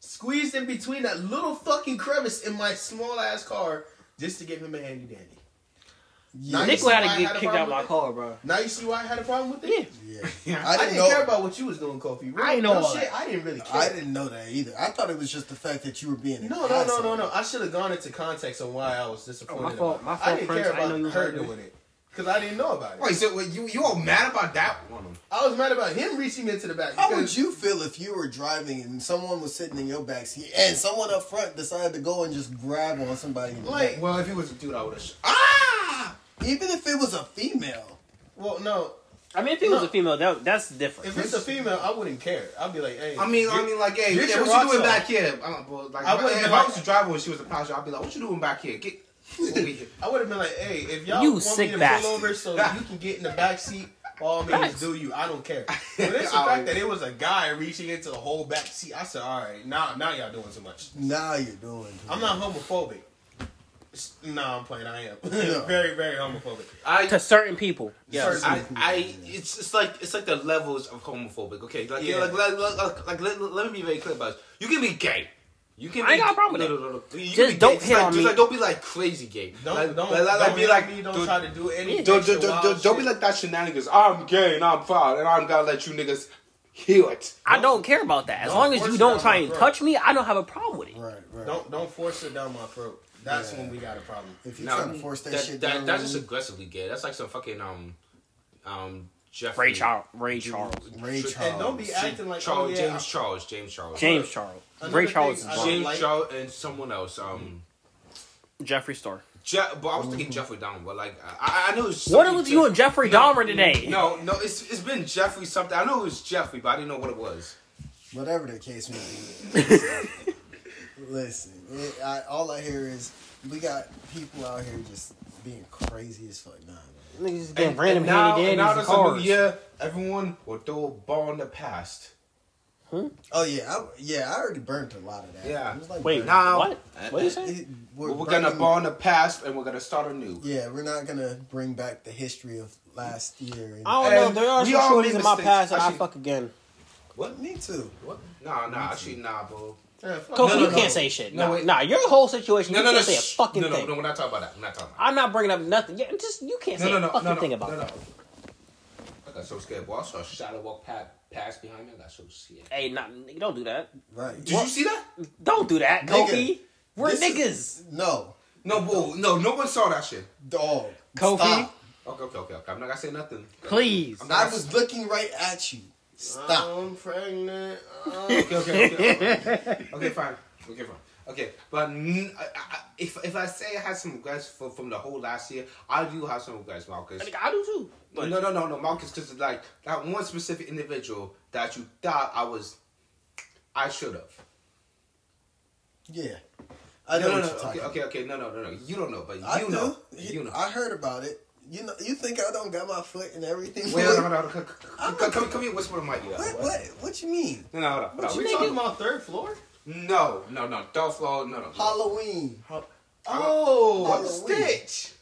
squeezed in between that little fucking crevice in my small ass car just to give him a handy dandy. Now you Nick see would why I have to had get a kicked problem out my with car, bro. it? Now you see why I had a problem with it. Yeah. I [LAUGHS] I didn't, didn't care know. about what you was doing, Kofi. Real, I ain't know real all shit. that. I didn't really care. I didn't know that either. I thought it was just the fact that you were being. an No, no, no, no, asshole. no. I should have gone into context on why I was disappointed. Oh, my about fault- it. my I fault, didn't Prince. care I didn't about know you her was hurting. doing it because I didn't know about it. Wait, so wait, you you all mad about that one? I was mad about him reaching into the back. How would because- you feel if you were driving and someone was sitting in your back seat and someone up front decided to go and just grab on somebody? in the Like- back? Well, if he was a dude, I would have. ah! Even if it was a female, Well, no. I mean, if it was No. a female, that that's different. If it's a female, I wouldn't care. I'd be like, hey. I mean, I mean, like, hey, Get yeah, your what you rocks doing off. back here? I'm, well, like, I if I wouldn't if like- I was the driver and she was a passenger, I'd be like, what you doing back here? [LAUGHS] Get over here. I would have been like, hey, if y'all You want sick me to bastard. pull over so you can get in the back seat, all means Facts. do you. I don't care. But it's the Oh. fact that it was a guy reaching into the whole back seat. I said, all right, now now y'all doing too much. now you're doing. too I'm not homophobic. S- Nah, I'm playing. I am Yeah. [LAUGHS] very, very homophobic. I to certain people, yes. Certain- I, I, it's, it's like it's like the levels of homophobic. Okay, like, Yeah. like, like, like, like, like, let, let me be very clear about this. You can be gay. You can. I ain't be- got a problem with no, that. no, no, no. You can Just be gay. don't Just hit like, on just me. Like, don't be like crazy gay. Don't like, don't like, like, like, don't be hit like me, don't don't- try to do anything. Don't, don't, don't, don't, don't be like that shenanigans. I'm gay and I'm proud and I'm gonna let you niggas heal it. I don't care about that. As Don't long as force you it down don't try my and throat. touch me, I don't have a problem with it. Right, right. [LAUGHS] Don't don't force it down my throat. That's when we got a problem. if you're No, trying to force that, shit down, that's just aggressively gay. That's like some fucking um um Jeffrey Ray Charles, Ray Charles, Ray And Charles. And don't be acting like Charles oh, yeah, James Charles James Charles James Charles, Another Ray thing Charles is I wrong. James like- Charles and someone else um. Jeffree Star. Jeff, but I was thinking Jeffrey Dahmer, but like I, I- I know. It's What was you and Jeffrey Dahmer today? No, no, it's it's been Jeffrey something. I know it was Jeffrey, but I didn't know what it was. whatever the case may be. [LAUGHS] Listen, it, I, all I hear is we got people out here just being crazy as fuck. Nah, man. Niggas just And, getting random and now, handy and now dandies in there's a new cars. year. Everyone will throw a ball in the past. Oh yeah, I, yeah, I already burnt a lot of that. Yeah. It was like Wait, burnt. Now- what? What is it? It- We're, burning- gonna ball in the past, and we're gonna start anew. Yeah, we're not gonna bring back the history of last year. And, I don't And know. There are we some all shorties made in my mistakes. past that I Actually- fuck again. What? me too. What? Mm-hmm. Nah, nah, actually, nah, bro. yeah, fuck Kofi, no, you no. can't say shit. No, No, nah, wait. nah, your whole situation, No, you no, no, can't say a shh. fucking no, no, thing. no. We're not talking about that. We're not talking about I'm not bringing up nothing. Yeah, just you can't that. say No, no, no, a no, fucking no, thing about no, no. that. I got so scared, boy. I saw a shadow walk past, past behind me. I got so scared. Hey, nah, nigga, don't do that. Right. Did you see that? Don't do that, Nigga, Kofi. We're this niggas. is- no, No, bro, no, no one saw that shit. dog. Kofi? stop. Okay, okay, okay, okay. I'm not gonna say nothing. Please. I'm I not was looking right at you. Stop. Um, I'm pregnant. I'm okay, okay, okay, okay. okay, fine. Okay, fine. Okay, but mm, I, I, if if I say I had some regrets for, from the whole last year, I do have some regrets, Marcus. Nigga, I do too. No, no, no, no, Marcus, because like that one specific individual that you thought I was, I should have. Yeah. I know No, no, what no. you're talking Okay, about. okay, okay. No, no, no, no. You don't know, but you I do. know. He- You know. I heard about it. You know. You think I don't got my foot and everything? Wait, What- hold on, hold on. Come, come, come, come, come here. Whisper in my ear. What? What? What you mean? No, no, hold on. Hold on. you We talking talking- about third floor? No, no, no. Don't flow. No, no. no. Halloween. Oh, Halloween. Stitch.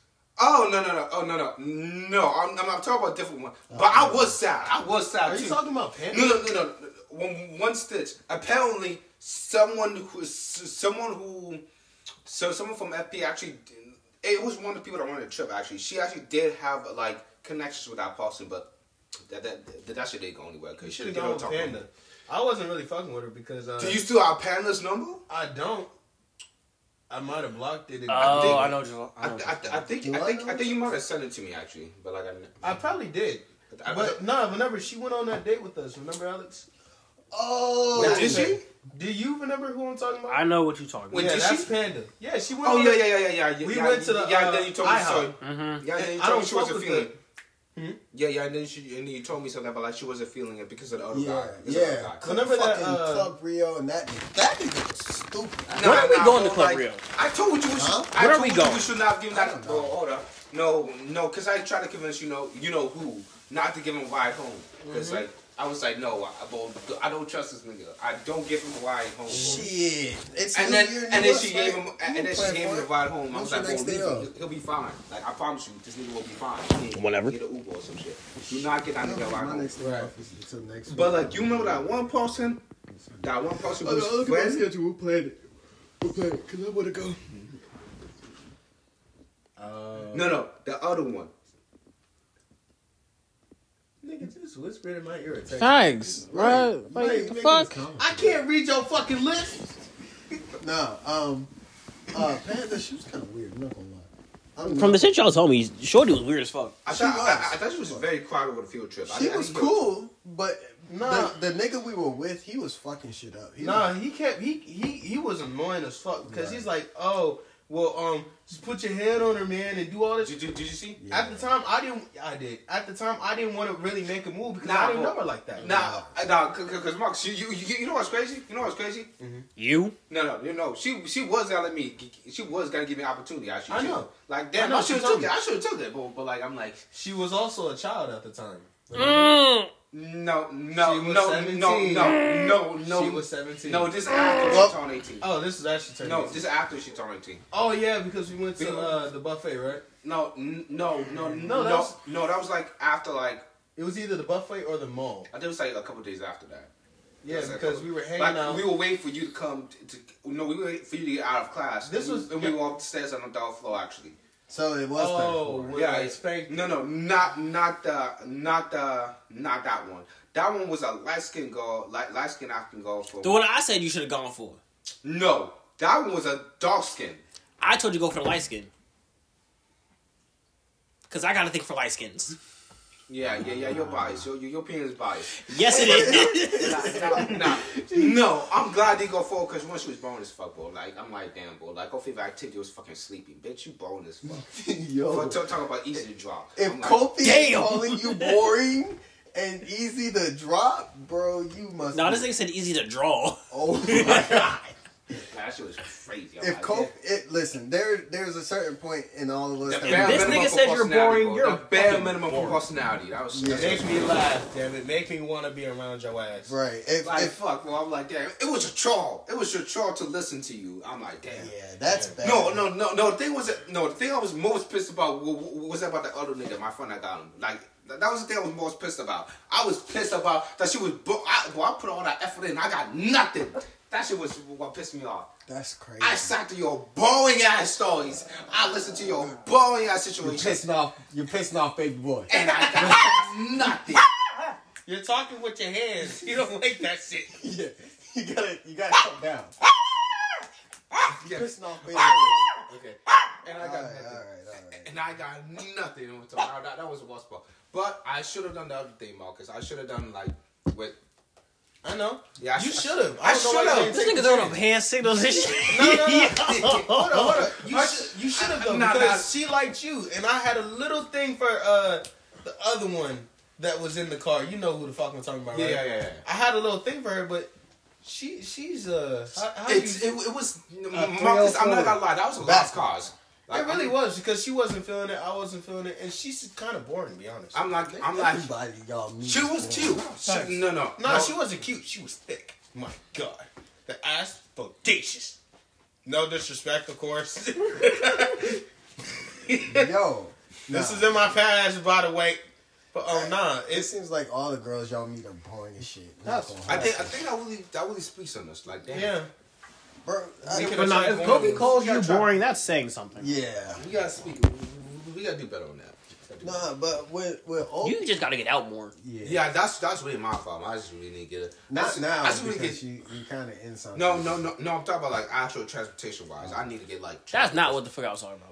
Oh no no no oh no no no I'm, I'm, I'm talking about a different one. But Oh. I was sad. I was sad Are too. you talking about no, Panda? no no no no. One, one stitch. Apparently, someone who someone who so someone from FP actually it was one of the people that went on the trip. Actually, she actually did have like connections with that person, but that that that, that shit didn't go anywhere You because should have gone with Panda. I wasn't really fucking with her because uh, Do you still have Panda's number? I don't. I might have blocked it. and- Oh, think- I know. what you're- I, I know. th- I, th- I think Do I I think know? I think you might have sent it to me actually, but like I. I probably did. I- I- But no, nah, whenever she went on that date with us, remember Alex? Oh, Wait, did she? Do you remember who I'm talking about? I know what you're talking Wait, yeah, did that's she? Panda. Yeah, she went. Oh on yeah, the- yeah, yeah, yeah, yeah. yeah We yeah, went to the, yeah. uh, and then you told me IHOP. [LAUGHS] so. about. Mm-hmm. Yeah, and then you I told don't me she was fuck a with feeling. Hmm? Yeah, yeah, and then she and then you told me something about like she wasn't feeling it because of the other guy. Yeah, Because of the yeah. other guy. Remember that, fucking uh, Club Rio and that nigga. That nigga was stupid. When are we going to bro, Club Rio? I told you we should. Huh? I Where are told we you going? We should not give him I that. don't know. Well, hold up. No, no, because I tried to convince you know, you know who, not to give him a ride home. Because like I was like, no, I, well, I don't trust this nigga. I don't give him a ride home. bro. shit. It's And New then, Year, and New then she Us, gave right? him, You and then she plan gave him for the it. ride home. I What's was the like, next well, day up? leave him. He'll be fine. Like I promise you, this nigga will be fine. Yeah, Whatever. Get an Uber or some shit. Do not get that nigga a ride My home. next day off is until next But like, you remember that one person, that one person Oh, no, who's look at my friends. schedule. We'll play it. We'll play it. Because I want to go. No, no, the other one. Nigga just whispered in my ear. Thanks, bro. Hey, Like, you the making fuck? this comment. I can't read your fucking lips. No, um, uh, Panda, she was kind of weird. I'm not gonna lie. I don't From know. the shit y'all told me, Shorty was weird as fuck. I She thought, I, was. I, I thought she was very quiet over the field trip. I she didn't- I was didn't hear- cool, but Nah. the, the nigga we were with, he was fucking shit up. He Nah, was- he kept he he he was annoying as fuck because Right. he's like, oh, well, um, just put your hand on her, man, and do all this. Did you, did you see? At the time, I didn't. I did. At the time, I didn't want to really make a move because Nah, I didn't well, know her like that. Nah, uh, nah, because Mark, you, you, you you know what's crazy? You know what's crazy? You? No, no, you know, she she was gonna let me. She was gonna give me an opportunity. I, should, I know. Like I damn, know, I, should she have told took me. it. I should have took it. But but like I'm like she was also a child at the time. no no She no, was no 17. no no no. she was seventeen. no. This is after Well- she turned eighteen. Oh, this is actually turned. No, into- this is after she turned eighteen. Oh yeah, because we went to Because- uh, the buffet, right? No n- no no no that no was- no. That was like after like It was either the buffet or the mall. I think it was like a couple days after that. Yeah, That's a because couple- we were hanging Like out. we were waiting for you to come to, to no, we were waiting for you to get out of class. This and we- was- and we walked stairs on the dollar floor actually. So it was 34. oh, when Yeah, I it's- spanked. No, no, not not the not the not that one. That one was a light skinned girl, light light skinned African girl for. The one I said you should have gone for. no, that one was a dark skin. I told you go for the light skin. Cause I gotta think for light skins. Yeah, yeah, yeah. You're biased. Your your, your opinion is biased. Yes, it [LAUGHS] is. Nah, nah, nah. No, I'm glad they go forward because when she was born as fuck, bro. Like I'm like damn, bro. Like her favorite activity was fucking sleeping. Bitch, you born as fuck. [LAUGHS] Yo. But talk, talk about easy to drop. If I'm like, Kofi is Damn. calling you boring and easy to drop, bro, you must. no, be- this thing said easy to draw. Oh [LAUGHS] my god. nah, that shit was crazy. I'm If like, Kofi, yeah. it, listen, there, there's a certain point in all of us. The that- bare this minimum nigga for said you're personality, boring, bro. you're the bare fucking minimum for boring. personality. That was Yeah. that's Make me laugh, damn it. Make me want to be around your ass. Right. If, Like if, fuck, well I'm like, damn, it was your chore. It was your chore to listen to you. I'm like, damn. yeah, that's bad. No, no, no, no. The thing was, no. The thing I was most pissed about wa- wa- was about the other nigga, my friend. I got him. Like that that was the thing I was most pissed about. I was pissed about that she was. Bo- I, well, I put all that effort in. I got nothing. That shit was what pissed me off. That's crazy. I sat to your boring ass stories. I listened to your boring ass situations, off. You're pissing off, baby boy. and I [LAUGHS] got nothing. You're talking with your hands. You don't like that shit. yeah. You gotta, you gotta come down. Yeah. Pissing off baby. all Okay. And I right, got all right, nothing. all right. and I got nothing. on top. Now, that, that was the worst part. But I should have done the other thing, Marcus. I should have done like with. I know. Yeah, I You sh- should have. I should have. This nigga throwing up hand signals and shit. No, no, no. hold on, hold on. You, I- sh- you should have I- though nah, because nah. she liked you, and I had a little thing for uh the other one that was in the car. You know who the fuck I'm talking about, Yeah, right? yeah, yeah. yeah. I had a little thing for her, but she she's uh how, how It's, you, it, it was Marcus. I'm not gonna lie. That was a lost cause. Like, it really I'm, was because she wasn't feeling it, I wasn't feeling it, and she's kind of boring, to be honest. I'm like, I'm like, Everybody, y'all. mean she was boy. cute. She, no, no, no, she wasn't cute. She was thick. My God, the ass bodacious. No disrespect, [LAUGHS] of course. Yo. This nah. is in my past, by the way. But oh nah, It it's seems like all the girls y'all meet are boring as shit. Not gonna I lie. think I think that really that really speaks on us. Like, damn, yeah. Bro, I- We But could've no, tried if going Kobe with- calls you boring, that's saying something. yeah. we gotta speak. We, we gotta do better on that. We gotta do better. Nah, but with with old, You just gotta get out more. yeah. Yeah, that's that's really my fault. I just really need to get it. Not That's- now that's really because get- you you kind of in something. No, no, no, no. I'm talking about like actual transportation wise. I need to get like. That's not what the fuck I was talking about.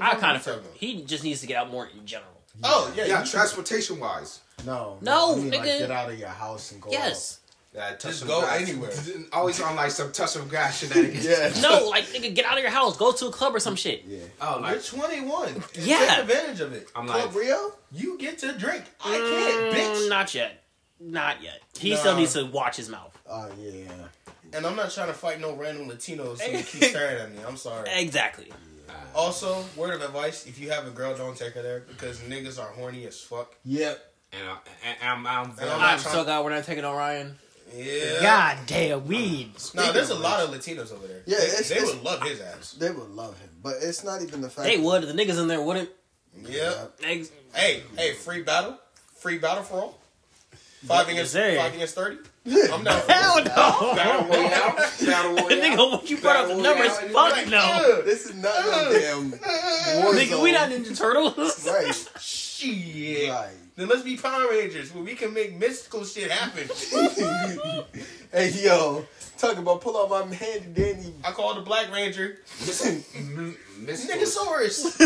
I kind of talking about? he just needs to get out more in general. Oh yeah, Yeah, you- transportation wise. no, No, I mean, Like, nigga. get out of your house and go. Yes, Yeah, touch Just some go grass. anywhere. Always on like some touch some grass shenanigans. Yeah. No, like nigga, get out of your house, go to a club or some shit. [LAUGHS] Oh, You're like 21. Yeah. Take advantage of it. I'm like, Club Rio? You get to drink. I can't, Mm, bitch. Not yet. Not yet. He still Nah. needs to watch his mouth. Oh yeah. And I'm not trying to fight no random Latinos [LAUGHS] who keep staring at me. I'm sorry. Exactly. Also, word of advice: if you have a girl, don't take her there because niggas are horny as fuck. Yep. and, I, and I'm, I'm, [LAUGHS] And I'm I'm not so trying. glad we're not taking on Ryan. Yeah. God damn, weed. No, there's a lot of Latinos over there. Yeah, they, it's- they it's- would love his ass. They would love him, but it's not even the fact. They would. The niggas in there wouldn't. Yeah. Ex- Hey, hey, free battle, free battle for all. Five against there. five against thirty. I'm [LAUGHS] down. for it. Hell no. battle royale. [LAUGHS] Nigga, when you brought up the numbers, fuck Like, no. ugh, This is not no damn war Nigga, we zone. not Ninja Turtles. [LAUGHS] Right. Shit. Right. Then let's be Power Rangers where we can make mystical shit happen. Hey, yo. Talk about pull out my handy dandy. I call the Black Ranger [LAUGHS] Mystical Niggasaurus.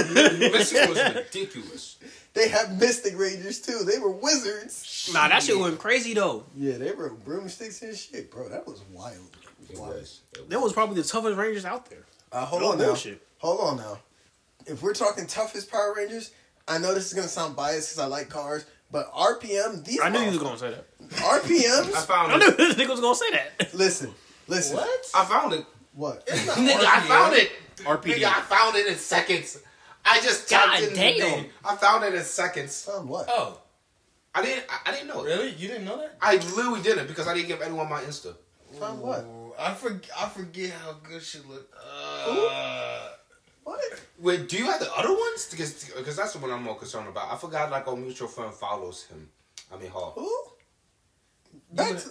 was ridiculous. They have Mystic Rangers, too. They were wizards. Nah, that shit went crazy though. Yeah, they were broomsticks and shit, bro. That was wild. It was. It That was probably the toughest Rangers out there. Uh, hold No on now. bullshit. Hold on now. If we're talking toughest Power Rangers, I know this is gonna sound biased because I like cars, but RPM these I knew you was gonna say that. [LAUGHS] I RPMs. I found knew it. this nigga was gonna say that. listen, listen. what? I found it. What? Nigga, I found it. RPD. Nigga, I found it in seconds. I just God typed in the damn. name. I found it in seconds. Found what? Oh, I didn't. I, I didn't know. it. really? You didn't know that? I literally didn't because I didn't give anyone my Insta. Found what? Ooh, I forget. I forget how good she looked. Uh, What? Wait, do you have the other ones? Because because that's the one I'm more concerned about. I forgot like our mutual friend follows him. I mean, Hall. Who? Back to,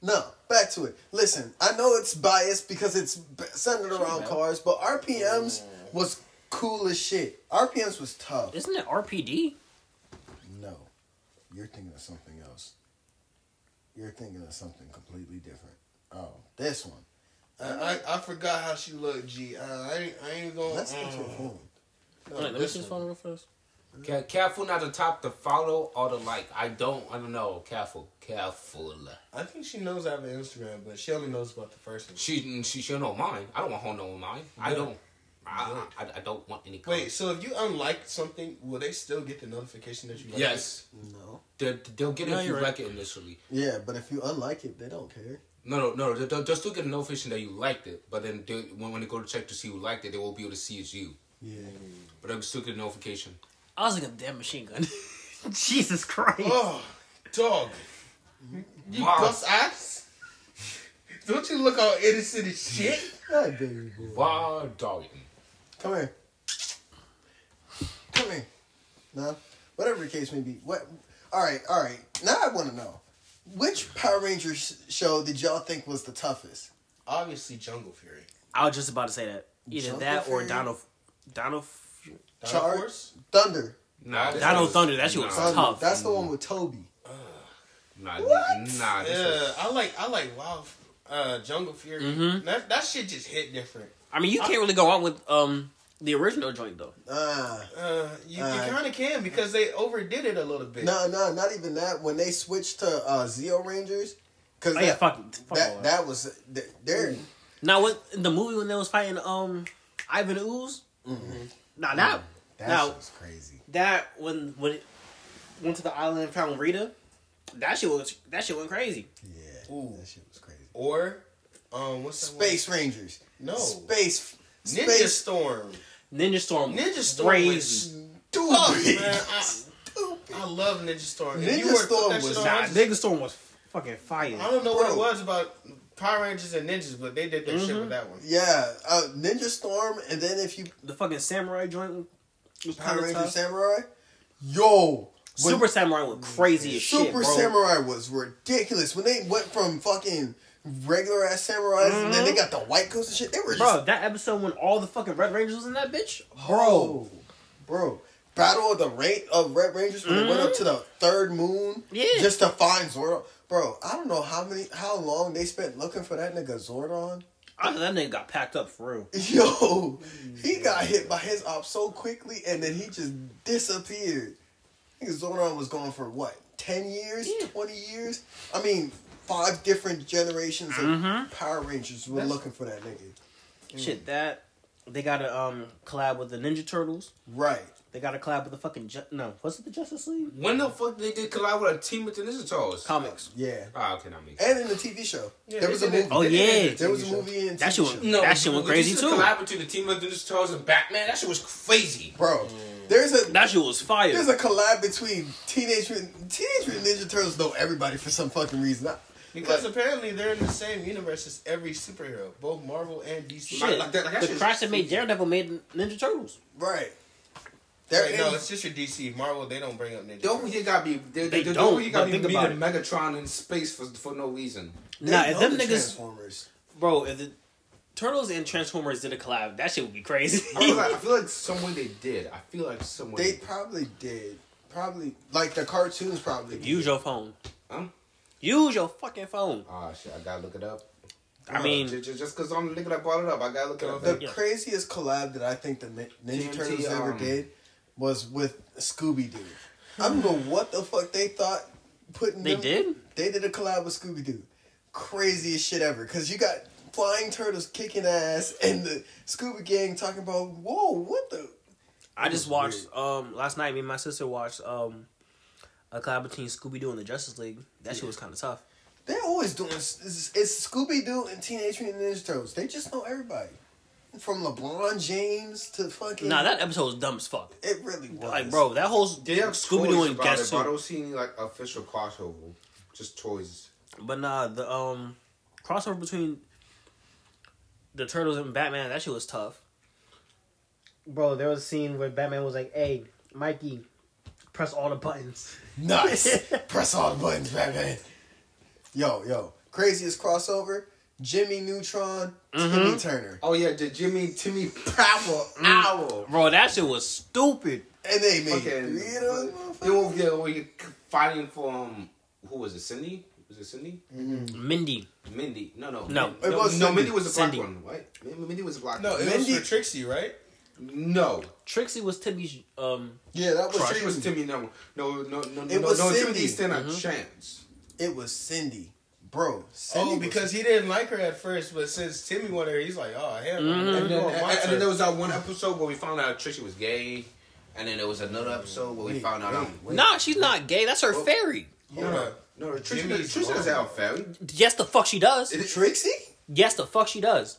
no, back to it. Listen, I know it's biased because it's b- centered around cars, but RPMs was cool as shit. RPMs was tough. Isn't it RPD? No, you're thinking of something else. You're thinking of something completely different. Oh, this one. I, I I forgot how she looked. G. Uh, I ain't I ain't going. Let's That's get to a phone. Wait, let me see his phone real fast. Ca- Careful not to top the follow or the like. I don't. I don't know. Careful. Careful. I think she knows I have an Instagram, but she only knows about the first one. She she she'll know mine. I don't want her knowing mine. I Good. don't. I, I, I don't want any. Wait, so if you unliked something, will they still get the notification that you liked? Yes. No. They, they'll get it No, if you you're like it initially. Yeah, but if you unlike it, they don't care. No, no, no. They'll, they'll still get a notification that you liked it, but then they, when, when they go to check to see who liked it, they won't be able to see it's you. Yeah. But they'll still get a notification. I was like a damn machine gun. [LAUGHS] Jesus Christ. it? Oh, dog. You Wow. bust ass. Don't you look all innocent as shit? Hi, baby boy. Wow, dogging. Come here. Come here. No? Whatever the case may be. What alright, alright. Now I wanna know. Which Power Rangers show did y'all think was the toughest? Obviously, Jungle Fury. I was just about to say that. Either Jungle that or Fury? Donald Donald Dino Char- Force? Thunder. Nah, this Donald was- Thunder, that shit Uh, was nah, Thunder. tough. That's the one with Toby. Nah, nah, this Yeah, was- I like I like Wild uh, Jungle Fury. Mm-hmm. That that shit just hit different. I mean you can't really go on with um the original joint though. Ah. Uh, you Uh, you kind of can because they overdid it a little bit. No, no, not even that. When they switched to uh Zeo Rangers, cause Oh that, yeah, fuck, fuck all that, that. that was th- they're Now with in the movie when they was fighting um Ivan Ooze. Now that That now shit was crazy. that when when it went to the island and found Rita, that shit was that shit went crazy. Yeah. Ooh. That shit was crazy. Or um, what's that one? Space Rangers. No. Space Ninja Space [LAUGHS] Storm. Ninja Storm, Ninja Storm raised- was Oh, Dude. tough, man. I, I love Ninja Storm. If Ninja you were to put Storm that shit was on, Nah, I just- Ninja Storm was fucking fire. I don't know what it Bro. was about Power Rangers and ninjas, but they did their Mm-hmm. shit with that one. Yeah, uh, Ninja Storm, and then if you The fucking samurai joint was Power kind of Ranger tough. Samurai, yo, when- Super Samurai was crazy as shit, Super bro. Samurai was ridiculous when they went from fucking regular ass samurais, and then they got the white coats and shit. They were Mm-hmm. Bro, just that episode when all the fucking Red Rangers was in that bitch, bro, bro. Battle of the rate of Red Rangers when they went up to the third moon, Mm-hmm. Yeah. just to find Zordon. Bro, I don't know how many, how long they spent looking for that nigga Zordon. I know that nigga got packed up for real. [LAUGHS] Yo, he got hit by his op so quickly, and then he just disappeared. I think Zordon was gone for what, ten years, Yeah. twenty years? I mean, five different generations of Mhm. Power Rangers were That's- looking for that nigga. Shit, that they got to um collab with the Ninja Turtles. Right. They got to collab with the fucking ju- no. Was it the Justice League? When the fuck they did collab with a team with the Ninja Turtles? Comics. Yeah. Ah, okay, not me. And in the TV show, there Yeah, they was a did it. movie. Oh, yeah. there was a movie in That TV shit went- show. No, that shit went when crazy, they too. Collab between the team of the Ninja Turtles and Batman. That shit was crazy, bro. There's a That shit was fire. There's a collab between Teenage Mutant, Teenage Mutant Ninja Turtles know everybody for some fucking reason. I- Because apparently they're in the same universe as every superhero, both Marvel and DC. Shit, Like, like that- like that the shit's- crash that made Daredevil made Ninja Turtles. right. They're Wait, in- no, it's just your DC. Marvel, they don't bring up Ninja. Don't Turtles. you gotta be? They, they, They they don't, don't. You gotta but be think beating about Megatron in space for for no reason. they nah, if know them the niggas, Transformers. bro, if the Turtles and Transformers did a collab, that shit would be crazy. I feel like, I feel like some way they did. I feel like some way. They probably did. Probably like the cartoons. Probably did. [LAUGHS] Use your phone. Huh? Use your fucking phone. Ah, shit! I gotta look it up. I mean, just, just cause I'm the nigga that brought it up, I gotta look it up. The Yeah. craziest collab that I think the Nin- Ninja TMT, Turtles ever um, did was with Scooby Doo. I don't know what the fuck they thought putting. They them- did? They did a collab with Scooby Doo. Craziest shit ever. Cause you got flying turtles kicking ass and the Scooby Gang talking about whoa what the I just watched um last night. Me and my sister watched um a collab between Scooby Doo and the Justice League. That shit was kind of tough. they're always doing. It's, it's Scooby Doo and Teenage Mutant Ninja Turtles. They just know everybody. From LeBron James to fucking Nah, that episode was dumb as fuck. it really was Like, bro, that whole They have Scooby Doo toys and about it, Guess but I Who. don't see any like official crossover. Just toys. But nah, the um crossover between the Turtles and Batman, that shit was tough. Bro, there was a scene where Batman was like, "Hey, Mikey, press all the buttons." [LAUGHS] Nice. Press all the buttons, Batman. Yo, yo. Craziest crossover. Jimmy Neutron, Timmy Turner. Oh yeah, the Jimmy Timmy Power Owl. Bro, that shit was stupid. And they made Okay. three of those They motherfuckers. were oh, yeah, we fighting for um, who was it? Cindy? Was it Cindy? Mindy, Mindy? No, no, No. Min- It no, was no, Cindy. Mindy was the Cindy. black one, right? Min- Mindy was the black No, one. it Mindy- was for Trixie, right? No, Trixie was Timmy's um Yeah, that was Trixie Cindy. was Timmy. No, no, no, no, It no, was no. Cindy. Timmy stand a chance. It was Cindy. Bro, Cindy. Oh, was- because he didn't like her at first, but since Timmy wanted her, he's like, oh hell, And then, and, and then mm-hmm. there was that one episode where we found out Trixie was gay, and then there was another episode where we found out. um, Nah, she's not gay. That's her fairy. Hold up. No, no, Trixie, Jimmy's Trixie doesn't wrong. have a family. Yes, the fuck she does. Trixie? Yes, the fuck she does.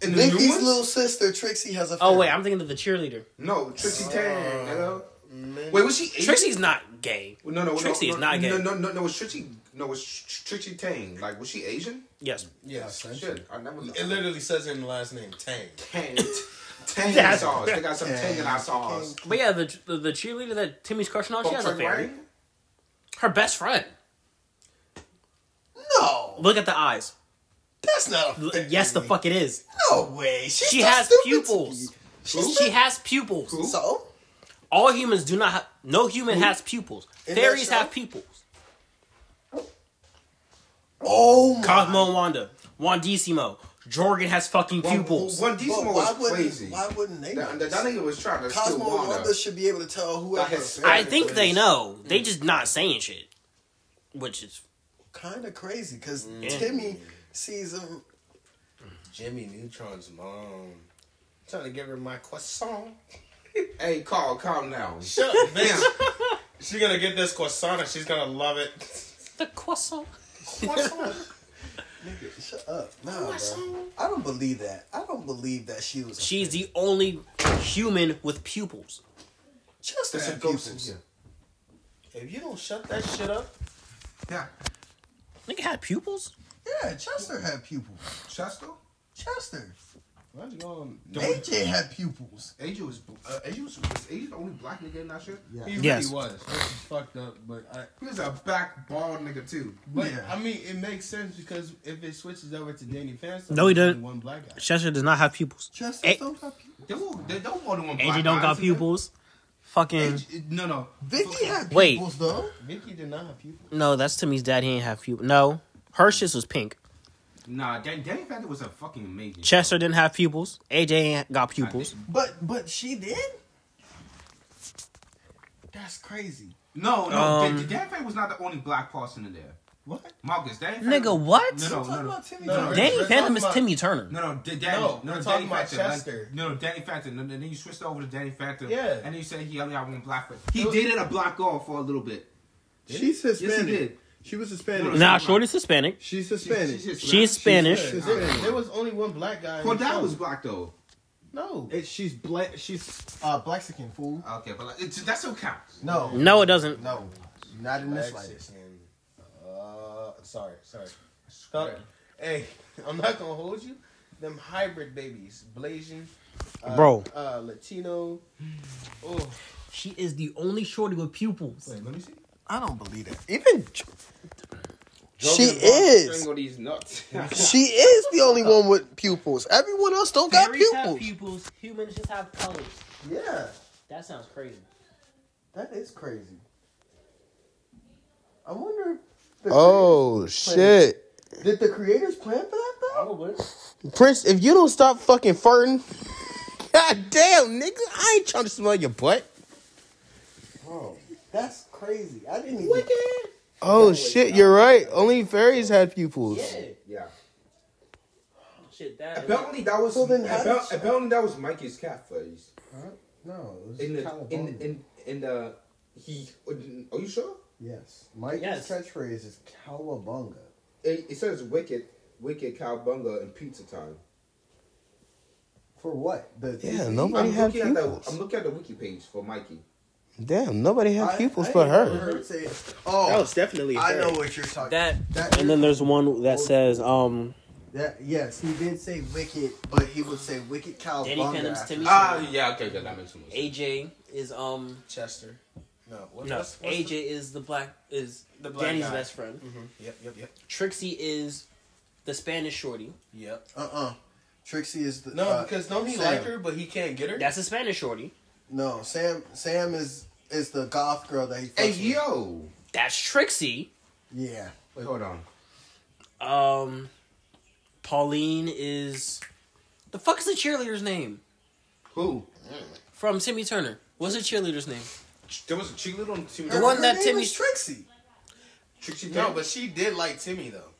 In the new Mickey's one? little sister, Trixie, has a Oh family. wait, I'm thinking of the cheerleader. No, Trixie Tan. nigga. Man. Wait, was she? Asian? Trixie's not gay. No, no, no, Trixie no, is not gay. No, no, no, no. Was Trixie? No, was Tr- Trixie Tang? Like, was she Asian? Yes. Yes, Shit, I never. it literally says it in the last name Tang. Tang. Tang That's- sauce. They got some Tang in our Tang. sauce. But yeah, the, the the cheerleader that Timmy's crushing on, she has a Fuck, fairy. right? Her best friend. No. Look at the eyes. That's not L- a fairy. Yes, the fuck it is. No way. She's She so has stupid to pupils. me. She she has pupils. So? All humans do not. Ha- no human has pupils. In that Fairies show? have pupils. Oh my. Cosmo and Wanda, Wandissimo, Jorgen has fucking One- pupils. One But Diesmo why was crazy. wouldn't, why wouldn't they? That, know that, this? that nigga was trying to steal Cosmo and Wanda. Wanda should be able to tell whoever. That has- I think they know. Hmm. They just not saying shit, which is kind of crazy because Mm. Yeah. Timmy sees him. Jimmy Neutron's mom. Trying to give her my croissant. [LAUGHS] Hey, Carl, calm down. Shut up, bitch. she's gonna get this croissant and she's gonna love it. the croissant. Shut up, nah, bro. I don't believe that. I don't believe that she was. She's the only human with pupils. just There's had some ghosts in pupils. here. If you don't shut that shit up, Yeah. Nigga had pupils. Yeah, Chester had pupils. Chester? Chester, Why's you on? AJ had pupils. AJ was, uh, AJ was, was AJ the only black nigga in that shit? Yeah. he Yes. really was. This is fucked up, but I He was a back bald nigga too. But Yeah. I mean, it makes sense because if it switches over to Danny Phantom, No, he there's only doesn't. One black guy. Chester does not have pupils. Chester A- don't have pupils. They were, they don't want one black AJ don't got guys in there. pupils. Fucking AJ, no, no. Vicky had Wait. pupils though. Vicky did not have pupils. no, that's Timmy's dad. He ain't have pupils. No, her shit was pink. Nah, Dan- Danny Phantom was a fucking amazing. Chester didn't have pupils. AJ ain't got pupils. But but she did. That's crazy. No, no. Um, Dan- Dan Phantom was not the only black person in there. What? Marcus, Danny Nigga, Phantom- what? No, no, We're talking no. about Timmy no, Turner. no, Danny we're Phantom talking is about- Timmy Turner. No, no, D- Danny. No, No, we're no, talking Danny about Phantom. like- Chester. No, no, Danny Phantom. And then you switched over to Danny Phantom. Yeah. And then you said he only had one black friend. He dated a black girl for a little bit. She's Yes, he Hispanic. did. she was Hispanic. Nah, Shorty's Hispanic. She's Hispanic. She's- She's Spanish. She's There, there Hispanic. was only one black guy. in the Cordell show. was black though. no. It, she's black. She's uh, Blaxican fool. Okay, but like, it, that still counts. No, Mm-hmm. No, it doesn't. no, not in this light. Mexican. Uh, sorry, sorry. Stop. Hey, [LAUGHS] I'm not gonna hold you. Them hybrid babies, Blasian, uh, Bro. uh, Latino. Oh, She is the only shorty with pupils. Wait, let me see. I don't believe that. Even J- she Logan Paul is. strangled these nuts. She is the only one with pupils. Everyone else don't got Fairies have pupils. pupils. Humans just have colors. Yeah, That sounds crazy. that is crazy. I wonder. If the Oh shit, creators- Did the creators plan for that though? Oh, Probably. Prince! If you don't stop fucking farting, [LAUGHS] god damn nigga, I ain't trying to smell your butt. Bro, that's crazy. I didn't even. Oh shit, you're right. Only fairies had pupils. yeah. Shit, that. Apparently that was So then how apparently, did she- apparently that was Mikey's catfish. No, it was In the in California. in in the he. Are you sure? yes, Mike's Yes. catchphrase is Cowabunga. It, it says wicked, wicked cowbunga and pizza time. For what? The Yeah, the- nobody I'm had looking at the I'm pupils. looking at the wiki page for Mikey. Damn, nobody had pupils I but ain't never her. heard say- oh, That was definitely a I fairy. know what you're talking. That That and then there's one that says um that. Yes, he did say wicked, but he would say wicked cowabunga. Danny Phantom's after- Timmy. Ah, yeah, okay, okay, that makes more sense. AJ is um Chester. No, what, no what's- what's AJ is the black is The black Danny's guy. best friend. the- Mhm, Yep, yep, yep, Trixie is the Spanish shorty. yep. Uh-uh. Trixie is the No, uh, because don't he Sam. like her, but he can't get her. That's a Spanish shorty. No, Sam. Sam is is the goth girl that he. Fucks Hey with. yo. That's Trixie. Yeah. Wait, hold on. Um, Pauline is the fuck is the cheerleader's name Who? from Timmy Turner? What's the cheerleader's name? There was a cheerleader on Team. The one Her that name Timmy- is Trixie. Trixie No, Turner? but she did like Timmy though.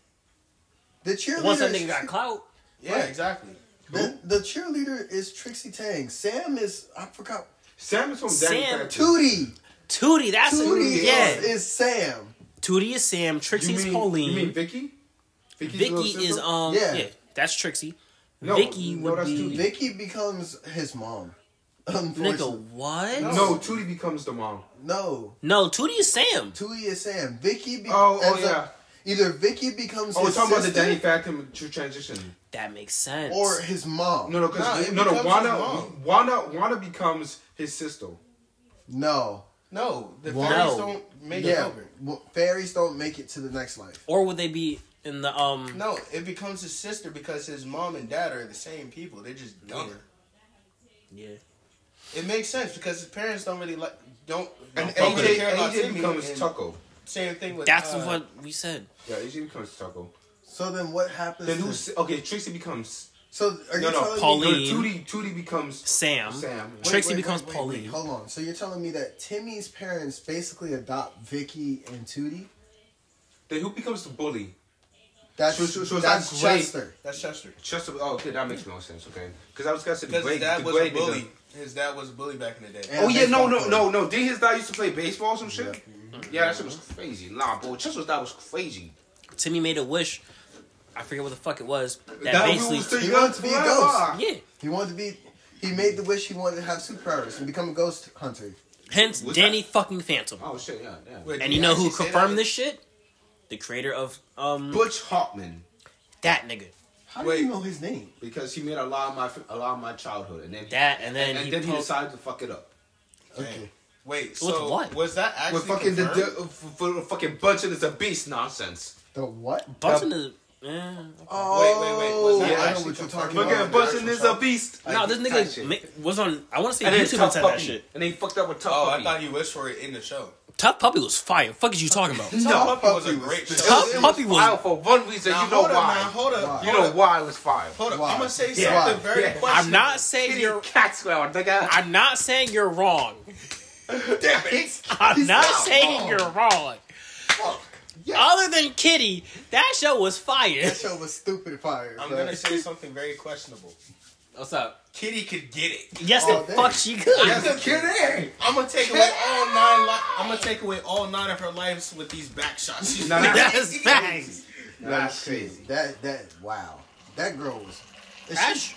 The cheerleader. Once that is nigga got Tri- clout. Yeah, Right. exactly. the, the cheerleader is Trixie Tang. Sam is I forgot. Sam is from Danny Sam Phantom. Tootie. Tootie, that's Tootie yeah. is, is Sam. Tootie is Sam. Trixie You is mean- Pauline. You mean Vicky? Vicky's little Vicky sister? is um yeah. Yeah. that's Trixie. No, Vicky no, would that's be Tootie. Vicky becomes his mom. nigga. Unfortunately, What? No, Tootie becomes the mom. no. no, Tootie is Sam. Tootie is Sam. Vicky. Be- Oh, oh ends yeah. up- either Vicky becomes. oh, we're his talking about the sister Danny Phantom tr- transition. That makes sense. or his mom. No, no, because it no, no, becomes his Wanda, mom. Wanda, Wanda becomes his sister. No. No, the Well, fairies no. don't make it Yeah, over. well, fairies don't make it to the next life. or would they be in the um? No, it becomes his sister because his mom and dad are the same people. They're just dumber. Yeah. It makes sense because his parents don't really like don't. And don't fuck with- AJ, care about AJ Timmy becomes and Tucko. Same thing with That's uh, what we said. Yeah, AJ becomes Tucko. So then, what happens? Then to- who's okay? Trixie becomes So are no, you no, telling Paul- me? Pauline. No, Tootie, Tootie becomes Sam. Sam. Wait, Trixie wait, wait, becomes wait, wait, Pauline. hold on. So you're telling me that Timmy's parents basically adopt Vicky and Tootie? Then who becomes the bully? That's So- so- so that's, that's great. Chester. That's Chester. Chester. Oh, okay, that makes more sense. Okay, because I was gonna say the Because his great, dad the was a great bully. nigga. His dad was a bully back in the day. And Oh yeah, no, baseball no, player. no, no. Did his dad used to play baseball or some shit? Yeah, that shit was crazy. Nah, boy, Chester's dad was crazy. Timmy made a wish. I forget what the fuck it was. That, That basically, was the He young wanted to be a Clara. yeah. He wanted to be. He made the wish he wanted to have superpowers and become a ghost hunter. Hence, Was Danny fucking Phantom. Oh shit, yeah, yeah. Wait, did and he you know who actually say that? confirmed this shit? The creator of um Butch Hartman that nigga. How do Wait. you know his name? because he made a lot of my a lot of my childhood, and then That and then and, he then he poked- decided to fuck it up Okay. Wait, With so what? was that actually with fucking the, confirmed? the for, for fucking Bunchen is a beast nonsense. The what? Bunsen is. eh. Oh, wait, wait, was that yeah, I know actually what you're talking confirmed? Fucking about. Look Bunchen is a beast. no, Like, this type shit. nigga ma- was on. I want to say and then YouTube and tough said puppy, that shit. and then he fucked up with tough Oh, I puppy. thought you wished for it in the show. Tough Puppy was fire. Fuck is you talking about? no, Puppy was a great show. Tough Puppy Wow, was. for one reason, Now, you know hold up, now, why. hold up. You hold know up, why it was fire. Hold up. Why? I'm going to say Yeah. something very Yeah. I'm I'm questionable. not saying you're. Cat's nigga. I'm not saying you're wrong. Damn it. [LAUGHS] I'm not saying you're wrong. Other than Kitty, that show was fire. That show was stupid fire. I'm bro. gonna say something very questionable. What's up? Kitty could get it. Yes, All the day. fuck she could. Yes, Kitty. I'm gonna take away all nine. Li- I'm gonna take away all nine of her lives with these back [LAUGHS] shots. Nah, [LAUGHS] that's facts. Nah, that's crazy. That that wow. That girl was. Ash.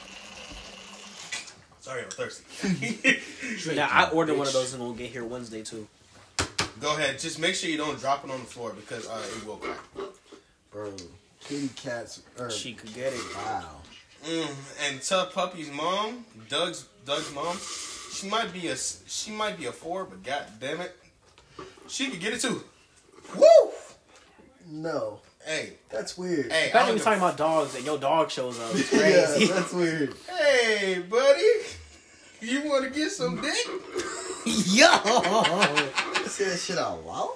Sorry, I'm thirsty. Yeah, I ordered one of those and we'll get here Wednesday too. Go ahead. Just make sure you don't drop it on the floor because uh, it will crack. Bro, kitty cats. Er, She could get it. wow. Mm, and Tough Puppy's mom, Doug's Doug's mom, she might be a s- she might be a four, but god damn it, she could get it too. Woo! No, Hey, that's weird. hey, I The fact that don't we give, talking about dogs and your dog [LAUGHS] shows up. It's Yeah, crazy. [LAUGHS] that's weird. hey, buddy, [LAUGHS] you want to get some dick? Yo. See that shit out loud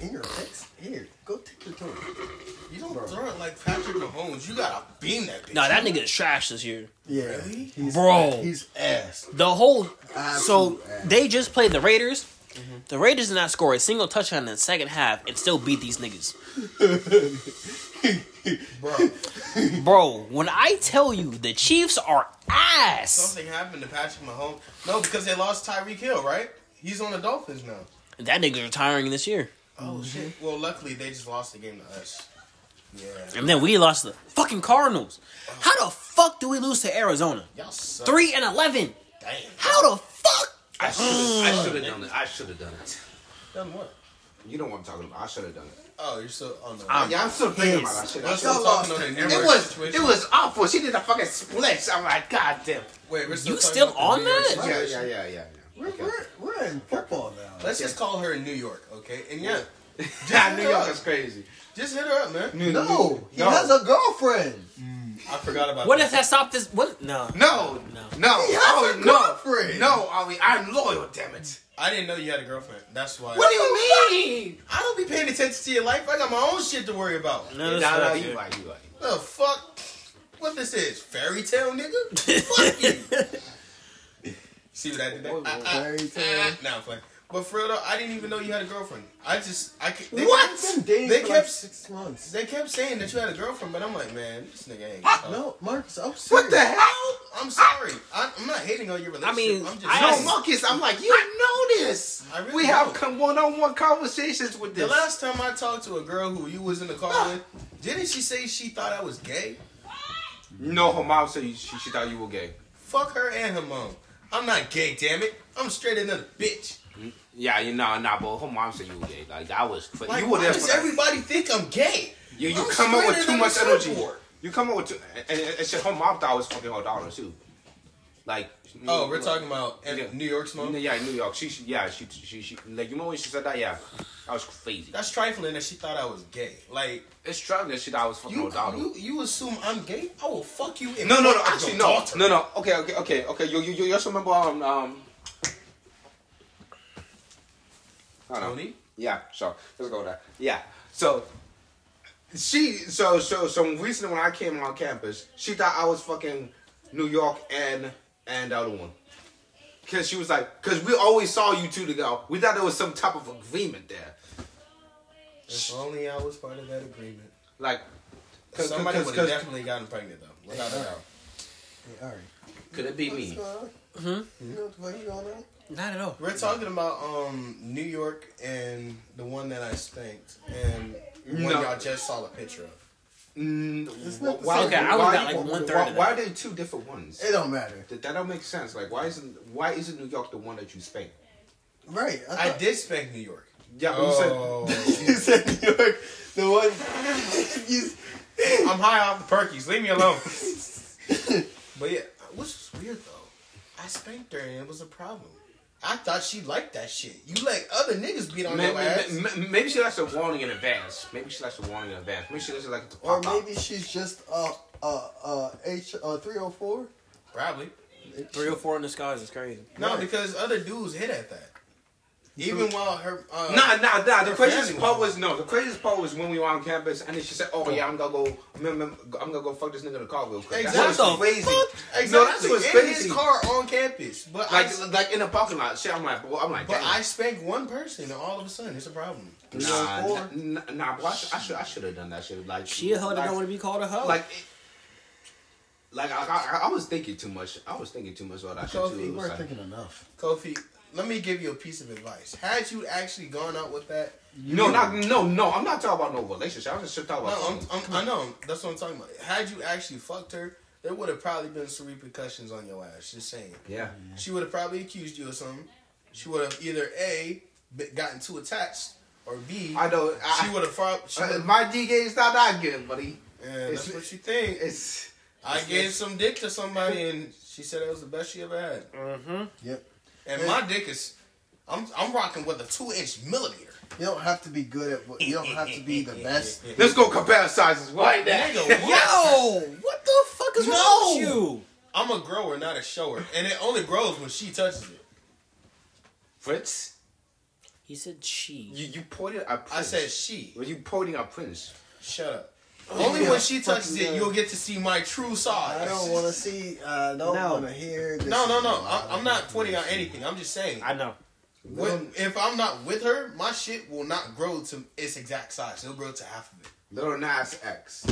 in your face. Here, go take your toy. You don't throw it like Patrick Mahomes. You gotta beam that bitch. No, that nigga is trash this year. Yeah, he's, Bro. he's ass. The whole so Absolute ass. they just played the Raiders. The Raiders did not score a single touchdown in the second half and still beat these niggas. Bro. [LAUGHS] Bro, when I tell you the Chiefs are ass, Something happened to Patrick Mahomes. No, because they lost Tyreek Hill, right? He's on the Dolphins now. that nigga's retiring this year. Oh Mm-hmm. shit. Well, luckily they just lost the game to us. Yeah. And then we lost to the fucking Cardinals. How the fuck do we lose to Arizona? Y'all suck. 3 and 11. Damn. How the fuck? I should have. I should have done it. I should have done it. Done what? You know what I'm talking about. I should have done it. Oh, you're so. Oh no. I'm, yeah, I'm still thinking about that shit. We're It still talking on the network was. It situation. was awful. She did a fucking split. I'm like, god damn. Wait, we're You talking still about the on New York that? situation. Yeah, yeah, yeah, yeah. yeah. We're, we're, we're in football now. Let's just call her in New York, okay? And yeah, Yeah, New York is crazy. just hit her up, man. No, he No. has a girlfriend. I forgot about What that. if that stopped this? What? No. No, No. [LAUGHS] no, no, He has Ollie, a Oh, no, girlfriend. no, Ollie, I'm loyal. Damn it. I didn't know you had a girlfriend. That's why. What do you mean? I don't be paying attention to your life. I got my own shit to worry about. No, No, that's no, not you true. right, you right. The fuck? What this is? Fairy tale, [LAUGHS] nigga? fuck you. See what I did there? Ah, ah, Fairy ah. Mm. tale. Nah, I'm playing. But for real though, I didn't even know you had a girlfriend. I just, I ca- they What? Kept, Been dating They for like kept- six months. they kept saying that you had a girlfriend, but I'm like, man, this nigga ain't. tough. No, Marcus, I'm serious. What the hell? I'm sorry. I, I'm not hating on your relationship. I mean, I'm just I No, asked- Marcus, I'm like, you know this. I really we have don't. come one-on-one conversations with The this. last time I talked to a girl who you was in the car Ah. with, didn't she say she thought I was gay? No, her mom said you- she, she thought you were gay. Fuck her and her mom. I'm not gay, damn it. I'm straight another bitch. Yeah, you know, nah, but her mom said you were gay. Like that was crazy. Like, you were why there does for that. everybody think I'm gay? You, you I'm come up straight with too and much I'm energy. support. You come up with too, and, and, and shit, her mom thought I was fucking her daughter too. Like, Oh, we're talking about Yeah. New York's mom? Yeah, in New York. She, she yeah, she, she, she, like you know when she said that, yeah, that was crazy. That's trifling that she thought I was gay. Like, It's tragic that she thought I was fucking you, her daughter. you, you assume I'm gay? I will fuck you in no, no, no, actually no, no, no. Okay, okay, okay, okay. You, you, you, you also remember um um. I don't know. Tony? Yeah, so let's go with that. Yeah, so she, so so so recently when I came on campus, she thought I was fucking New York and and the other one, cause she was like, cause we always saw you two together. We thought there was some type of agreement there, If only I was part of that agreement. like. Cause, Somebody cause, would have cause- definitely gotten pregnant, though. Without a doubt. All right. could it be me? Hmm? Mm-hmm. You know what the fuck is going on? Not at all. We're talking about um New York and the one that I spanked and the one No. y'all just saw a picture of. Mm, not the why- same. okay, I was why- at, like, one-third Why, of that. why are they two different ones? It don't matter. That, that don't make sense. Like, why isn't why isn't New York the one that you spank? Right. I thought- did spank New York. Yeah, but Oh, [LAUGHS] You said New York. The one. [LAUGHS] you, I'm high off the perkies. Leave me alone. but yeah, what's weird though? I spanked her and it was a problem. I thought she liked that shit. You let other niggas beat you on said your ass. maybe, maybe, maybe she likes a warning in advance. Maybe she likes a warning in advance. Maybe she doesn't like it to or pop out. maybe she's just uh uh uh H uh three oh four. Probably. Three or four in the skies is crazy. No, because other dudes hit at that. Even while her. Uh, nah, nah, nah. The her craziest family part was no. The craziest part was when we were on campus, and then she said, "Oh yeah, I'm gonna go. I'm gonna, I'm gonna go fuck this nigga in the car real quick." That Exactly. shit was crazy. Exactly. No, that shit was in crazy. his car on campus, but like, I, like in the parking lot. Shit, I'm like, well, I'm like, but damn. I spanked one person, and all of a sudden it's a problem. Three Nah, or four. n- n- nah, bro, I should, I should, I should have done that shit. Like She a hoe that like- don't want to be called a hoe. Like, it- like I, I, I was thinking too much. I was thinking too much about that shit too. Kofi, It you was weren't like- thinking enough. Kofi, let me give you a piece of advice. Had you actually gone out with that, no, not no, no. I'm not talking about no relationship. I was just talking No, about. I'm, I'm, I know. That's what I'm talking about. Had you actually fucked her, there would have probably been some repercussions on your ass. Just saying. Yeah. She would have probably accused you of something. She would have either a be- gotten too attached, or b I know. I, she would have fought. She Uh, would've- my D game's not that good, buddy. yeah, that's it's- what she think. It's I gave some dick to somebody, and she said it was the best she ever had. Mm-hmm. Yep. And my dick is, I'm I'm rocking with a two inch [LAUGHS] millimeter. You don't have to be good at what. You don't have to be the best. Let's go compare sizes right now. [LAUGHS] Nigga, what? Yo, what the fuck is wrong with you? I'm a grower, not a shower, and it only grows when she touches it. Fritz, He said she. you, you pointed at Prince. I said she. Were you pointing at Prince? Shut up. Only when she touches it, you'll get to see my true side. I don't want to see. uh, I don't No. want to hear. This No, no, no. I'm, I'm not pointing out anything. I'm just saying. I know. When, if I'm not with her, my shit will not grow to its exact size. It'll grow to half of it. Little Nas X.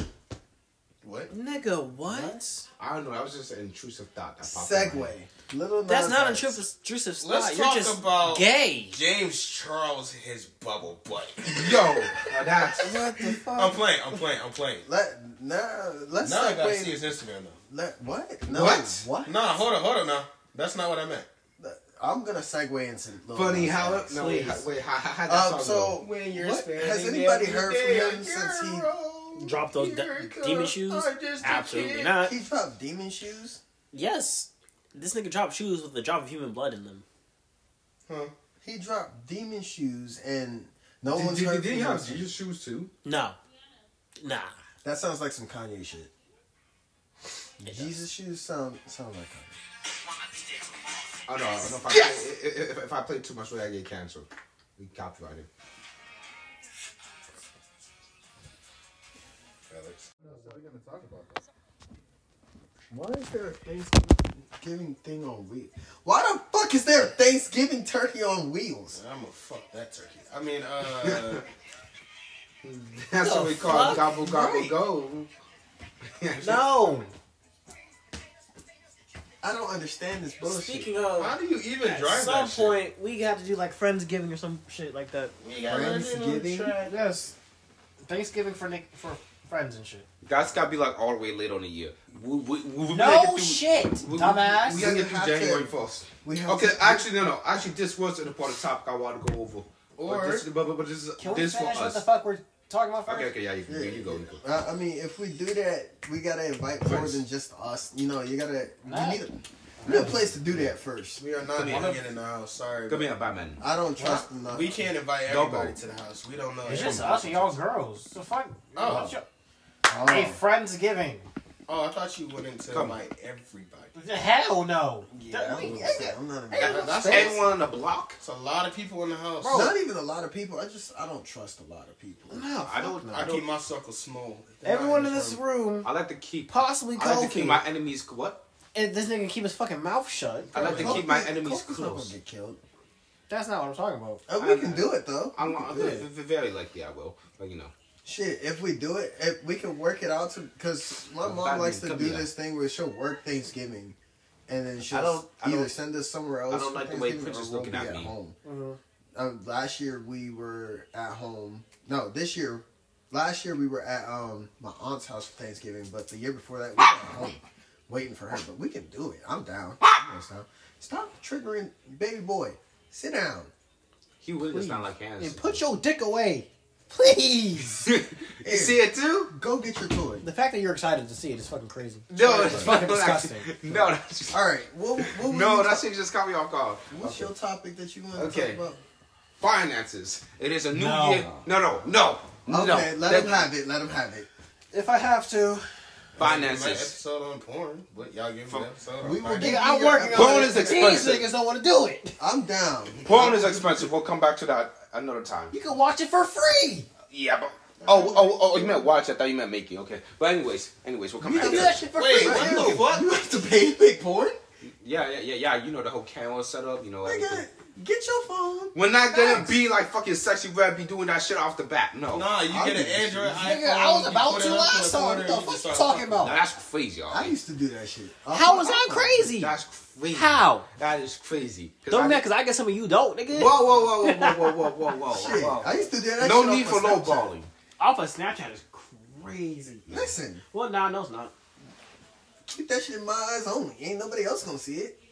What? Nigga, what? I don't know. That was just an intrusive thought. That popped in my Segway. head. Little. That's Nas not an X. intrusive, intrusive spot. Let's You're talk just about- gay. James Charles, his bubble butt. Yo, now that's What the fuck? [LAUGHS] I'm playing. I'm playing. I'm playing. Let nah. Let's Now I gotta see segue. his Instagram though. Let what? No. What? What? Nah, hold on, hold on. Now that's not what I meant. I'm gonna segue into Lil funny Nas how. X. No, wait, how- wait, how, how, how that Um, song so When you're what, spending has anybody every heard day from a him since he hero, Drop those de- here it demon comes. shoes? I'm just a Absolutely kid. not. he dropped demon shoes? Yes. This nigga dropped shoes with a drop of human blood in them. He dropped demon shoes and no go? one's Did, did, heard did he from have him. Jesus shoes too? No. Nah. That sounds like some Kanye shit. Jesus shoes sound sound like Kanye. Oh no, no if, I play, if, if- if I play too much, I get canceled. We copyrighted. Why is there a Thanksgiving thing on wheels? Why the fuck is there a Thanksgiving turkey on wheels? I'm gonna fuck that turkey. I mean, uh, [LAUGHS] That's what we call gobble gobble go. No. I don't understand this Oh, bullshit. Speaking of, how do you even at drive some that shit? point we got to do like friendsgiving or some shit like that. We got Friendsgiving? Yes. Thanksgiving for Nick for friends and shit. That's gotta be like all the way late on the year. We, we, we, No we gotta get through- shit, we- we- dumbass. We gotta get We have through January to- first. we have Okay, to- actually no no. Actually, this was the part of the topic I want to go over. But Or- this, but, but, but this is Can we this for finish what us. the fuck we're talking about first? Okay okay yeah you, you, you go. You go. Uh, I mean, if we do that, we gotta invite more than just us. You know, you gotta. You need a, you need a place to do that first. We are not here. even in the house. Sorry. Come but here, Batman. I don't trust them. We can't invite Don't everybody go. to the house. We don't know. It's everybody. just us and y'all girls. So fuck. Oh. what's your- Oh. Hey, friendsgiving. Oh, I thought you went into Come. invite everybody. Hell no. Yeah, I wouldn't say- I'm not even. That's Everyone on the block. It's a lot of people in the house. Not even a lot of people. I just I don't trust a lot of people. No, I don't. I I keep don't. my circle small. Everyone in this room, I like to keep. possibly I like to keep Kofi. my enemies what? and this nigga keep his fucking mouth shut. I like to keep my enemies Kofi's not gonna close. get killed. That's not what I'm talking about. Uh, we can do it though. I'm, We can I'm do it. v- v- very likely I will, but you know. Shit, if we do it, if we can work it out to because my Well, mom Batman, likes to come do here. this thing where she'll work Thanksgiving, and then she'll I don't- I either don't- send us somewhere else. I don't for like the way Thanksgiving Prince or is we'll looking be at me. Home. Um, last year we were at home. No, this year, last year we were at um my aunt's house for Thanksgiving, but the year before that we were at home waiting for her. But we can do it. I'm down. I'm down. Stop triggering, baby boy. Sit down. He really does not like hands. And put your dick away, please. you see it too? Go get your toy. the fact that you're excited to see it is fucking crazy. No, it's fucking not like- disgusting. [LAUGHS] No, that's just, All right. What, what were you no, that shit just caught me off guard. What's your topic that you want to Okay. talk Finances. It is a new No. year. No, no, no. about? no. Okay, let That- him have it. Let him have it. If I have to, Finances. episode on porn, but y'all give me an episode. on We will finances. get I'm working on it. These niggas don't want to do it. I'm down. Porn is expensive. We'll come back to that another time. You can watch it for free. Yeah, but. Oh, oh, oh, you meant watch. I thought you meant make it. Okay. But, anyways, anyways, we'll come back to that. for Wait, what the fuck? You have to pay big porn. Yeah, yeah, yeah, yeah. You know the whole camera setup, you know. everything. Get your phone. We're not gonna be like fucking sexy red be doing that shit off the bat. No. Nah, you get an Android iPhone. Nigga, I was you about put to it up last to time. corner, What the you fuck just you start talking about? Now, that's crazy, y'all. I used to do that shit. How was I crazy? That's crazy. How? That is crazy. 'Cause I Don't that get- because I get some of you don't, nigga. Whoa, whoa, whoa, whoa, whoa, whoa, whoa, whoa, Shit, whoa. I used to do that. No shit off need of for Snapchat. lowballing. Off of Snapchat is crazy. Listen, Well, nah, no, it's not. keep that shit in my eyes only. Ain't nobody else gonna see it.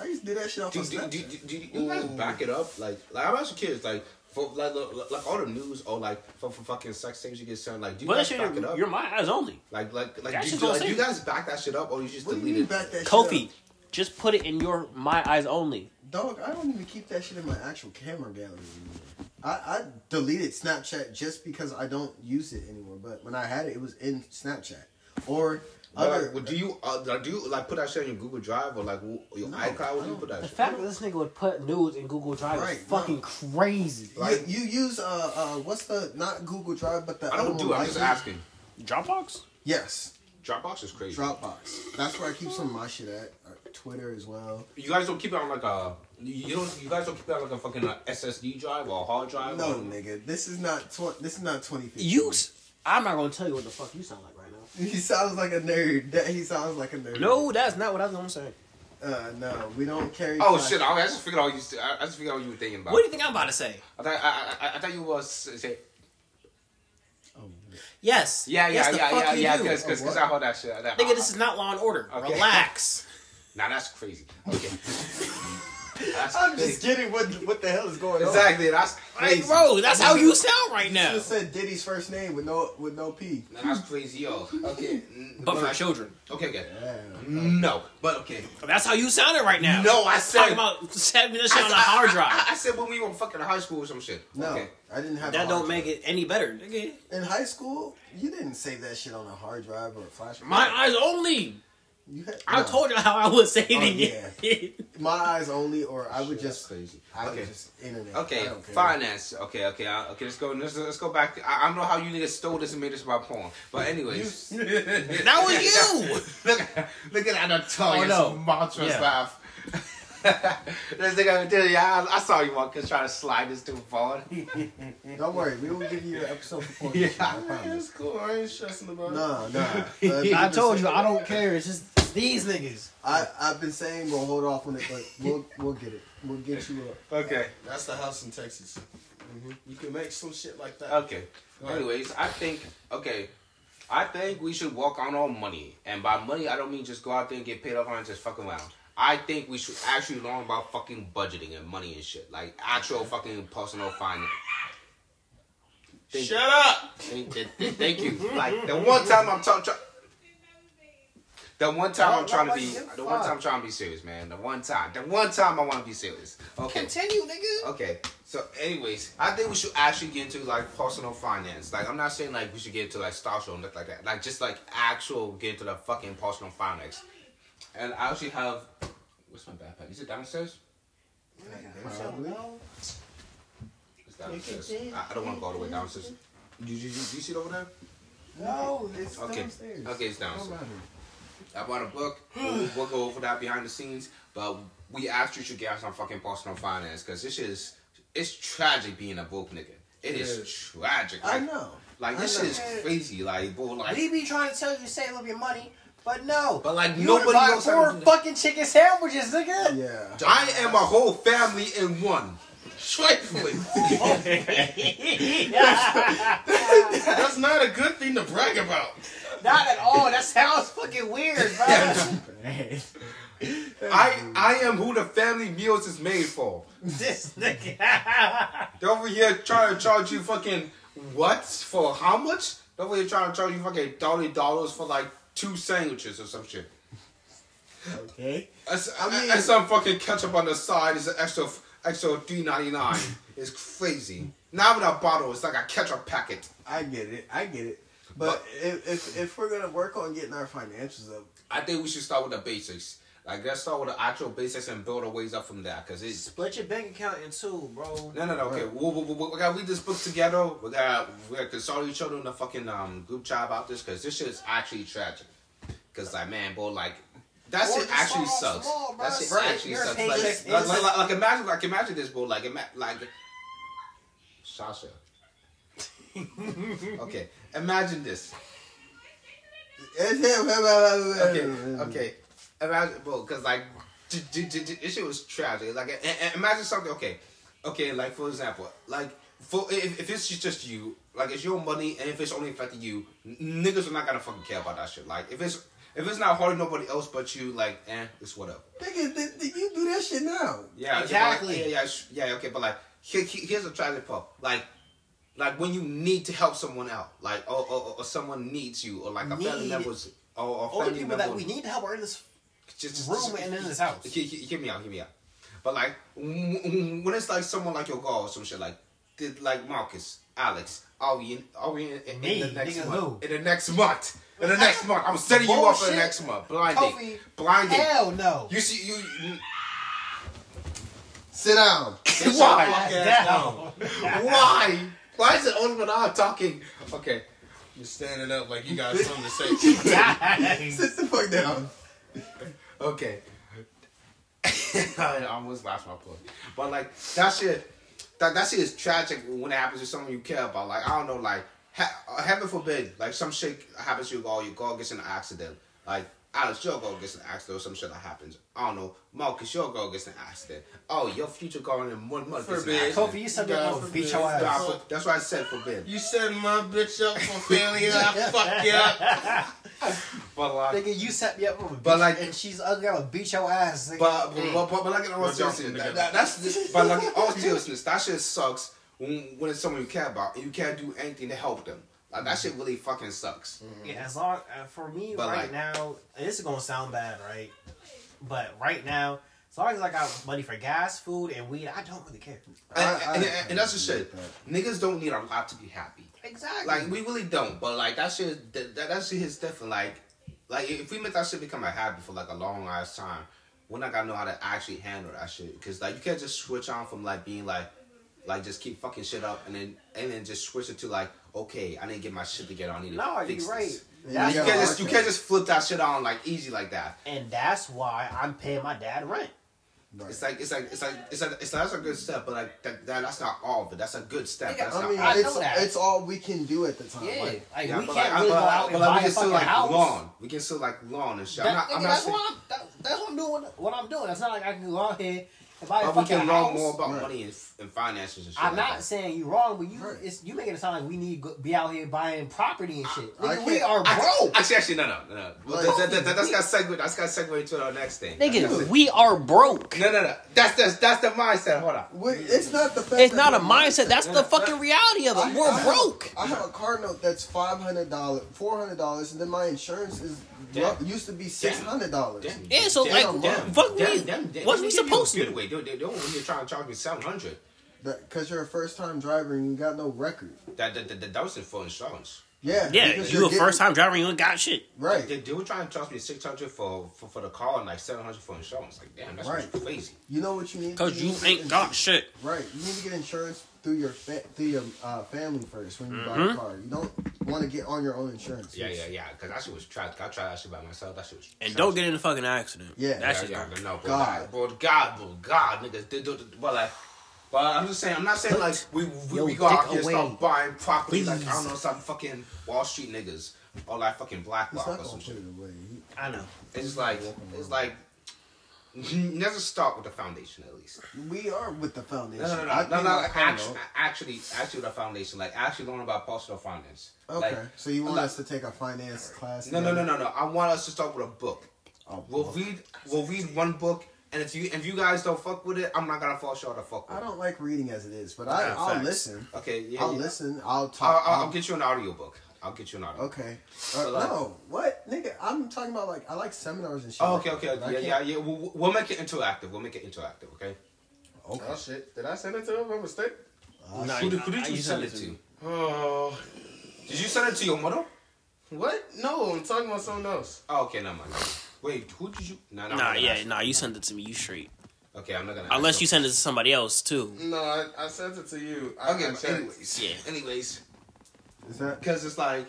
I used to do that shit off Do, of do, Snapchat. do, do, do you guys back it up? Like, like I'm asking kids, like, for like, like, like all the news or like for, for fucking sex tapes you get sent, like, do you But that guys shit, back it up? you're my eyes only. Like, like, like, That do, shit's do, on like, do you sale. guys back that shit up or you just what do you delete mean it? back that shit Kofi, up? just put it in your my eyes only. Dog, I don't even keep that shit in my actual camera gallery anymore. I, I deleted Snapchat just because I don't use it anymore. But when I had it, it was in Snapchat or But, other. like, well, do you uh, like, do you like put that shit in your Google Drive or like w- your No, iCloud? Where do you no. put that The shit? fact that this nigga would put nudes in Google Drive Right, is fucking no. crazy. You- you, use uh uh what's the not Google Drive but the I other don't one do. it, I'm just Lightning? asking. Dropbox? Yes, Dropbox is crazy. Dropbox. That's where I keep some of my shit at. Uh, Twitter as well. You guys don't keep it on like a. You don't. You guys don't keep it on like a fucking uh, SSD drive or a hard drive. No, or, Oh, nigga, this is not tw- this is not twenty fifteen. You, s- I'm not gonna tell you what the fuck you sound like right now. [LAUGHS] He sounds like a nerd. That he sounds like a nerd. No, that's not what I was gonna say. uh, no, we don't carry. Oh flash- shit! I, I just figured out you. st- I, I just figured out what you were thinking about. What do you think I'm about to say? I thought. I, I, I- I thought you was uh, say. Yes. Yeah, yeah, yes, the yeah, fuck yeah, you yeah. do. Because because I heard that shit. That, Nigga, this is not Law and Order. Okay. Relax. Nah, that's crazy. [LAUGHS] Okay. that's I'm crazy. [LAUGHS] just kidding. What what the hell is going on? Exactly. That's Like, crazy. bro, Oh, that's how you sound right You now. just said Diddy's first name with no with no P. Nah, that's crazy, yo. Okay. But for children. Okay, okay. No, but okay. That's how you sounded right now. No, I Talking said. about saving this I- shit on a I- hard I- [LAUGHS] drive. I, I said when we were fucking in high school or some shit. No, Okay. I didn't have. a That hard don't make drive. it any better, nigga. In high school, you didn't save that shit on a hard drive or a flash. My eyes only. You had, I no. told you how I was saving Oh, it. my eyes only, or I would just crazy. I Okay. would just internet. I Oh, Okay, don't care. finance. Okay, okay, uh, okay. Let's go. Let's, let's go back. To, I, I don't know how you niggas stole this and made this about porn, but [LAUGHS] [LAUGHS] anyways, that was you. look, look at that notorious Oh, no. monstrous Yeah. laugh. [LAUGHS] this nigga, did- yeah, I, I saw you walking trying to slide this dude forward. Don't worry, we will give you an episode for porn. Yeah. shit, I promise. It's cool. I ain't stressing about it. No, no. I told you I don't care. It's just it's these niggas. I, I've been saying we'll hold off on it, but we'll we'll get it. We'll get you up. Okay, That's the house in Texas. hmm You can make some shit like that. okay. Go ahead. Anyways, I think okay. I think we should walk on our money, and by money I don't mean just go out there and get paid off on and just fuck around. I think we should actually learn about fucking budgeting and money and shit, like actual fucking personal finance. Shut up! Thank, th- th- thank you. Like the one time I'm talking. the one time I'm trying to be, the one time I'm trying to be serious, man. The one time, the one time I want to be serious. Okay. Continue, nigga. Okay. So, anyways, I think we should actually get into like personal finance. Like, I'm not saying like we should get into like stocks or nothing like that. Like, just like actual get into the fucking personal finance. And I actually have, what's my backpack? Is it downstairs? It's downstairs. I, I don't want to go all the way downstairs. You, you, you, you see it over there? No, it's Okay. downstairs. Okay, it's Don't downstairs. matter. I bought a [SIGHS] book. We'll, we'll go over that behind the scenes, but we actually should get some fucking personal finance because this is it's tragic being a broke nigga. It is tragic. I Like, know. Like this I know. shit is crazy. Like, bro, like, We be trying to tell you to save up your money, but no. but like you nobody buy knows how four to do that. fucking chicken sandwiches, nigga. Yeah. I am a whole family in one. Trifling. [LAUGHS] That's not a good thing to brag about. Not at all. That sounds fucking weird, bro. I I am who the family meals is made for. this nigga. [LAUGHS] They're over here trying to charge you fucking what for how much? They're over here trying to charge you fucking thirty dollars for like two sandwiches or some shit. Okay. That's, I I mean- mean, and some fucking ketchup on the side is an extra extra three ninety [LAUGHS] nine. It's crazy. Not even a bottle. It's like a ketchup packet. I get it. I get it. But if, if if we're gonna work on getting our financials up, I think we should start with the basics. Like let's start with the actual basics and build our ways up from there. Cause it's Split your bank account in two, bro. no, no, no. Okay, we, we, we, we gotta read this book together. We gotta we gotta consult each other in the fucking um group chat about this. Cause this shit is actually tragic. Cause like man, bro, like. That Or shit just actually start off sucks. small, bro. that shit Right, actually you're a sucks. Like, painless- like, it's like, just- like, imagine, like imagine this, bro. Like, ima- like, Sasha. [LAUGHS] okay, imagine this. okay, [LAUGHS] okay. Imagine, bro, because like, d- d- d- d- this shit was tragic. Like, a- a- imagine something. Okay, okay. Like for example, like for if, if it's just you, like it's your money, and if it's only affecting you, n- niggas are not gonna fucking care about that shit. Like if it's if it's not hurting nobody else but you, like, eh, it's whatever. nigga, th- th- you do that shit now. Yeah, it's about- exactly. yeah, yeah, sh- yeah. Okay, but like, here, here- here's a tragic part. Like, like when you need to help someone out, like, or, or, or someone needs you, or like a family Need. member's, or, or a Only family people that member. we need to help are in this just, just, room and in this house. Hear, hear, hear me out. Hear me out. But like, w- w- when it's like someone like your girl or some shit, like, did like Marcus, Alex, are we in? Are we in, in, Me? the next Nigga, month? In the next month. In the next month, I'm setting you up for the Bullshit. next month. Blind date. Kofi, Blind date. Hell no. You see, you Sit down. [LAUGHS] Why? Down. Why? Why is it only when I'm talking? Okay. You're standing up like you got something to say. Sit the fuck down. Okay. [LAUGHS] I almost lost my point. But like that shit, that that shit is tragic when it happens to someone you care about. Like I don't know, like ha- uh, heaven forbid, like some shit happens to your girl, your girl gets in an accident. Like Alex, your girl gets in an accident or some shit that happens. I don't know. Marcus, your girl gets in an accident. Oh, your future girl in one month gets in an Forbid. accident. Kofi, you said God that will beat your forbid. ass. Nah, for- That's why I said forbid. You setting my bitch up for failure. I fuck you up. But like, Nigga, you set me up with a But bitch, like- and she's ugly, I'll beat your ass. Nigga. But but, but, but, like in all We're jumping seriousness, together. that, that, that's but like in all seriousness, that shit sucks when, when it's someone you care about and you can't do anything to help them. Like that shit really fucking sucks. Yeah, as long uh, for me But, right like- now, and this is gonna sound bad, right? But right now, as long as I got money for gas, food, and weed, I don't really care. And, I- and, I- and, and that's the shit. Niggas don't need a lot to be happy. Exactly. Like we really don't. But like that shit, that that, that shit is different. Like like if we make that shit become a habit for like a long ass time, we're not gonna know how to actually handle that shit. Cause like you can't just switch on from like being like like just keep fucking shit up and then and then just switch it to like okay I need to get my shit together. I need to no, fix you're this. Yeah, right. That's You you why- gotta can't just watch you that. can't just flip that shit on like easy like that. and that's why I'm paying my dad rent. It's like it's like it's like it's like, it's like that's a good step, but like that, that that's not all of it. That's a good step. Nigga, That's I not mean, all. I it's, know that. it's all we can do at the time. Yeah, Like, like, Yeah, we but, can't like, really but, go out but, and like, buy we a can still fucking like house. lawn. We can still like lawn and shit. That- I'm not, nigga, I'm not that's, saying, what I'm, that- that's what I'm doing. What I'm doing. It's not like I can go out here and buy a but we fucking can learn house. more about money and, and finances and shit. I'm like not that. saying you wrong, but you it's, you making it sound like we need to go- be out here buying property and shit. I Nigga, we can't- are broke. Actually, actually, no, no, no. no. Well, that, that, that, that, that's got segue. That's got segue into our next thing. Nigga, we are broke. No, no, no. That's that's that's the mindset. Hold on. we- it's not the fact It's that not a we're- mindset. That's the fucking reality of it. We're have- broke. I have a car note that's five hundred dollars, four hundred dollars, and then my insurance is Damn. used to be six hundred dollars. Damn. Yeah, so Damn, like, damn, fuck damn, we. damn, damn. What's we Let me give you a supposed to? Good way. They they don't want you trying to charge me seven hundred. Because you're a first time driver and you got no record. That that that, that was it for insurance. Yeah, Yeah, because you you're a getting- first time driver, you ain't got shit. right? They, they were trying to charge me six hundred for, for for the car and like seven hundred for insurance. Like damn, that's Right. crazy. You know what you need? Cause you need to get ain't got insurance. shit. Right, you need to get insurance through your fa- through your uh, family first when you Mm-hmm. buy a car. You don't want to get on your own insurance. Yeah, yeah, yeah. Cause that shit was tragic. I tried that shit by myself. That shit was. And tragic. don't get in a fucking accident. Yeah. That Yeah, shit's yeah, gone. no, bro, God. God, bro, God, bro, God, niggas. They, do but like, but I'm just saying. I'm not saying like we we, your we go dick out here and away. start buying property. Like I Please. don't know some fucking Wall Street niggas or like fucking He's BlackRock not or some gonna put shit. it away. He- I know. It's just like it's like. [LAUGHS] Never start with the foundation, at least. We are with the foundation. No, no, no, I no, think no, no. my car Actually, note- actually, actually, the foundation, like actually, learn about personal finance. Okay, Like, so you want like- us to take a finance class? No, no, no, together? no, no. I want us to start with a book. Oh, We'll well, read. We'll read one book, and if you if you guys don't fuck with it, I'm not gonna force y'all to fuck with. I it. don't like reading as it is, but I, Yeah, I'll facts. listen. Okay, yeah. I'll yeah. listen. I'll I'll, talk. I'll, I'll get you an audiobook. I'll get you an audio. Okay. Uh, So, like- no, what, nigga? I'm talking about like I like seminars and shit. Oh, like okay, okay, that, but I yeah, yeah, can't- yeah. We'll, we'll make it interactive. We'll make it interactive. Okay. Oh shit! Did I send it to him by mistake? Nah, who, did- I- who I did you used send to it to? listen. Oh, Did you send it to your mother? What? No, I'm talking about something else. Oh, okay, never mind. Wait, who did you? No, no, I'm Nah, not yeah, asking. nah. You send it to me. You straight. Okay, I'm not gonna. Unless you send it to somebody else too. No, I, I sent it to you. I Okay, I but checked. anyways, yeah. Anyways, because it's like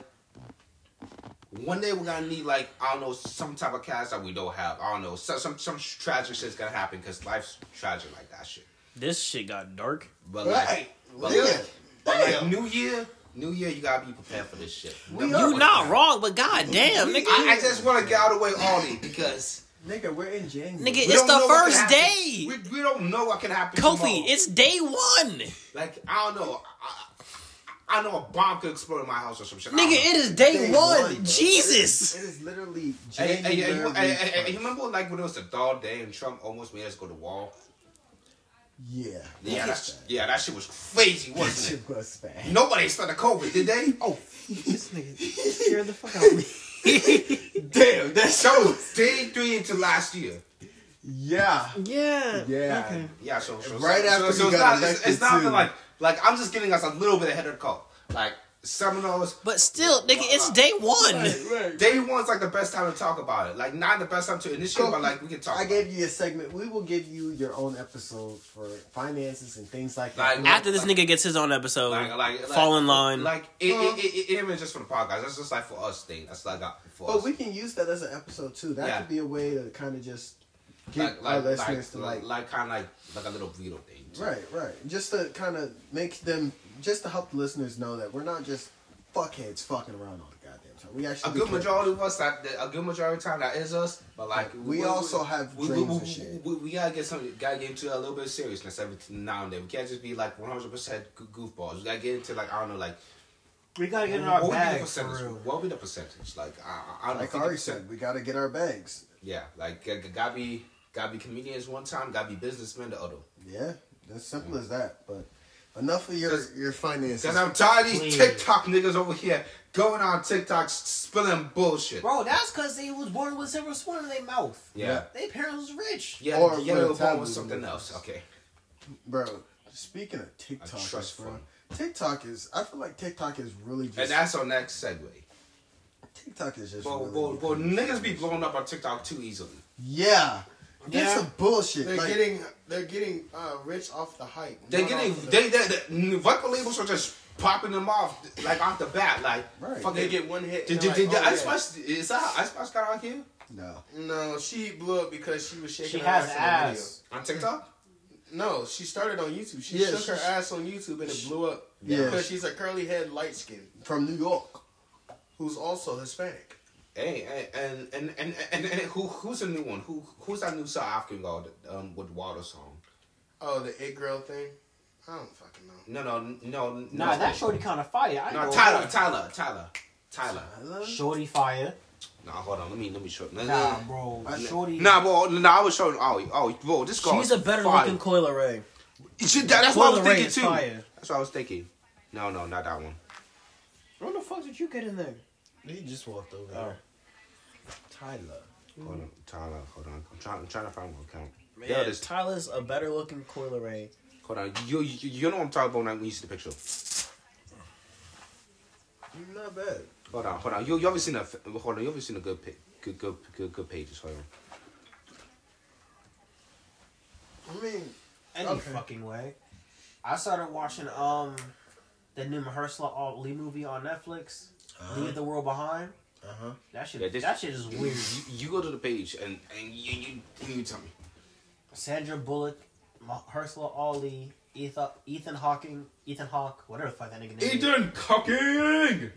one day we're gonna need like I don't know some type of cast that we don't have. I don't know some some, some tragic shit's gonna happen because life's tragic like that shit. This shit got dark. But like, but yeah. like, but like New Year, New Year, you gotta be prepared for this shit. You not wrong, but goddamn, nigga. I, I just want to get out of the way early because Nigga, we're in January. Nigga, We it's don't know the what can first happen. day. We, we don't know what can happen. Kofi, tomorrow. it's day one. like I don't know. I, I, I know a bomb could explode in my house or some shit. I Nigga, don't know. it is day, Day one. one, bro. Jesus. It is literally Hey, hey, hey, you- January. hey, hey, hey, you remember like when it was a dog day and Trump almost made us go to wall? Yeah. Yeah, that's that's, yeah, that shit was crazy, [LAUGHS] That wasn't shit was bad. it? Nobody started COVID, did they? Oh, This [LAUGHS] nigga scared the fuck out of me. [LAUGHS] damn, that was day three into last year. Yeah. Yeah. Yeah. Yeah, so, so Right so- after so, we it's got not, it's, elected, it's not too. like like I'm just getting us a little bit ahead of the call. Like Seminoles, But still, nigga, it's day one. day one's like the best time to talk about it. Like not the best time to initiate, Go- but like we can talk. I about it. gave you a segment. We will give you your own episode for finances and things like that. Like, After this nigga gets his own episode, like, like, like- fall in line. Like it, it, it, it, it isn't just for the podcast. That's just like for us thing. That's like uh, for But us. we can use that as an episode too. That Yeah. could be a way to kind of just like get like our like, listeners like, to like, kind of like like a little burrito thing. right, right, just to kind of make them, just to help the listeners know that we're not just fuckheads fucking around all the goddamn time. We A actually good care. majority of us, that, that- a good majority of time, that is us. But like We also have dreams and shit. We, we gotta get some, gotta get into a little bit of seriousness every now and then. We can't just be like one hundred percent goofballs. We gotta get into like I don't know, like We gotta get in what our would be the bag for percentage? real. What would be the percentage? Like I, I I don't Like think Ari it's- said, we gotta get our bags. Yeah, like g- g- gotta be gotta be comedians one time, gotta be businessmen the other. Yeah, as simple Mm. as that. But enough of your 'Cause- your finances. Cause I'm tired of Please. these TikTok niggas over here going on TikTok s- spilling bullshit. Bro, that's because they was born with silver spoon in their mouth. Yeah, They parents was rich. yeah, Or yeah. with a Little Bone was taboo. something else. Okay, bro. Speaking of TikTok, trust bro, fund. TikTok is. I feel like TikTok is really just. and that's our next segue. TikTok is just. Well, really well, well, becoming- niggas be blown up on TikTok too easily. Yeah, that's Yeah. some bullshit. They're like, getting they're getting uh, rich off the hype. They not getting off of the- they they, they record labels are just popping them off like off the bat, like Right. fucking. they get one hit. [LAUGHS] Did, and did, they're did, like, Ice oh, yeah. Spice is that how Ice Spice got out here no, No, she blew up because she was shaking her She has ass, ass. on in TikTok? the video. No, she started on YouTube. She Yeah, shook she- her ass on YouTube and it blew up. Yeah. Because she's a curly head light skin from New York. who's also Hispanic. Hey, hey, and and and and, and who who's the new one? Who who's that new South African girl that, um, with Water song? Oh, the it girl thing? I don't fucking know. No, no, no, no. Nah, that shorty kind of fire. I No, know. Tyler, Tyler, Tyler, Tyler. Shorty fire. Nah, hold on. Let me let me show. Nah, Nah, nah, bro. Shorty. nah, bro. Nah, I was showing. Oh, oh, bro. This girl. She's a better fire. looking Coil Ray. She, that, that's what I was Coil Ray thinking is too. fire. That's what I was thinking. No, no, not that one. What the fuck did you get in there? He just walked over. Tyler. Hold on, Tyler. Hold on. I'm trying. I'm trying to find one account. Man, Yeah, this. Tyler's a better looking Coil Ray. Hold on. You, you you know what I'm talking about now when you see the picture. Not bad. Hold on, hold on. You you ever seen a f- hold on? You ever seen a good pa- good good good good pages? Hold on. I mean, Any Okay. fucking way. I started watching um the new Mahershala Ali movie on Netflix. Uh-huh. Leave the world behind. uh huh. That shit. Yeah, this- that shit is You, weird. you- you go to the page and and you you, you, you tell me. Sandra Bullock, Mahershala Ali, Ethan Ethan Hawking, Ethan Hawke, whatever the fuck that nigga name. is. cocking.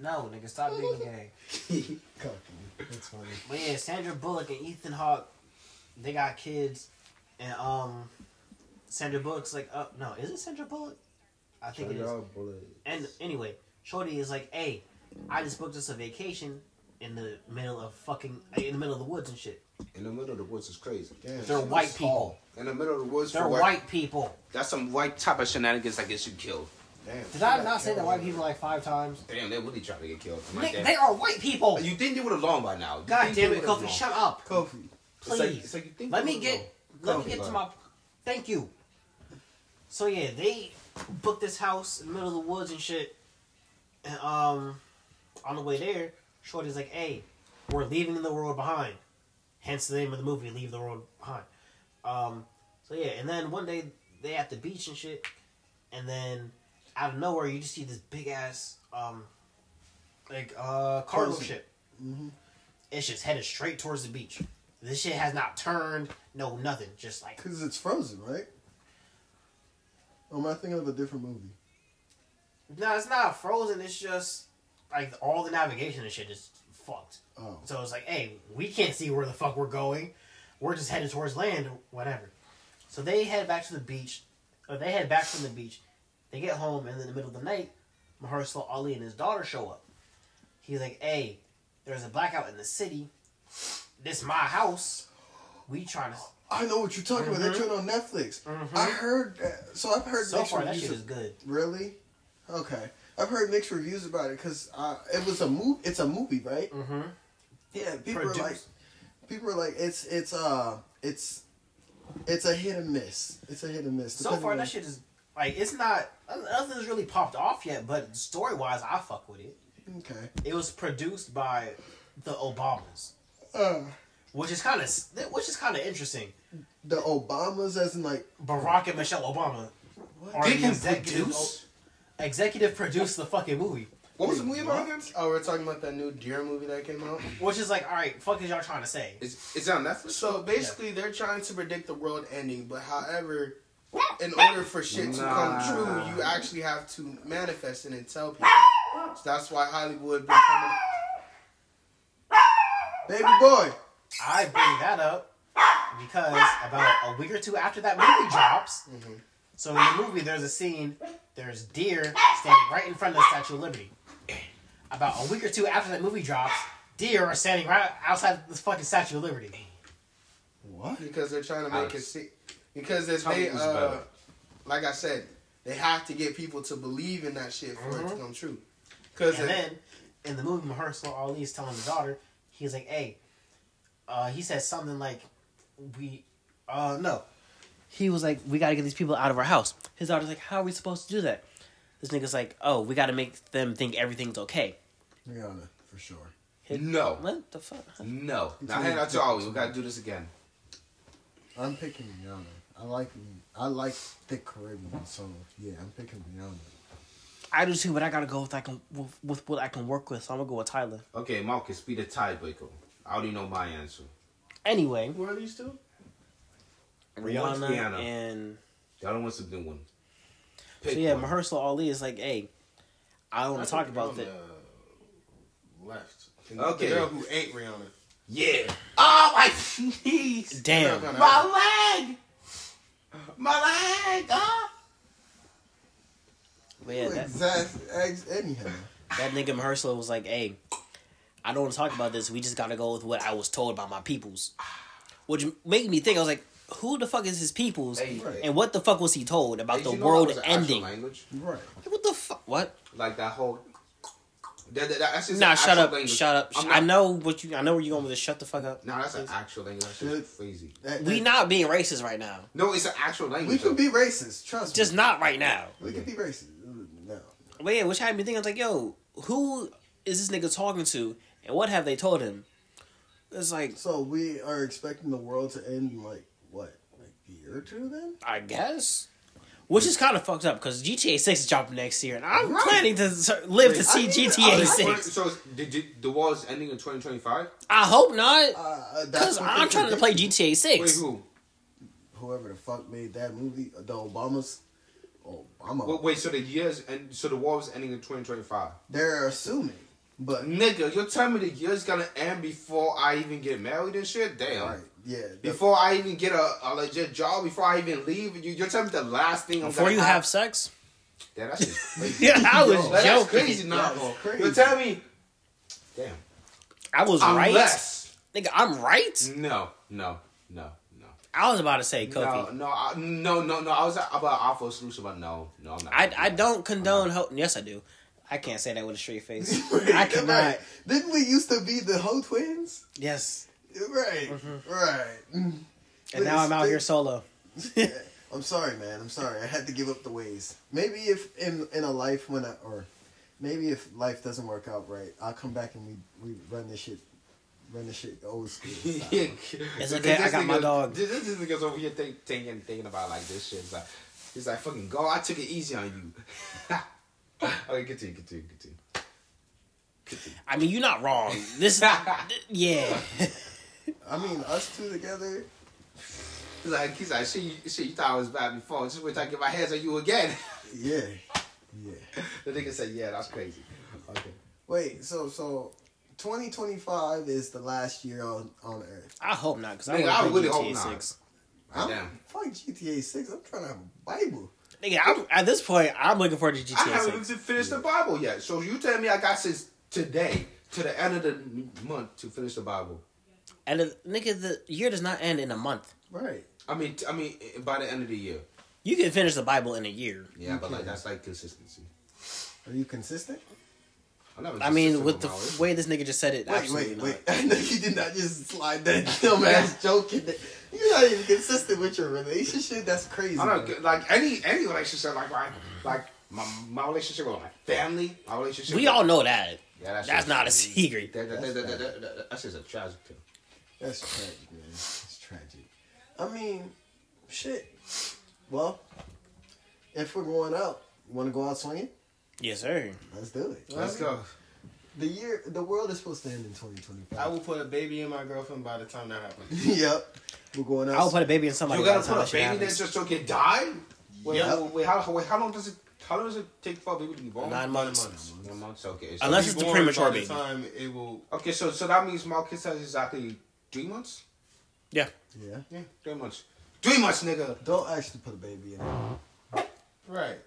No, nigga, stop being gay. That's funny. But yeah, Sandra Bullock and Ethan Hawke, they got kids, and um, Sandra Bullock's like, oh no, is it Sandra Bullock? I think it is. And anyway, Shorty is like, hey, I just booked us a vacation in the middle of fucking in the middle of the woods and shit. In the middle of the woods is crazy. They're white people. In the middle of the woods, They're for white. what? people. That's some white type of shenanigans that gets you killed. Did I not say that white people like five times? Damn, they really trying to get killed. I'm like, Nick, damn. they are white people. you think they would have long by now? You God think they damn it, would've Kofi, known. shut up, Kofi. It's please. like- it's like you think let they me would've known. get let me Kofi, get to like- my. Thank you. So yeah, they booked this house in the middle of the woods and shit, and um, on the way there, Shorty's like, hey, we're leaving the world behind. Hence the name of the movie, Leave the World Behind. Um, so yeah, and then one day they at the beach and shit, and then out of nowhere you just see this big ass um, like uh cargo Cruising. ship. It's just headed straight towards the beach. This shit has not turned, no nothing, just like Because it's frozen, right? Or am I thinking of a different movie? No, it's not frozen. It's just like all the navigation and shit is fucked. Oh. So it's like, hey, we can't see where the fuck we're going. We're just headed towards land or whatever. So they head back to the beach, or they head back from the beach. They get home, and in the middle of the night, Mahershala Ali and his daughter show up. He's like, hey, there's a blackout in the city. This my house. We trying to. I know what you're talking about. They're Mm-hmm. Mhm. doing on Netflix. I heard. that- So I've heard. So mixed far, that reviews shit is of- good. Really? Okay. I've heard mixed reviews about it because uh, it was a movie. It's a movie, right? Mm-hmm. Yeah. People Produced. are like, people are like, it's it's uh it's it's a hit and miss. It's a hit and miss. So far, depending on- that shit is like it's not nothing's really popped off yet. But story wise, I fuck with it. Okay. It was produced by the Obamas, Uh, which is kind of which is kind of interesting. the Obamas, as in like Barack and Michelle Obama are They the can executive produce? executive produced the fucking movie. What was the movie about Oh, we're talking about that new Deer movie that came out. Which is like, all right, fuck is y'all trying to say? It's, it's on Netflix. So basically, they're trying to predict the world ending, but however, in order for shit to come true, you actually have to manifest it and tell people. So that's why Hollywood becoming. Baby boy. I bring that up because about a week or two after that movie drops, so in the movie there's a scene, there's deer standing right in front of the Statue of Liberty. About a week or two after that movie drops, deer are standing right outside the fucking Statue of Liberty. What? Because they're trying to make it Alex. see. Because if Tell me they, who's uh, better. like I said, they have to get people to believe in that shit for it to come true. Because and then in the movie, Mahershala Ali is telling the daughter, he's like, "Hey," uh, he says something like, "We, uh, no." He was like, "We got to get these people out of our house." His daughter's like, "How are we supposed to do that?" This nigga's like, "Oh, we got to make them think everything's okay." Rihanna for sure. No. What the fuck? No. Now, hand out to Ollie. We gotta do this again. I'm picking Rihanna. I like I like thick Caribbean, so yeah, I'm picking Rihanna. I do too, but I gotta go with I can with, with what I can work with. So I'm gonna go with Tyler. Okay, Marcus, be the tiebreaker. I already know my answer. Anyway, who are these two? One's Rihanna, Rihanna. and The other one's a new one. so yeah, Mahershala Ali is like, "Hey, I don't want That's to talk on about the that." left. And Okay. The girl who ate Rihanna. Yeah. Oh, my knees. Damn. My leg. My leg. Ah. But yeah, that, Exactly. Ex- anyhow, that nigga Mahershala was like, "Hey, I don't want to talk about this. We just gotta go with what I was told by my peoples," which made me think. I was like, "Who the fuck is his peoples? Hey, right. and what the fuck was he told about Did the you know world that was an actual ending? Language? right? What the fuck? What? Like that whole. That, that, that's just Nah, an shut actual up, language. shut up. I'm Sh- not- I know what you. I know where you going with this. Shut the fuck up. Nah, that's an actual language. That's just crazy. That- We that- not being racist right now. No, it's an actual language. we could though. be racist. Trust Just me, not right now. we could be racist. No, But yeah, which had me thinking, I was like, yo, who is this nigga talking to, and what have they told him? It's like, so we are expecting the world to end in like what, like a year or two? Then I guess. Which is kind of fucked up because GTA Six is dropping next year, and I'm planning to ser- live to Wait, see I need- GTA I- I- Six. So it's- did, did the war is ending in 2025? I hope not, Uh, that's because what I'm they trying to play predicted. GTA Wait, Six. who? Whoever the fuck made that movie, the Obamas. Obama. Wait, wait, so the years and so the war was ending in 2025. They're assuming, but Nigga, you're telling me the year's gonna end before I even get married and shit? Damn. right, yeah. the- Before I even get a, a legit job, before I even leave, you, you're telling me the last thing I'm Before gonna you have sex, Yeah, that's just crazy. yeah, I was [LAUGHS] Like, that's joking. crazy, nah. That's crazy. You're telling me. Damn. I was Unless. right, nigga. I'm right. No, no, no, no. I was about to say, Kofi. No, no, I, no, no, no. I was about to offer a solution, but no, no, I'm not. [LAUGHS] I, I don't condone. Ho- yes, I do. I can't say that with a straight face. [LAUGHS] I cannot. Right. Didn't we used to be the Ho twins? Yes. Right, right. Mm. Mm-hmm. And But now I'm out it's- here solo. I'm sorry, man. I'm sorry. I had to give up the ways. Maybe if in in a life when I or maybe if life doesn't work out right, I'll come back and we, we run this shit, run this shit old school. Yeah. It's okay, I This got my nigga- dog. This, this, this nigga's over here think, thinking, thinking about like this shit. It's like, he's like, fucking go. I took it easy on you. [LAUGHS] okay, continue, continue, continue. I mean, you're not wrong. This, th- yeah. I mean, us two together. He's like, he's like, shit, you, shit, you thought I was bad before. Just wait till I get my hands on you again. [LAUGHS] yeah, yeah. The nigga said, yeah, that's crazy. Okay. Wait, so so, twenty twenty five is the last year on on Earth. I hope not, because I Nigga, want I to play really GTA hope not. 6. I'm fuck GTA six. I'm trying to have a Bible. Nigga, I'm, at this point, I'm looking forward to I GTA 6. haven't even finished the Bible yet. So you tell me I got since today to the end of the m- month to finish the Bible. And the, nigga, the year does not end in a month. Right. I mean, I mean, by the end of the year. You can finish the Bible in a year. Yeah, but like that's like consistency. Are you consistent? I, never I mean, consistent with the my f- life. way this nigga just said it, Wait, absolutely wait, not. wait! [LAUGHS] I know you did not just slide that dumb ass joke in there. You're not even consistent with your relationship. That's crazy. I bro. don't get- like any any relationship like my like my my relationship with my family, my relationship. We with- all know that. Yeah, that's, That's just- not a secret. That, that, that, that, That's that, that, that- that's just a tragic tale. That's tragic, man. It's tragic. I mean, shit. Well, if we're going out, you want to go out swinging? Yes, sir. Let's do it. Let's go. The year, the world is supposed to end in 2025. [LAUGHS] I will put a baby in my girlfriend by the time that happens. yep. We're going out. I'll put a baby in somebody. You by gotta the time put a that shit baby there happens. just so it can die. Wait, Yep. how- wait, how, wait, how long does it? How long does it take for a baby to be born? Nine months. Nine months. Okay. Unless be it's the born premature by the baby. Time it will. Okay, so so that means my kid has exactly three months. Yeah. Yeah. Yeah. Three months. Three months, nigga. Don't actually put a baby in. there. Right.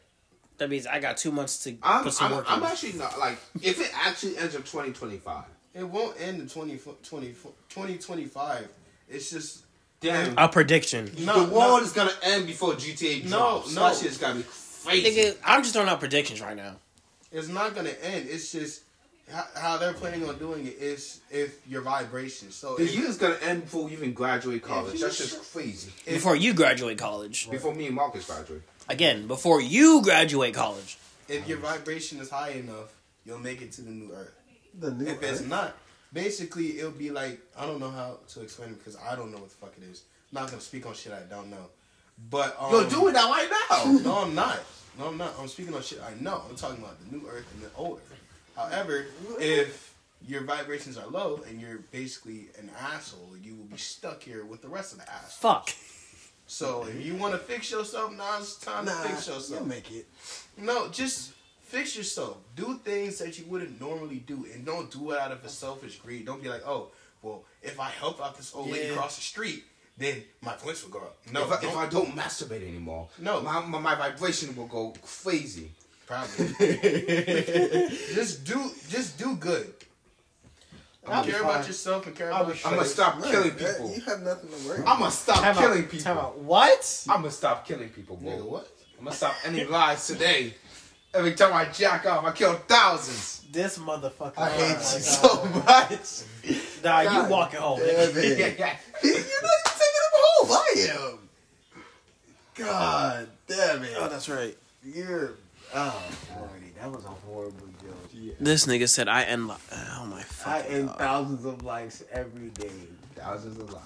That means I got two months to I'm, put some I'm, work I'm in. actually not like if it actually ends up 2025. It won't end in 20, 20, 2025. It's just. Damn. a prediction. No, the world no. is gonna end before GTA No, drops. no. That shit's gotta be crazy. Nigga, I'm just throwing out predictions right now. It's not going to end. It's just how, how they're planning on doing it is if your vibration. So The if, year's gonna end before you even graduate college. you That's just crazy. Before you graduate college. Before me and Marcus graduate. Again, before you graduate college. if your vibration is high enough, you'll make it to the new earth. The new if it's Earth? not, basically it'll be like I don't know how to explain it because I don't know what the fuck it is. I'm not gonna speak on shit I don't know. But um, You're doing that right now. No, I'm not. No, I'm not. I'm speaking on shit I know. I'm talking about the new Earth and the old Earth. However, if your vibrations are low and you're basically an asshole, you will be stuck here with the rest of the assholes. Fuck. So if you want to fix yourself, now it's time Nah, to fix yourself. you'll make it. No, just fix yourself. Do things that you wouldn't normally do, and don't do it out of a selfish greed. Don't be like, oh, well, if I help out this old lady Yeah. across the street, then my points will go up. No, No, if I, if I don't masturbate anymore, No. my, my, my vibration will go crazy. [LAUGHS] Probably. just do, just do good. I'll be care fine. about yourself and care about. your I'm gonna shit. stop Right, killing right. people. You have nothing to worry. I'm gonna stop Time out, killing people. time out. What? I'm gonna stop killing people, bro. Nigga, what? I'm gonna stop any lies today. Every time I jack off, I kill thousands. This motherfucker. I hate you so much. Nah, God you walking home. damn nigga. it. Oh, I am. God damn it. Oh, that's right. You're. Oh, Lordy, that was a horrible joke. Yeah. This nigga said I end li- Oh my I fucking end God. thousands of lives every day. Thousands of lies.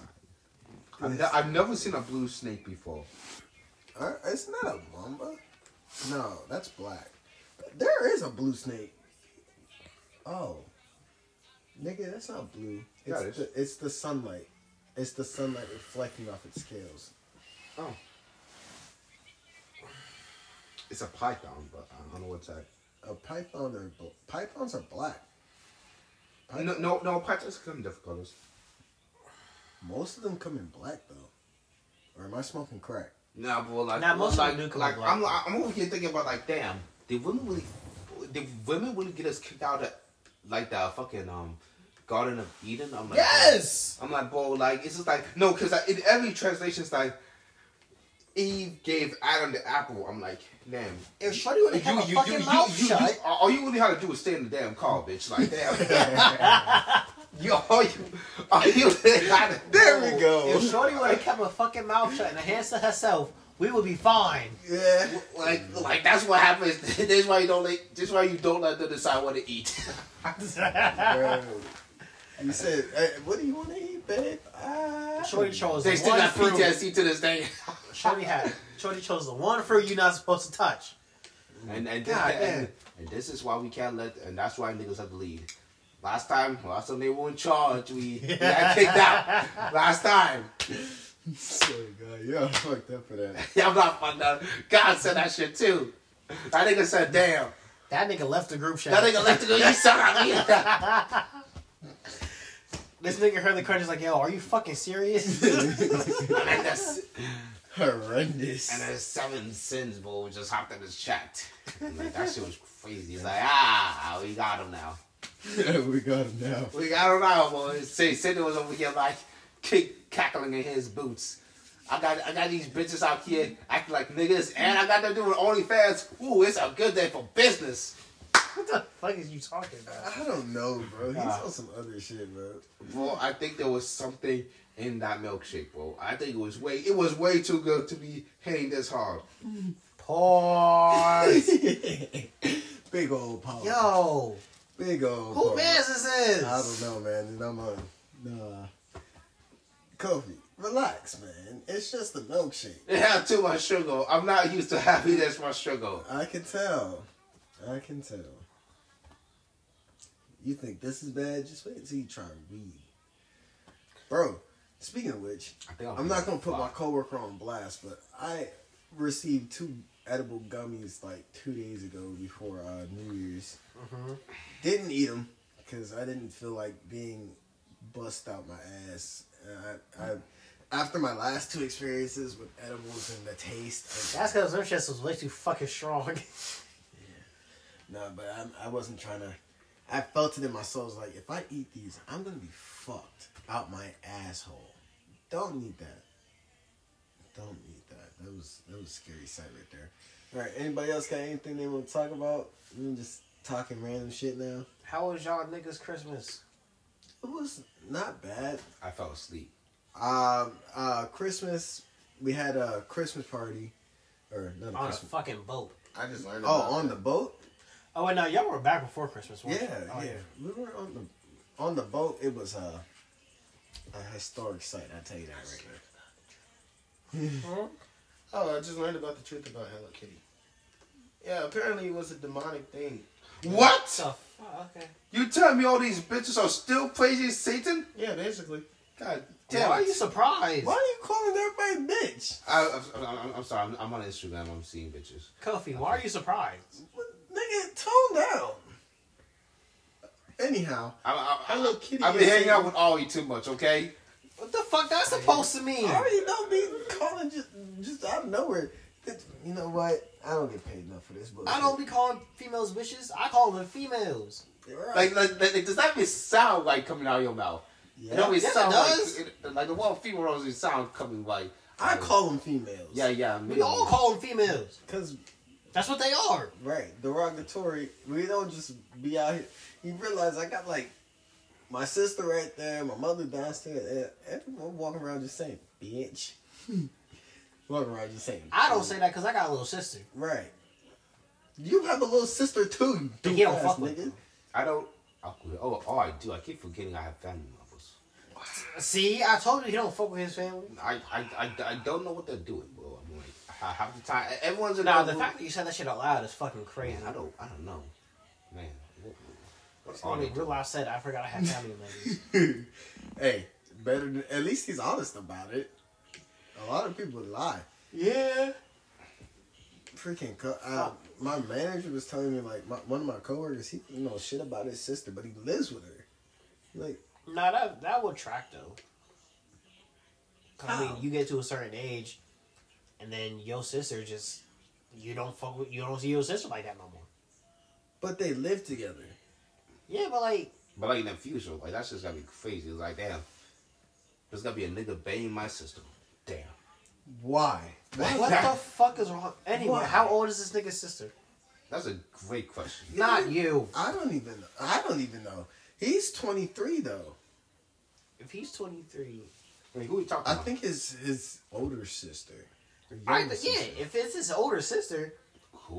I've, ne- I've never [LAUGHS] seen a blue snake before. Uh, it's not a mamba. No, that's black. There is a blue snake. Oh, nigga, that's not blue. It's, Yeah, it is. the, it's the sunlight. It's the sunlight reflecting off its scales. Oh. It's a python, but I don't know what's that. A python or bl- pythons are black. No, no, no. Pythons come in different colors. Most of them come in black though. Or am I smoking crack? [LAUGHS] Nah, but like, Nah, most of like, them do come like, in I'm, black. I'm over here thinking about like, damn, the women really, the women really get us kicked out of, like the fucking um, Garden of Eden. I'm like, Yes! I'm like, bro, like it's just like no, because like, in every translation it's like, Eve gave Adam the apple. I'm like, damn. If Shorty would You, you, you, you, Oh, you, you, all you really had to do was stay in the damn car, bitch. Like, damn. [LAUGHS] [LAUGHS] you, all you, all you [LAUGHS] really had to There we go. If Shorty would have kept her fucking mouth shut and her hands to herself, we will be fine. Yeah, like like that's what happens. [LAUGHS] that's why you don't like. That's why you don't let them decide what to eat. [LAUGHS] Bro. You said, hey, what do you want to eat, babe? Ah. Shorty [LAUGHS] chose They still one got fruit. PTSD to this day. Shorty had. Shorty chose the one fruit you're not supposed to touch. And and, God and, damn. and this is why we can't let. And that's why niggas have to lead. Last time, last time they were in charge, we, we got kicked out. [LAUGHS] Last time, Swear to God, yeah, I fucked up for that. [LAUGHS] Yeah, I'm not fucked up. God said that shit too. That nigga said, "Damn, That nigga left the group chat. that nigga left to go. You suck on me." [LAUGHS] This nigga heard the crunch. He's like, yo, are you fucking serious? [LAUGHS] And then that's Horrendous. [LAUGHS] and then seven sins boy just hopped in his chat. I'm like, that shit was crazy. He's like, ah, we got him now. we got him now. We got him now, boy. Say, Sidney was over here like kick cackling in his boots. I got I got these bitches out here acting like niggas, and I got them doing OnlyFans. Ooh, it's a good day for business. what the fuck is you talking about? I don't know, bro. He's Ah. Nah. on some other shit, bro. Bro, I think there was something in that milkshake, bro. I think it was way it was way too good to be hitting this hard. Pause. [LAUGHS] Big old pop. yo, Big old who pop. man's this is? I don't know, man. It's not mine. Nah. Kofi, relax, man. It's just a milkshake. It had too much sugar. I'm not used to having this much sugar. I can tell. I can tell. You think this is bad? Just wait until you try weed. Bro, speaking of which, I think I'm not gonna put my coworker on blast, but I received two edible gummies like two days ago before uh, New Year's. Didn't eat them because I didn't feel like being bust out my ass. And I, I, after my last two experiences with edibles and the taste, That's because their chest was way too fucking strong. [LAUGHS] No, but I'm, I wasn't trying to. I felt it in my soul. I was like, if I eat these, I'm gonna be fucked out my asshole. Don't need that. Don't need that. That was that was a scary sight right there. All right. Anybody else got anything they want to talk about? I'm just talking random shit now. How was y'all niggas Christmas? It was not bad. I fell asleep. Um, uh, Christmas. We had a Christmas party, or not a On a Christmas. fucking boat. I just learned. Oh, on the boat. Oh wait, no, y'all were back before Christmas. Yeah, weren't you? Oh, yeah. We were on the on the boat. It was a a historic sight. I tell you that right now. Oh, I just learned about the truth about Hello Kitty. Yeah, apparently it was a demonic thing. What? So, oh, okay. You telling me all these bitches are still praising Satan? Yeah, basically. God Damn, damn. why are it. you surprised? Why are you calling everybody bitch? I, I'm, I'm, I'm sorry. I'm, I'm on Instagram. I'm seeing bitches. Kofi, why are you surprised? Nigga, tone down. Anyhow, I, I, Hello Kitty. I've been is- hanging out with Ollie too much. Okay. What the fuck that's supposed to mean? I already don't be calling just just out of nowhere. It- You know what? I don't get paid enough for this bullshit. I don't be calling females bitches. I call them females. Right. Like, like, like, does that even sound like coming out of your mouth? It yeah. always Yes, it sound does. like it, like the one female always sound coming like. I like, call them females. Yeah, yeah. We all call them females. Cause That's what they are. Right, derogatory. We don't just be out here. You realize I got like my sister right there, my mother downstairs, and everyone walking around just saying bitch. [LAUGHS] walking around just saying. I don't say that because I got a little sister. Right. You have a little sister too, you But he don't dumbass fuck with nigga. I don't. Oh, oh, I do. I keep forgetting I have family members. See, I told you he don't fuck with his family. I, I, I, I don't know what they're doing, bro. I'm like, I have the time. Everyone's in Now our the room. fact that you said that shit out loud is fucking crazy. Man, I don't, I don't know, man. What, what I are they mean, real doing? life said I forgot I had family [LAUGHS] members. [LAUGHS] hey, better than at least he's honest about it. A lot of people lie. yeah. freaking co- uh, my manager was telling me like my, one of my coworkers he didn't know shit about his sister but he lives with her like Nah, that that would track though. 'Cause, I How? mean, you get to a certain age, and then your sister just you don't fuck with you don't see your sister like that no more. but they live together Yeah, but [LAUGHS] like But like in the future, like that's just gonna be crazy. It's like, damn, there's gonna be a nigga banging my sister. Damn. why What the fuck is wrong? Anyway, Why? how old is this nigga's sister? That's a great question. Not you. i don't even i don't even know he's 23 though If he's 23, I mean, who we talking i about? think his his older sister I, yeah, if it's his older sister,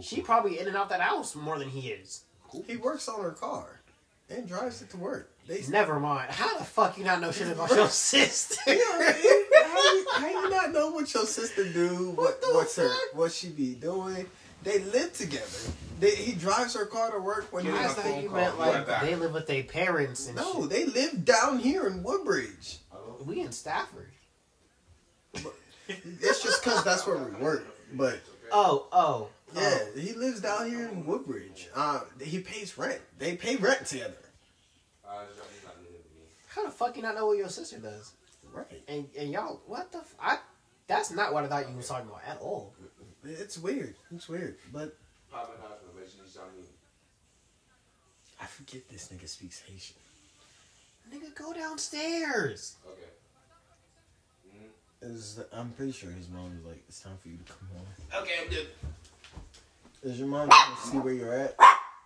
she probably in and out that house more than he is. He works on her car and drives it to work. They Never mind. How the fuck you not know shit [LAUGHS] about your sister? You know what I mean? how, you, how you not know what your sister do? What, what's her? What she be doing? They live together. They, he drives her car to work when I he's thought you meant like they live with their parents and No, shit. they live down here in Woodbridge. We in Stafford. It's just because that's where we work. [LAUGHS] But oh, oh, yeah, he lives down here in Woodbridge. Uh, he pays rent. They pay rent together. How the fuck you not know what your sister does? Right. And and y'all, what the? F- I, that's not what I thought you was talking about at all. It's weird. It's weird. But I forget this nigga speaks Haitian. Nigga, go downstairs. It was- I'm pretty sure his mom was like, "It's time for you to come home." Okay, I'm good. Is your mom trying to see where you're at?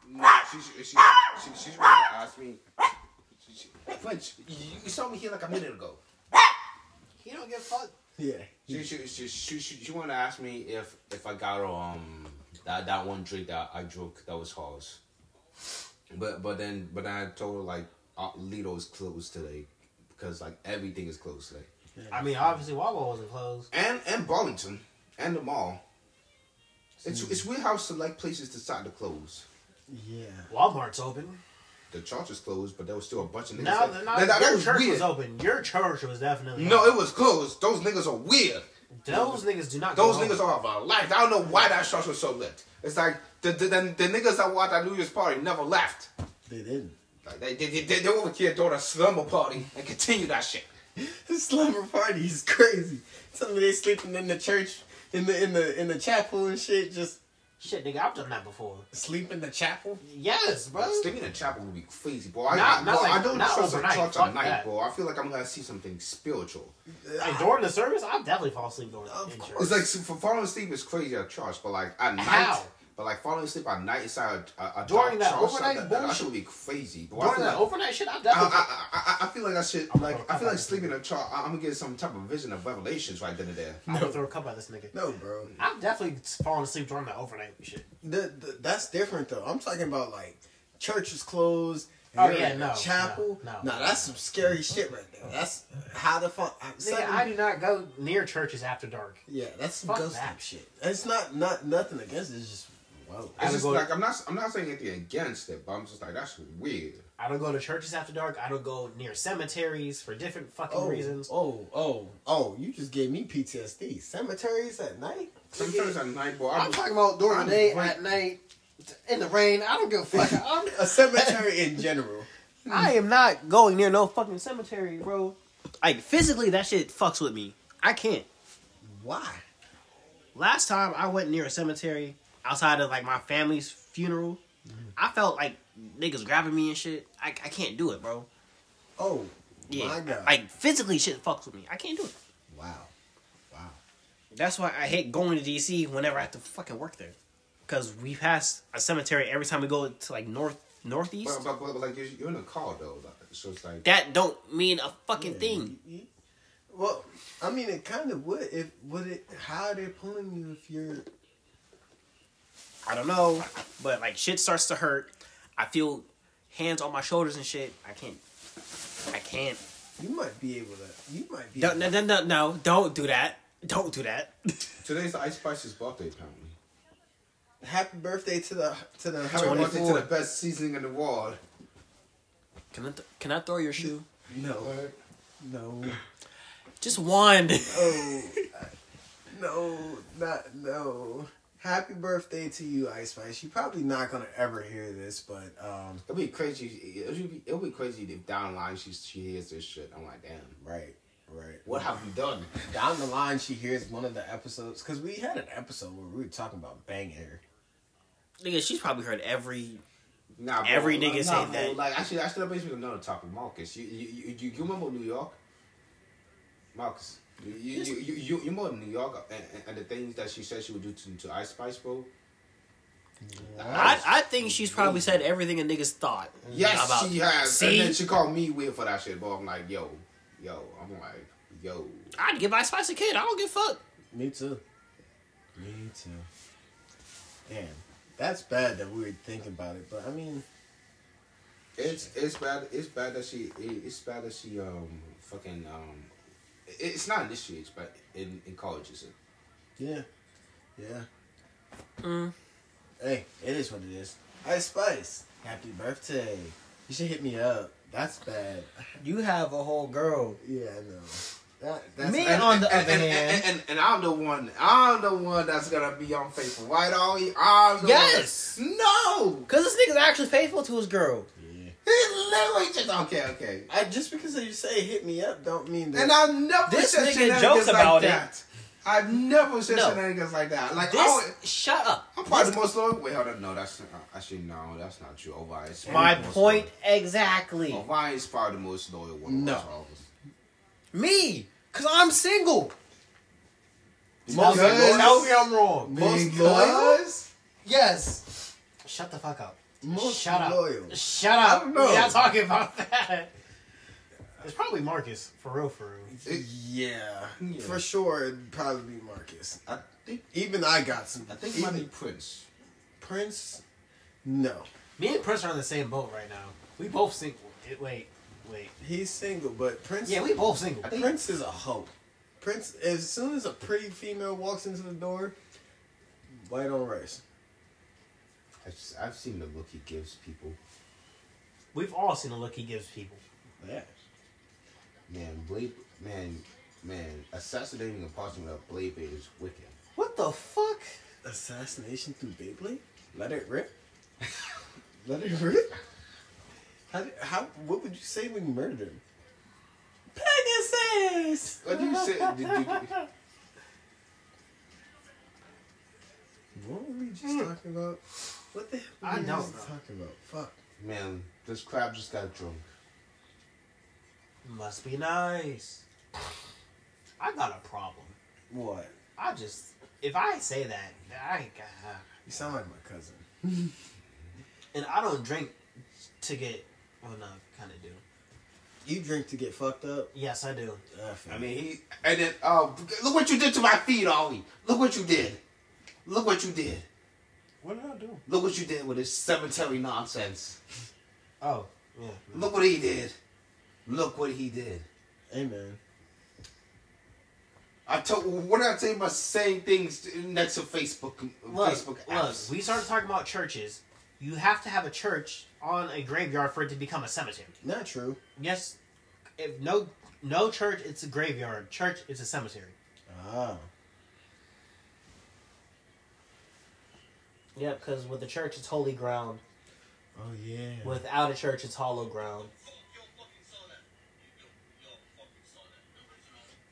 No, she's she, she, she, she's ready to ask me. She, she, Flinch, you, you saw me here like a minute ago. He don't give a fuck. Yeah. She she she she, she, she want to ask me if if I got um that that one drink that I drunk that was hers. But but then but then I told her like uh, Lido's closed today because like everything is closed today. I mean, obviously Wawa wasn't closed. And and Burlington and the mall. It's it's weird how select places decide to close. Yeah. Walmart's open. The church is closed, but there was still a bunch of niggas. Now, that- now that- that your was church weird. was open. Your church was definitely No, open. it was closed. Those niggas are weird. Those niggas do not. Those go niggas home. are of our life. I don't know why that church was so lit. It's like the the, the, the niggas that watched that New Year's party never left. They didn't. Like they they they, they, they over here throwing a slumber party and continue that shit. This slumber party is crazy. Some of they sleeping in the church, in the in the in the chapel and shit. Just Shit, nigga, I've done that before. sleep in the chapel. Yes, bro. Sleeping in chapel would be crazy, bro. I, Not- I, not bro, like- I don't not trust a overnight. church Fuck at night, that. bro. I feel like I'm gonna see something spiritual. Like, during the service, I definitely fall asleep during the in church. It's like so for falling asleep is crazy at church, but like at night, How? but like falling asleep at night inside a, a, a dark During that church, like overnight that, that, that bullshit. shit would be crazy. Bro, I During feel that like- overnight shit, I I, definitely. I, I, I feel like I should like I feel like sleeping in a char. I'm gonna get some type of vision of revelations right then and there. I'm gonna throw a cup at this nigga. No, bro. I've definitely fallen asleep during the overnight shit. The, the, that's different though. I'm talking about like church is closed. and Oh, you're yeah, in the no, Chapel. no, no. Nah, that's some scary shit right there. That's how the fuck. uh, Nigga, I do not go near churches after dark. Yeah, that's some Fuck ghost that. type shit. It's not not nothing against it. It's just wow. It's would just go- like I'm not I'm not saying anything against it, but I'm just like that's weird. I don't go to churches after dark. I don't go near cemeteries for different fucking Oh, reasons. oh, oh, oh! You just gave me PTSD. Cemeteries at night. Sometimes at night, boy, I'm, I'm talking about during I'm the day, great. at night, in the rain. I don't give a fuck. I'm, A cemetery in general. [LAUGHS] I am not going near no fucking cemetery, bro. Like physically, that shit fucks with me. I can't. Why? Last time I went near a cemetery outside of like my family's funeral, I felt like niggas grabbing me and shit. I, I can't do it, bro. Oh, Yeah, my God! like physically, shit fucks with me. I can't do it. wow. That's why I hate going to DC whenever I have to fucking work there, because we pass a cemetery every time we go to like north northeast. But, but, but, like you're, you're in a car though, like, so it's like That don't mean a fucking thing. Well, I mean, it kind of would. If would it? How they're pulling you if you're I don't know, but like shit starts to hurt. I feel hands on my shoulders and shit. I can't. I can't. You might be able to. You might be. Don't, no, no, no, no, don't do that. Don't do that. today's Ice Spice's birthday apparently. Happy birthday to the to the Happy birthday to the 24. best seasoning in the world. Can I, th- can I throw your shoe? No, no, Just one. oh, [LAUGHS] no, not no. Happy birthday to you, Ice Spice. You're probably not gonna ever hear this, but um, It'll be crazy. It'll be, it'll be crazy if down the line she she hears this shit. I'm like, damn, right, right. what have you done? Down the line, she hears one of the episodes because we had an episode where we were talking about bang hair. Nigga, she's probably heard every. Nah, bro, Every like, nigga nah, say bro, that. Like, actually, actually, that brings me to another topic, Marcus. You, you, you, you, you remember New York, Marcus? You, you, you, you, you remember New York and, and- and the things that she said she would do to, to Ice Spice, bro? I, I think she's probably said everything a nigga's thought. yes, she has. Mm. See? And then she called me weird for that shit, bro. I'm like, yo, yo, I'm like, yo. I'd give my spice a kid. I don't give a fuck. Me too. Me too. Damn, that's bad that we were thinking about it. But I mean, It's it's bad. It's bad that she. it- It's bad that she um fucking um. it- It's not in this year. It's but in encourages it. yeah, yeah. Hey, it is what it is. Hey, Spice, happy birthday. You should hit me up. That's bad. You have a whole girl. Yeah, I know. That, that's Me I- on the And other and, hand, and, and, and I'm the one. I'm the one that's gonna be unfaithful. Why don't you? I'm the Yes. One no. Cause this nigga's actually faithful to his girl. He literally just okay. Okay. I just because you say hit me up don't mean that. And I've never This said nigga shenanigans jokes like about it. that. I've never said No. shenanigans like that. Like This I always- shut up. I'm probably the most loyal. Wait, hold on. No, that's not, actually no. That's not true. Ovai is My the most point exactly. Loyal. Ovai is probably the most loyal one. No. of us all of us. Me, cause I'm single. Most loyal- Tell me I'm wrong. most loyal. Yes. Shut the fuck up. Most Shut up. loyal. Shut up. don't know. We're not talking about that. It's probably Marcus, for real, for real. Yeah, for sure. It'd probably be Marcus. I think Even I got some. I think it even might be Prince. Prince. No, Me and Prince are on the same boat right now. We both single. It, wait, wait. he's single, but Prince. Yeah, we both single. Prince is a hoe. Prince, as soon as a pretty female walks into the door, white on rice. I've, s- I've seen the look he gives people. We've all seen the look he gives people. Yeah. Man, Blade, man, man, assassinating a person with a blade blade is wicked. What the fuck? Assassination through Beyblade? Let it rip? [LAUGHS] Let it rip? How, did, how? What would you say when you murdered him? Pegasus! What do you say? Did you, What were we Hmm. just talking about? What the hell were I we know, just bro. talking about? Fuck. man, this crab just got drunk. Must be nice. I got a problem. What? I just, if I say that, I got, You sound like my cousin. and I don't drink to get. Well, no, kind of do. You drink to get fucked up? Ah, Yes, I do. I, feel I you. mean, he and then oh, look what you did to my feet, Ollie. Look what you did. Look what you did. What did I do? Look what you did with this cemetery nonsense. Oh, yeah. Look what he did. Look what he did. hey man. I told what did I tell you about saying things next to Facebook Look, Facebook look. apps? We started talking about churches. You have to have a church on a graveyard for it to become a cemetery. Not true. Yes, if no, no church, it's a graveyard. Church is a cemetery. Ah. Oh. Yeah, because with a church, it's holy ground. Oh yeah. Without a church, it's hollow ground.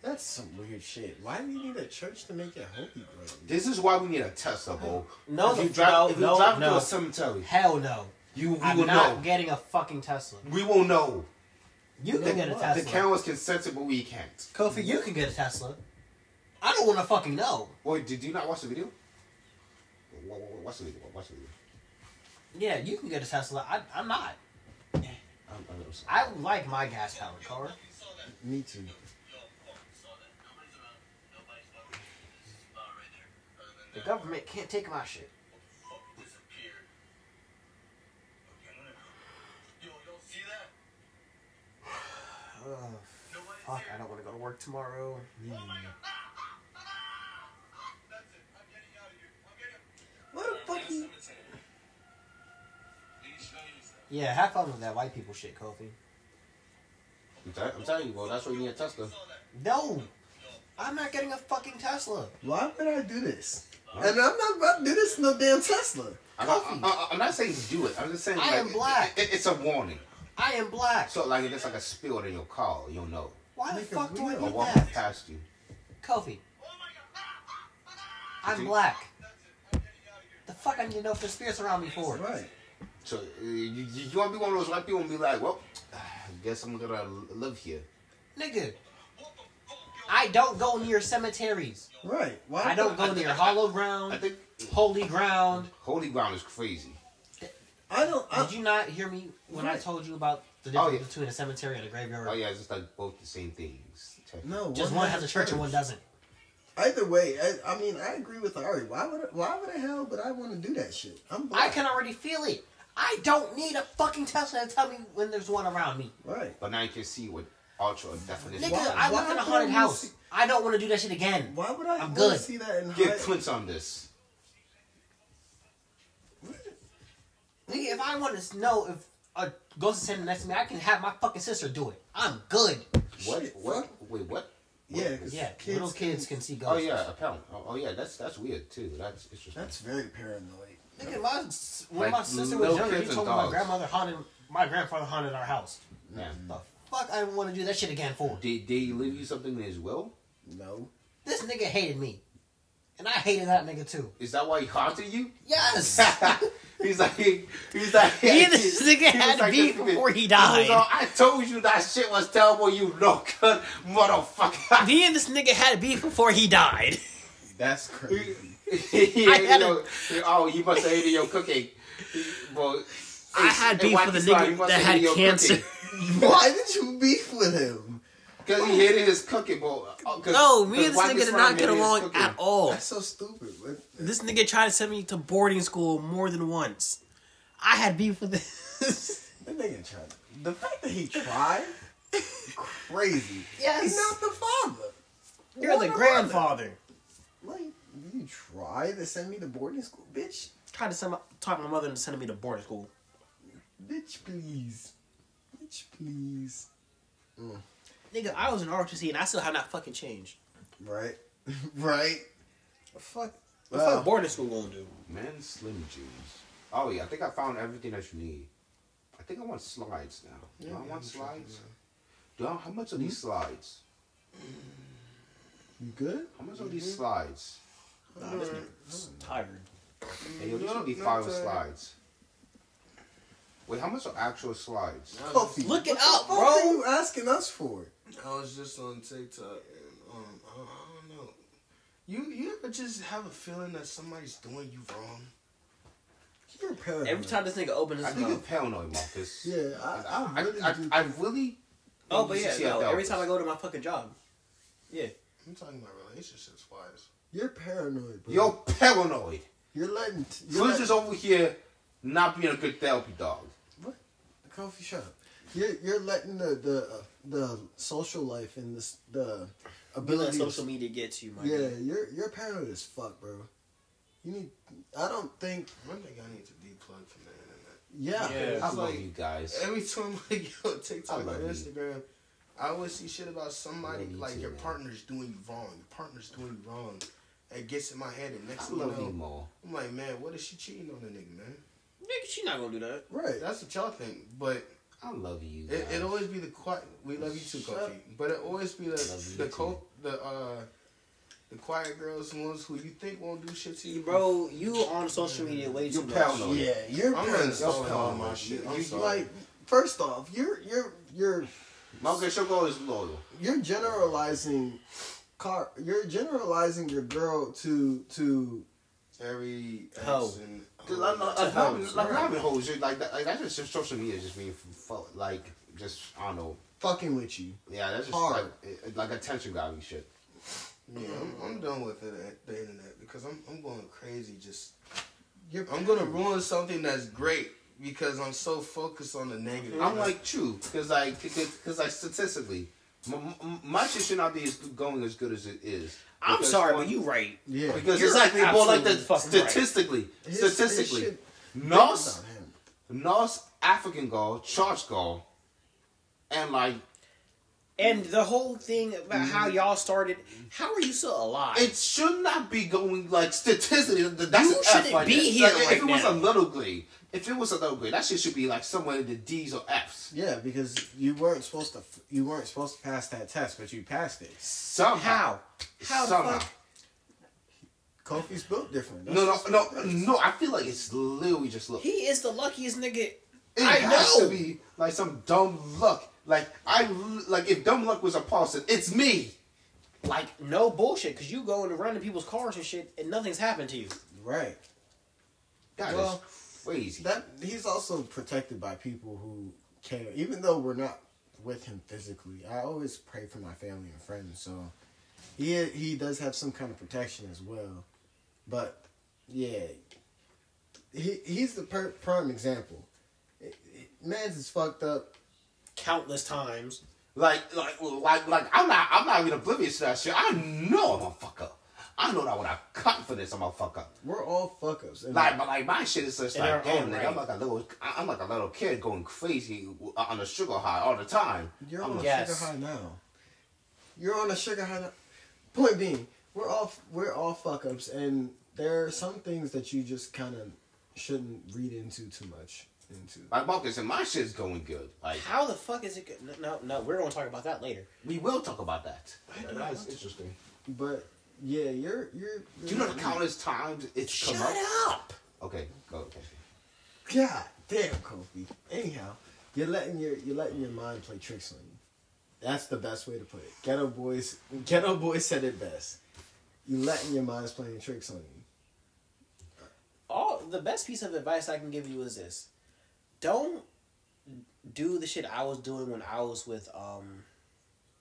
That's some weird shit. Why do you need a church to make it holy ground? This is why we need a Tesla, bro. No, if you the- drive, no, if you no, drive no. to a cemetery, Hell no. you we I'm will not know. getting a fucking Tesla. we will know. You The- can get a The Tesla. cameras can sense it, but we can't. Kofi, you can get a Tesla. I don't want to fucking know. Wait, did you not watch the video? Wa- wa- wa- Watch the video. Watch the video. Yeah, you can get a Tesla. I, I'm not. I'm, I'm, I'm sorry. I like my gas powered car. Me too. The government can't take my shit. [SIGHS] Oh, fuck, I don't want to go to work tomorrow. What the fuck? you- Yeah, have fun with that white people shit, Kofi. I'm, tell- I'm telling you, bro. That's why you need a Tesla. No! I'm not getting a fucking Tesla. Why would I do this? And I'm not about to do this to no damn Tesla. I'm not, I- I- Uh, I'm not saying do it. I'm just saying. I like, am it- black. it- it's a warning. I am black. So like, if it's like a spill in your car, you'll know. Why the Nigga, fuck do we I are Or need walk that? past you. Kofi. I'm Dude. black. The fuck I need to know if there's spirits around me for? Right. So uh, you, you want to be one of those white people and be like, well, Ah, I guess I'm gonna l- live here. Nigga. I don't go near cemeteries. Right. Why I don't go near hollow ground, I think holy ground. holy ground is crazy. I don't I, Did you not hear me when I Right. told you about the Uh, Oh, difference yeah. between a cemetery and a graveyard? Oh yeah, it's just like both the same things. No, Just one has a church and one doesn't. Either way, I, I mean, I agree with Ari. Why would why would the hell would I want to do that shit? I'm I can already feel it. I don't need a fucking Tesla to tell me when there's one around me. Right. But now you can see what ultra definition. Nigga, I lived in a haunted house. I don't want to do that shit again. Why would I I'm wanna good. see that in Get high- Quince on this. Nigga, if I want to know if a ghost is sitting next to me, I can have my fucking sister do it. I'm good. What? What? Wait, what? Yeah, 'cause Yeah, kids little kids can see Oh ghosts. yeah, a pound. Oh, oh, yeah, that's that's weird too. That's interesting. That's very paranoid. Nigga, my, when Like, my sister little was younger, kids and he told me my dogs. grandmother haunted, my grandfather haunted our house. Yeah. mm. Fuck, I didn't want to do that shit again for. Did did he leave you something in his will? No. This nigga hated me. And I hated that nigga too. Is that why he [LAUGHS] haunted you? [LAUGHS] Yes! he's like he's like Me and this [LAUGHS] [LAUGHS] he nigga was had beef this nigga- before [LAUGHS] he was died. all, I told you that shit was terrible. You no good motherfucker. [LAUGHS] [LAUGHS] me and this nigga had beef before he died. That's crazy. He I hated had your- oh, you must have hated your cooking. Well, I had beef with a nigga that had cancer. [LAUGHS] Why did you beef with him? Because he hated his cooking, bro. Oh, 'cause- [LAUGHS] No, me 'cause and this why nigga this did one not get hated his along cooking? at all. That's so stupid. What? This nigga tried to send me to boarding school more than once. I had beef with [LAUGHS] this. That nigga tried. The fact that he tried, crazy. Yes. He's not the father. You're the grandfather. Like, you try to send me to boarding school, bitch. Tried to send my, talk my mother into sending me to boarding school. Bitch, please. Bitch, please. Nigga, I was in ROTC and I still have not fucking changed. Right. [LAUGHS] right. Fuck. What Uh, the fuck boarding school gonna do? Man, Slim Jims. Oh yeah, I think I found everything that you need. I think I want slides now. Do I want slides? Do I, how much are these slides? You good? How much are these slides? Nah, this nigga's tired. Hey, yo, these should be five slides. Wait, how much are actual slides? Coffee. Look it What up, the fuck are bro. you asking us for? I was just on TikTok and um, I, I don't know. You you ever just have a feeling that somebody's doing you wrong? You're paranoid. Every time this nigga opens I his think you're mouth. paranoid, Marcus. Yeah, I, I I, really I, do. I really. Oh, but You yeah, see how no, every that time I was. go to my fucking job. I'm talking about relationships wise. You're paranoid, bro. You're paranoid. You're letting. T- you're Flinch letting is over here not being a good therapy dog. the coffee shop. You're, you're letting the the the social life and this the You let ability. of- social media get to you, my yeah, nigga. you're you're paranoid as fuck, bro. You need. I don't think. One thing I need to deplug from the internet. Yeah. I It's love like- you guys. Every time I go on TikTok I or love you. Instagram, I always see shit about somebody Love you like too, your man. partner's doing you wrong. Your partner's doing you wrong. It gets in my head, and next I thing you love you know, more. I'm like, man, what is she cheating on the nigga, man? Nigga, she not gonna do that. Right. That's what y'all think, but I love you. Guys. It, it always be the quiet. We love you too, Shut Kofi. But it always be the Love you the too. co- the uh the quiet girls, the ones who you think won't do shit to you, Bro, you on social Mm. media way too You're much. paranoid. Yeah, you're I'm gonna paranoid. install all my You- shit. you I'm You- sorry. like first off, you're you're you're Marcus, your girl is loyal. you're generalizing car you're generalizing your girl to to every ex Hoe. and uh, Cause like, like, like, rabbit- like rabbit holes, just like that. Like that's just just social media, just being fu- like just I don't know. fucking with you. Yeah, that's just like Hard. it- it- like attention grabbing shit. yeah, I'm, I'm done with it at the internet because I'm I'm going crazy. Just You're I'm gonna ruin something that's great because I'm so focused on the negative. I'm like true, cause like because like statistically, m- m- my shit should not be as good, going as good as it is. I'm Because sorry, one- but you right. yeah. because you're exactly, but like absolutely the fucking right. statistically, His- his statistically, shit- North About him. North African girl, church girl, and like And the whole thing about how Mm-hmm. y'all started, how are you still alive? It should not be going like statistically. th- That's You an shouldn't F right be there. here Like, if right it was now. a little grade, if it was a little grade, that shit should be like somewhere in the D's or F's. Yeah, because you weren't supposed to you weren't supposed to pass that test, but you passed it. Somehow, how? How the somehow. fuck? Kofi's built different. No, no, That's just- no, no. I feel like it's literally just luck. He is the luckiest nigga. It I has know. to be like some dumb luck. Like I, l- like if dumb luck was a person, it's me. Like No bullshit, because you go and run in people's cars and shit, and nothing's happened to you. Right. that is Well, crazy. That he's also protected by people who care. Even though we're not with him physically, I always pray for my family and friends. So He he does have some kind of protection as well, but yeah, he he's the per- prime example. It, it, man's is fucked up countless times. Like, like, like, like, I'm not, I'm not even oblivious to that shit. I know I'm a fuck up. I know that when I cut for this, I'm a fuck up. We're all fuck ups. Like, but like, my shit is just In like, our damn, own nigga, right. I'm like a little, I- I'm like a little kid going crazy on a sugar high all the time. You're I'm on a a- sugar high now. You're on a sugar high now. Point being, we're all we're all fuck ups, and there are some things that you just kind of shouldn't read into too much. Into Like Marcus, and my shit's going good. Like, How the fuck is it? Good? no, No, no, we're gonna talk about that later. we will talk about that. That is interesting. But yeah, you're you're. Do you know the countless times it's come up? Okay, go. Okay. God damn, Kofi. Anyhow, you're letting your you're letting your mind play tricks on you. That's the best way to put it. Ghetto boys, ghetto boys said it best. You letting your mind's playing tricks on you. All the best piece of advice I can give you is this: don't do the shit I was doing when I was with um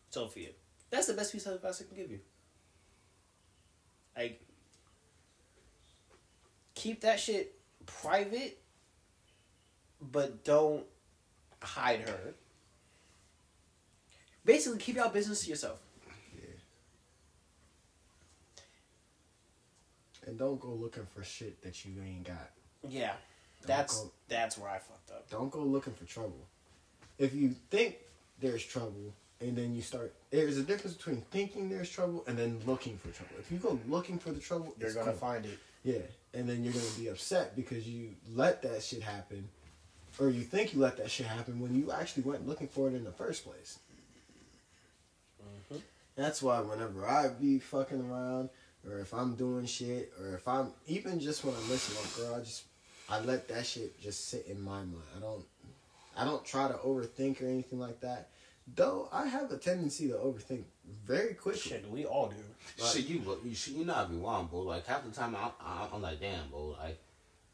Sophia. That's the best piece of advice I can give you. Like, keep that shit private, but don't hide her. Basically, keep your business to yourself. And don't go looking for shit that you ain't got. Yeah, Don't that's go- that's where I fucked up. Don't go looking for trouble. If you think there's trouble and then you start, there's a difference between thinking there's trouble and then looking for trouble. If you go looking for the trouble, You're it's gonna cool. find it. Yeah, and then you're gonna be upset because you let that shit happen, or you think you let that shit happen when you actually went looking for it in the first place. Mm-hmm. That's why whenever I be fucking around, or if I'm doing shit, or if I'm even just when I'm listening, girl, I just I let that shit just sit in my mind. I don't I don't try to overthink or anything like that. Though I have a tendency to overthink very quickly. Shit, we all do. shit, you look, you shit, you know I be wrong, bro. Like half the time, I'm, I'm, I'm like, damn, bro. Like,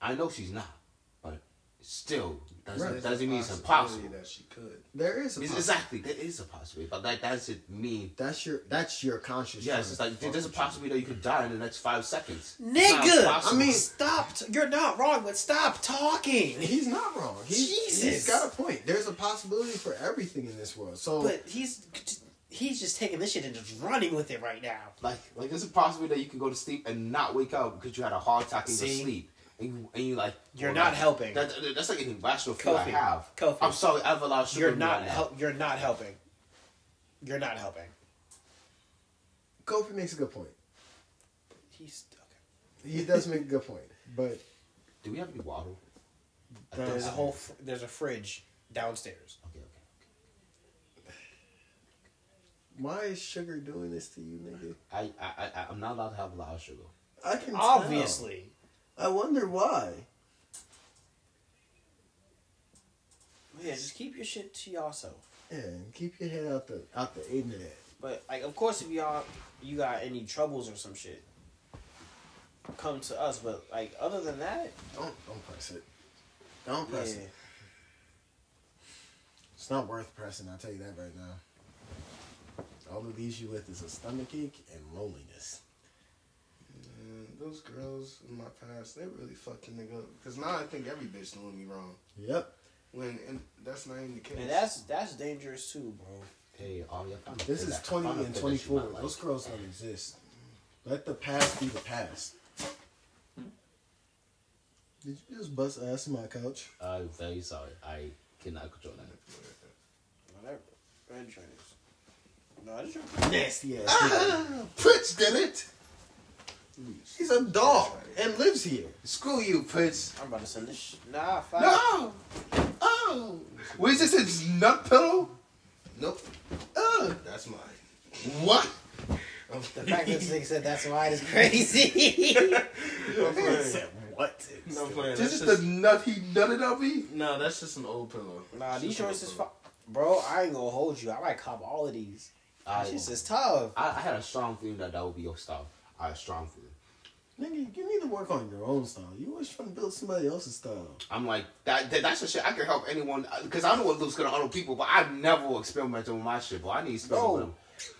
I know she's not, but still, doesn't Right. doesn't mean it's Possibility impossible. that she could. There is a It's- possi- exactly there is a possibility, but that doesn't mean. That's your that's your conscious. Yes, it's like there's a possibility that you could die in the next five seconds. Nigga, I I mean, mean- stop. t- You're not wrong, but stop talking. He's not wrong. He's, Jesus, he's got a point. There's a possibility for everything in this world. So but he's he's just taking this shit and just running with it right now. Like, like there's a possibility that you could go to sleep and not wake up because you had a hard attack in See? your sleep, and you and you like You're well, not like, helping. That, that- that's like an irrational fear I Kofi, have. Kofi. I'm sorry, I have a lot of sugar. You're in me not right now. help. You're not helping. You're not helping. Kofi makes a good point. He's okay. He does make a good point. But Do we have any water? I think There's a so. whole. Fr- there's a fridge downstairs. Okay, okay. why is sugar doing this to you, nigga? I, I, I, I'm not allowed to have a lot of sugar. I can tell. Obviously, I wonder why. yeah. Just keep your shit to yourself. Yeah, keep your head out the out the internet. But like, of course, if y'all you got any troubles or some shit, come to us. But like, other than that, Don't don't press it. Don't press yeah. it. It's not worth pressing. I'll tell you that right now. All it leaves you with is a stomach ache and loneliness. Man, those girls in my past, they really fucked a nigga up. Cause now I think every bitch doing me wrong. Yep. When and that's not even the case. And that's that's dangerous too, bro. Hey, all y'all found a This thing is that- twenty found a and thing that twenty she might four. like. Those girls don't exist. Let the past be the past. Did you just bust ass in my couch? I'm very sorry. I cannot control that. Whatever. Red drinks. No, I just drink. Nasty ass. Prince did it. He's a dog and lives here. Screw you, Prince. I'm about to send this. Sh- nah, fuck. No. Oh. Wait, is this a nut pillow? Nope. Oh. that's mine. What? The fact that this nigga said that's why is crazy. No I'm playing. what? No I'm playing. This is That's just, the nut he nutted on me. no, that's just an old pillow. Nah, these It's just an shorts old is pillow. fu- Bro, I ain't gonna hold you. I might cop all of these. I, That shit's just tough. I, I had a strong feeling that that would be your style. I had a strong feeling. Nigga, you need to work on your own style. You always trying to build somebody else's style. I'm like that. that that's the shit. I uh, can help anyone because I know what looks good on other people, but I've never experimented with my shit. But I need to experiment Bro, with them.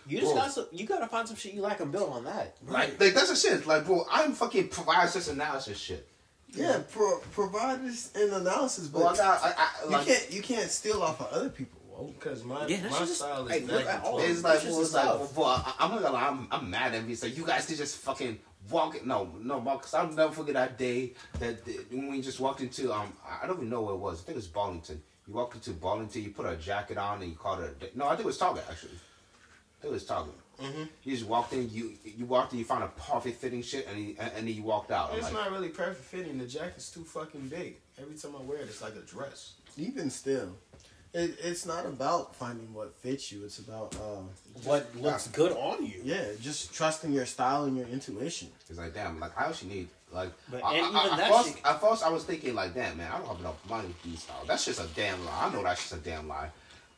You just Bro. got some, you gotta find some shit you like and build on that. Like, like that's the shit. Like, bro, I'm fucking provides this analysis shit. Yeah, pro- provide this an analysis, but Well, I got- I- I- like- you can't you can't steal off of other people. Because my Yeah, that's my just- style is Hey, look, back I- and forth. it's like, It's well, it's just like, love. well, bro, I, I'm not gonna lie, I'm, I'm mad at me. It's like, you guys did just fucking walk it. No, no, because I'll never forget that day that that when we just walked into, um, I I don't even know where it was. I think it was Burlington. You walked into Burlington, you put a jacket on, and you called it. A day. No, I think it was Target actually. I think it was Target. Mm-hmm. You just walked in, you you walked in, you found a perfect fitting shit, and you, and, and then you walked out. I'm It's like, not really perfect fitting. The jacket's too fucking big. Every time I wear it, it's like a dress. Even still, it, it's not about finding what fits you. It's about uh, What looks good on you. Yeah, just trusting your style and your intuition. It's like damn, like I actually need like. But- I, and I, even I, that at, first, shit- at first, I was thinking like, damn man, I don't have enough money to do style. That's just a damn lie. I know that's just a damn lie.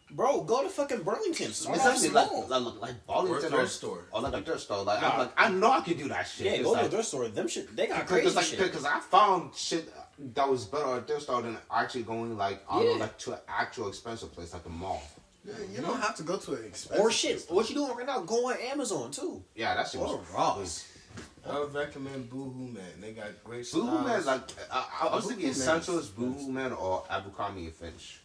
Bro, go to fucking Burlington. Start off Exactly, like, small. like, like, like Burlington or, thrift store, or like a thrift store. Like, I'm Nah. like, I know I can do that shit. Yeah, It's go to like, a thrift store. Them shit, they got Cause, crazy like, shit. Because I found shit that was better at thrift store than actually going like I don't know, like to an actual expensive place like a mall. You don't have to go to an expensive. Or shit, what you doing right now? Go on Amazon too. Yeah, that shit was Oh. Or Ross. I would recommend Boohoo Man. They got great Boo Hoo Man, styles. like I, I was thinking Boohoo Man Essentials, is- Boo Hoo Man, or Abercrombie and Finch.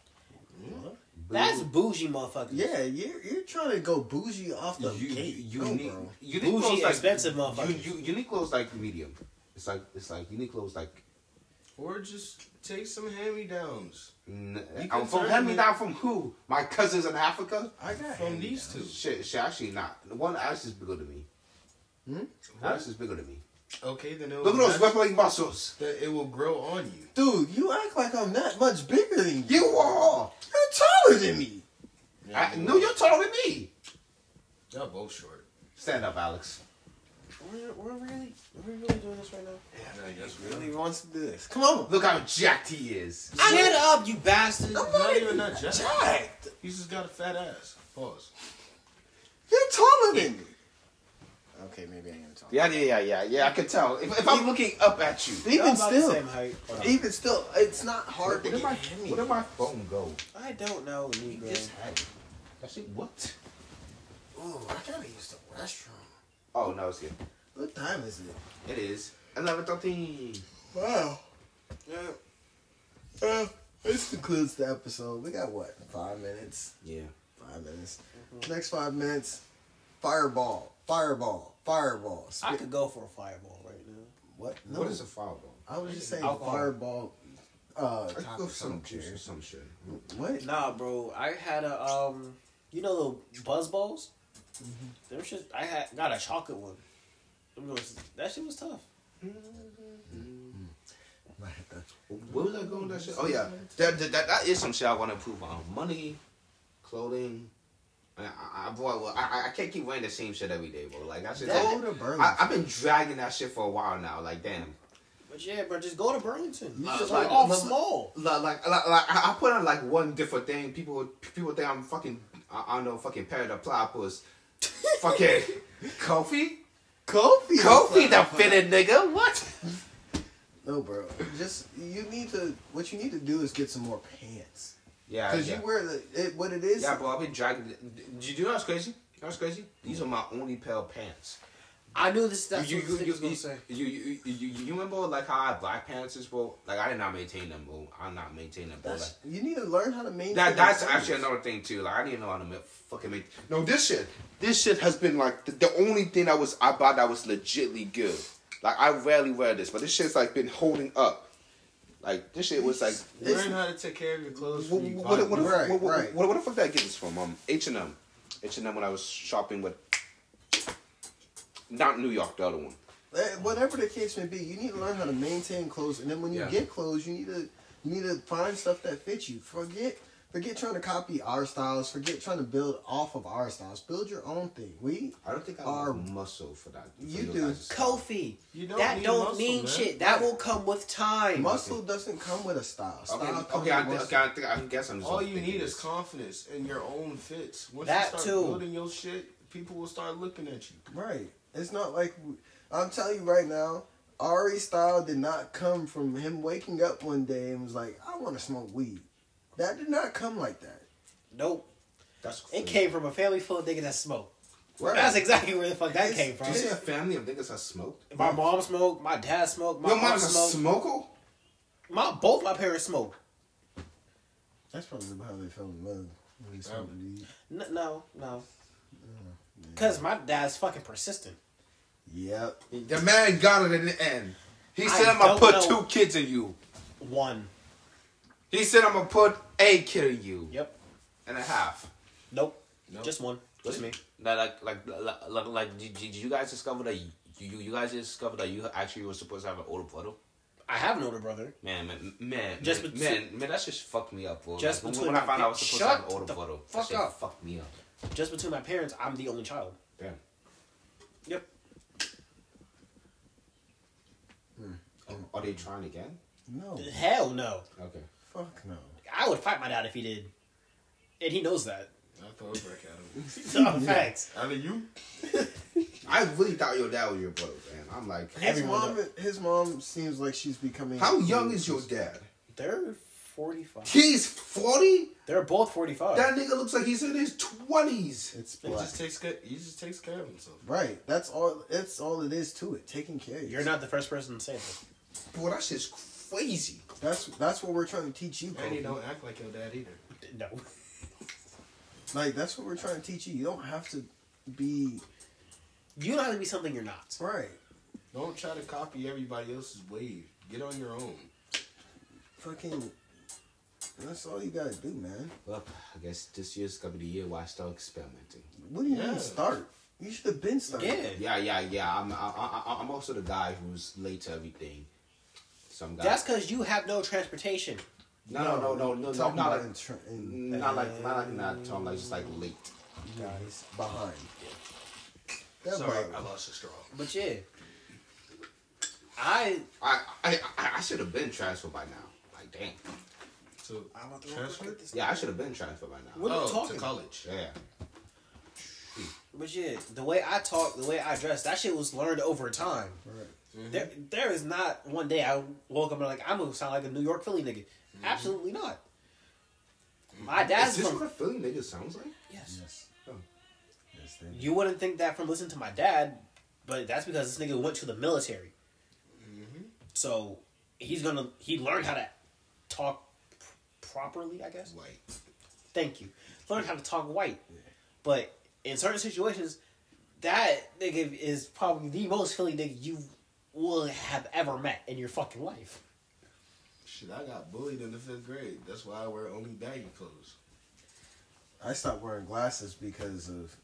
That's bougie, motherfuckers. Yeah, you're you're trying to go bougie off the you, gate. you, no, Unique, bro. Uniqlo's Bougie, like, expensive motherfucker. You, you, Uniqlo's like medium. It's like it's like Uniqlo's like. Or just take some hand-me-downs. N- You I'm can from turn hand me it- down from who? My cousins in Africa. I got From these two. Shit, shit, actually not. The one Alex is bigger than me. Hmm? Alex is bigger than me. Okay, then it will Look at those that's- weapon muscles. That it will grow on you. Dude, you act like I'm not much bigger than you. You are. You're taller than me. I, no, you're taller than me. Y'all both short. Stand up, Alex. We're, we're really, we're really doing this right now. That's Really wants to do this. Come on. Look how jacked he is. Shut up, you bastard. I'm not even that jacked. You just got a fat ass. Pause. You're taller than me. Okay, maybe I am taller. Yeah, yeah, yeah, yeah, yeah. I can tell. If, if I'm looking up at you, Even Y'all about the still, same height. even still, it's not hard to Where did get my- Hemi. where did my phone go? I don't know, Negro. That shit what? Ooh, I gotta use the restroom. Oh no, it's good. What time is it? It is eleven thirteen. Wow. Yeah. Uh, this concludes the episode. We got what? Five minutes. Yeah. Five minutes. Next five minutes. Fireball. Fireball. Fireball. I Spit- could go for a fireball right now. what? What is a fireball? I was just saying Alcohol. fireball. Uh, I could top go of for some some juice or chairs. some shit. What? Nah, bro. I had a um, you know the buzz balls. Them shit. I had got a chocolate one. Them was- that shit was tough. Where was I going with that shit? Oh yeah, that, that, that, that is some shit I want to improve on. Money, clothing. I, I, I bought. Well, I, I- I can't keep wearing the same shit every day, bro. Like that shit. That- Go to Burlington. I, I've been dragging that shit for a while now. Like damn. But yeah, bro, just go to Burlington. Nah, Just like- like off Oh, like- small. Like, like, like, like, I I put on like one different thing. People, people think I'm fucking. I, I don't know, fucking parrot of [LAUGHS] platypus. fucking Kofi. Kofi. Kofi the fitted nigga. What? No, bro. Just you need to. What you need to do is get some more pants. Yeah. Cause yeah. you wear the it, what it is. Yeah, bro. I've been dragging. Did you know what's crazy? You know what's crazy? These are my only pair of pants. I knew this. That's you, what you, this nigga you, was gonna you- say. you, you, you, you, you remember like how I had black pants is, bro? Like I did not maintain them, bro. I did not maintain them, bro. That's- Like, you need to learn how to maintain. that that's your actually pants. another thing too. Like I didn't know how to ma- fucking make. No, this shit, this shit has been like the, the only thing that was I bought that was legitly good. Like I rarely wear this, but this shit's like been holding up. Like this shit was like. Learn how to take care of your clothes. What, when you what, buy what, what, them. Right, what, what, right. what, what the fuck did I get this from? Um, H and M, H and M when I was shopping with, not New York, the other one. Eh, Whatever the case may be, you need to learn how to maintain clothes, and then when you Yeah. get clothes, you need to you need to find stuff that fits you. Forget forget trying to copy our styles. Forget trying to build off of our styles. Build your own thing. We I don't think I Our- have muscle for that. for You your do. guys' Kofi. You don't that need don't muscle, mean man. shit. That will come with time. muscle doesn't come with a style. Style Okay, comes okay, I, with think, okay, muscle. I think I guess I'm just. All you overthinking need is this. confidence in your own fits. Once That you start too. building your shit, people will start looking at you. Right. It's not like I'm telling you right now. Ari's style did not come from him waking up one day and was like, "I want to smoke weed." That did not come like that. Nope. That's It came from a family full of niggas that smoke. That's exactly where the fuck that came Do from. you see a family of niggas that smoked? My mom smoked. My dad smoked. My Your mom mom's a smoked. smoker? My both my parents smoked. That's probably how they fell in love. When they smoked weed. No, no, no. Cause my dad's fucking persistent. Yep. The man got it in the end. He I said, I'm going to don't put know. two kids in you. One. He said, I'm going to put a kid in you. Yep. And a half. Nope. Nope. Just one. Just me. Like, like, like, like, like did, did you guys discover that you, you, you guys discovered that you actually were supposed to have an older brother? I have an older brother. Man, man, man, Just man, between- man, man, that just fucked me up, bro. Just like, when- between when I my found out I was pa- supposed to have Shut an older the brother, fuck that shit up. fucked me up. Just between my parents, I'm the only child. Damn. Yep. Um, Are they trying again? No. Hell no. Okay. Fuck no. I would fight my dad if he did, and he knows that. I thought it was back at him. [LAUGHS] So, Facts. I mean, you. I really thought your dad was your brother, man. I'm like, His Everyone mom, his mom seems like she's becoming. how young is your dad? They're forty-five. He's 40? They're both forty-five. That nigga looks like he's in his 20s. It's He black. just takes care. He just takes care of himself. Right. That's all. It's all it is to it. Taking care. Of You're yourself. not the first person to say that. Boy, that shit's crazy. That's that's what we're trying to teach you. And Kobe. he don't act like your dad either. No. Like that's what we're trying to teach you. You don't have to be You don't have to be something you're not. right. Don't try to copy everybody else's wave. Get on your own. Fucking. That's all you gotta do, man. Well, I guess this year's gonna be the year where I start experimenting. What do you Yeah. mean start? You should have been started. Yeah. Yeah, yeah, yeah. I'm, I, I, I- I'm also the guy who's late to everything. Some guy. That's because you have no transportation. no, no, no, no, no, no, Talking not about like, in tr- in- not like, not like, not Tom, like just like late. guys behind. That Sorry, bug- I lost the straw. But yeah. I I, I, I, I should have been transferred by now. Like, damn. So I'm about transfer. Yeah, I should have been transferred by now. What are you Oh, talking to about? college. Yeah. But yeah, the way I talk, the way I dress, that shit was learned over time. Right. Mm-hmm. There, there is not one day I woke up and like I'm gonna sound like a New York Philly nigga. Mm-hmm. Absolutely not. My Is dad's this from what a Philly nigga sounds like? yes. Yes. Oh. Yes, they You wouldn't think that from listening to my dad, but that's because this nigga went to the military. So he's gonna he learned how to talk p- properly, I guess. White. Thank you. Learned how to talk white, but in certain situations, that nigga is probably the most Philly nigga you will have ever met in your fucking life. Shit, I got bullied in the fifth grade. That's why I wear only baggy clothes. I stopped wearing glasses because of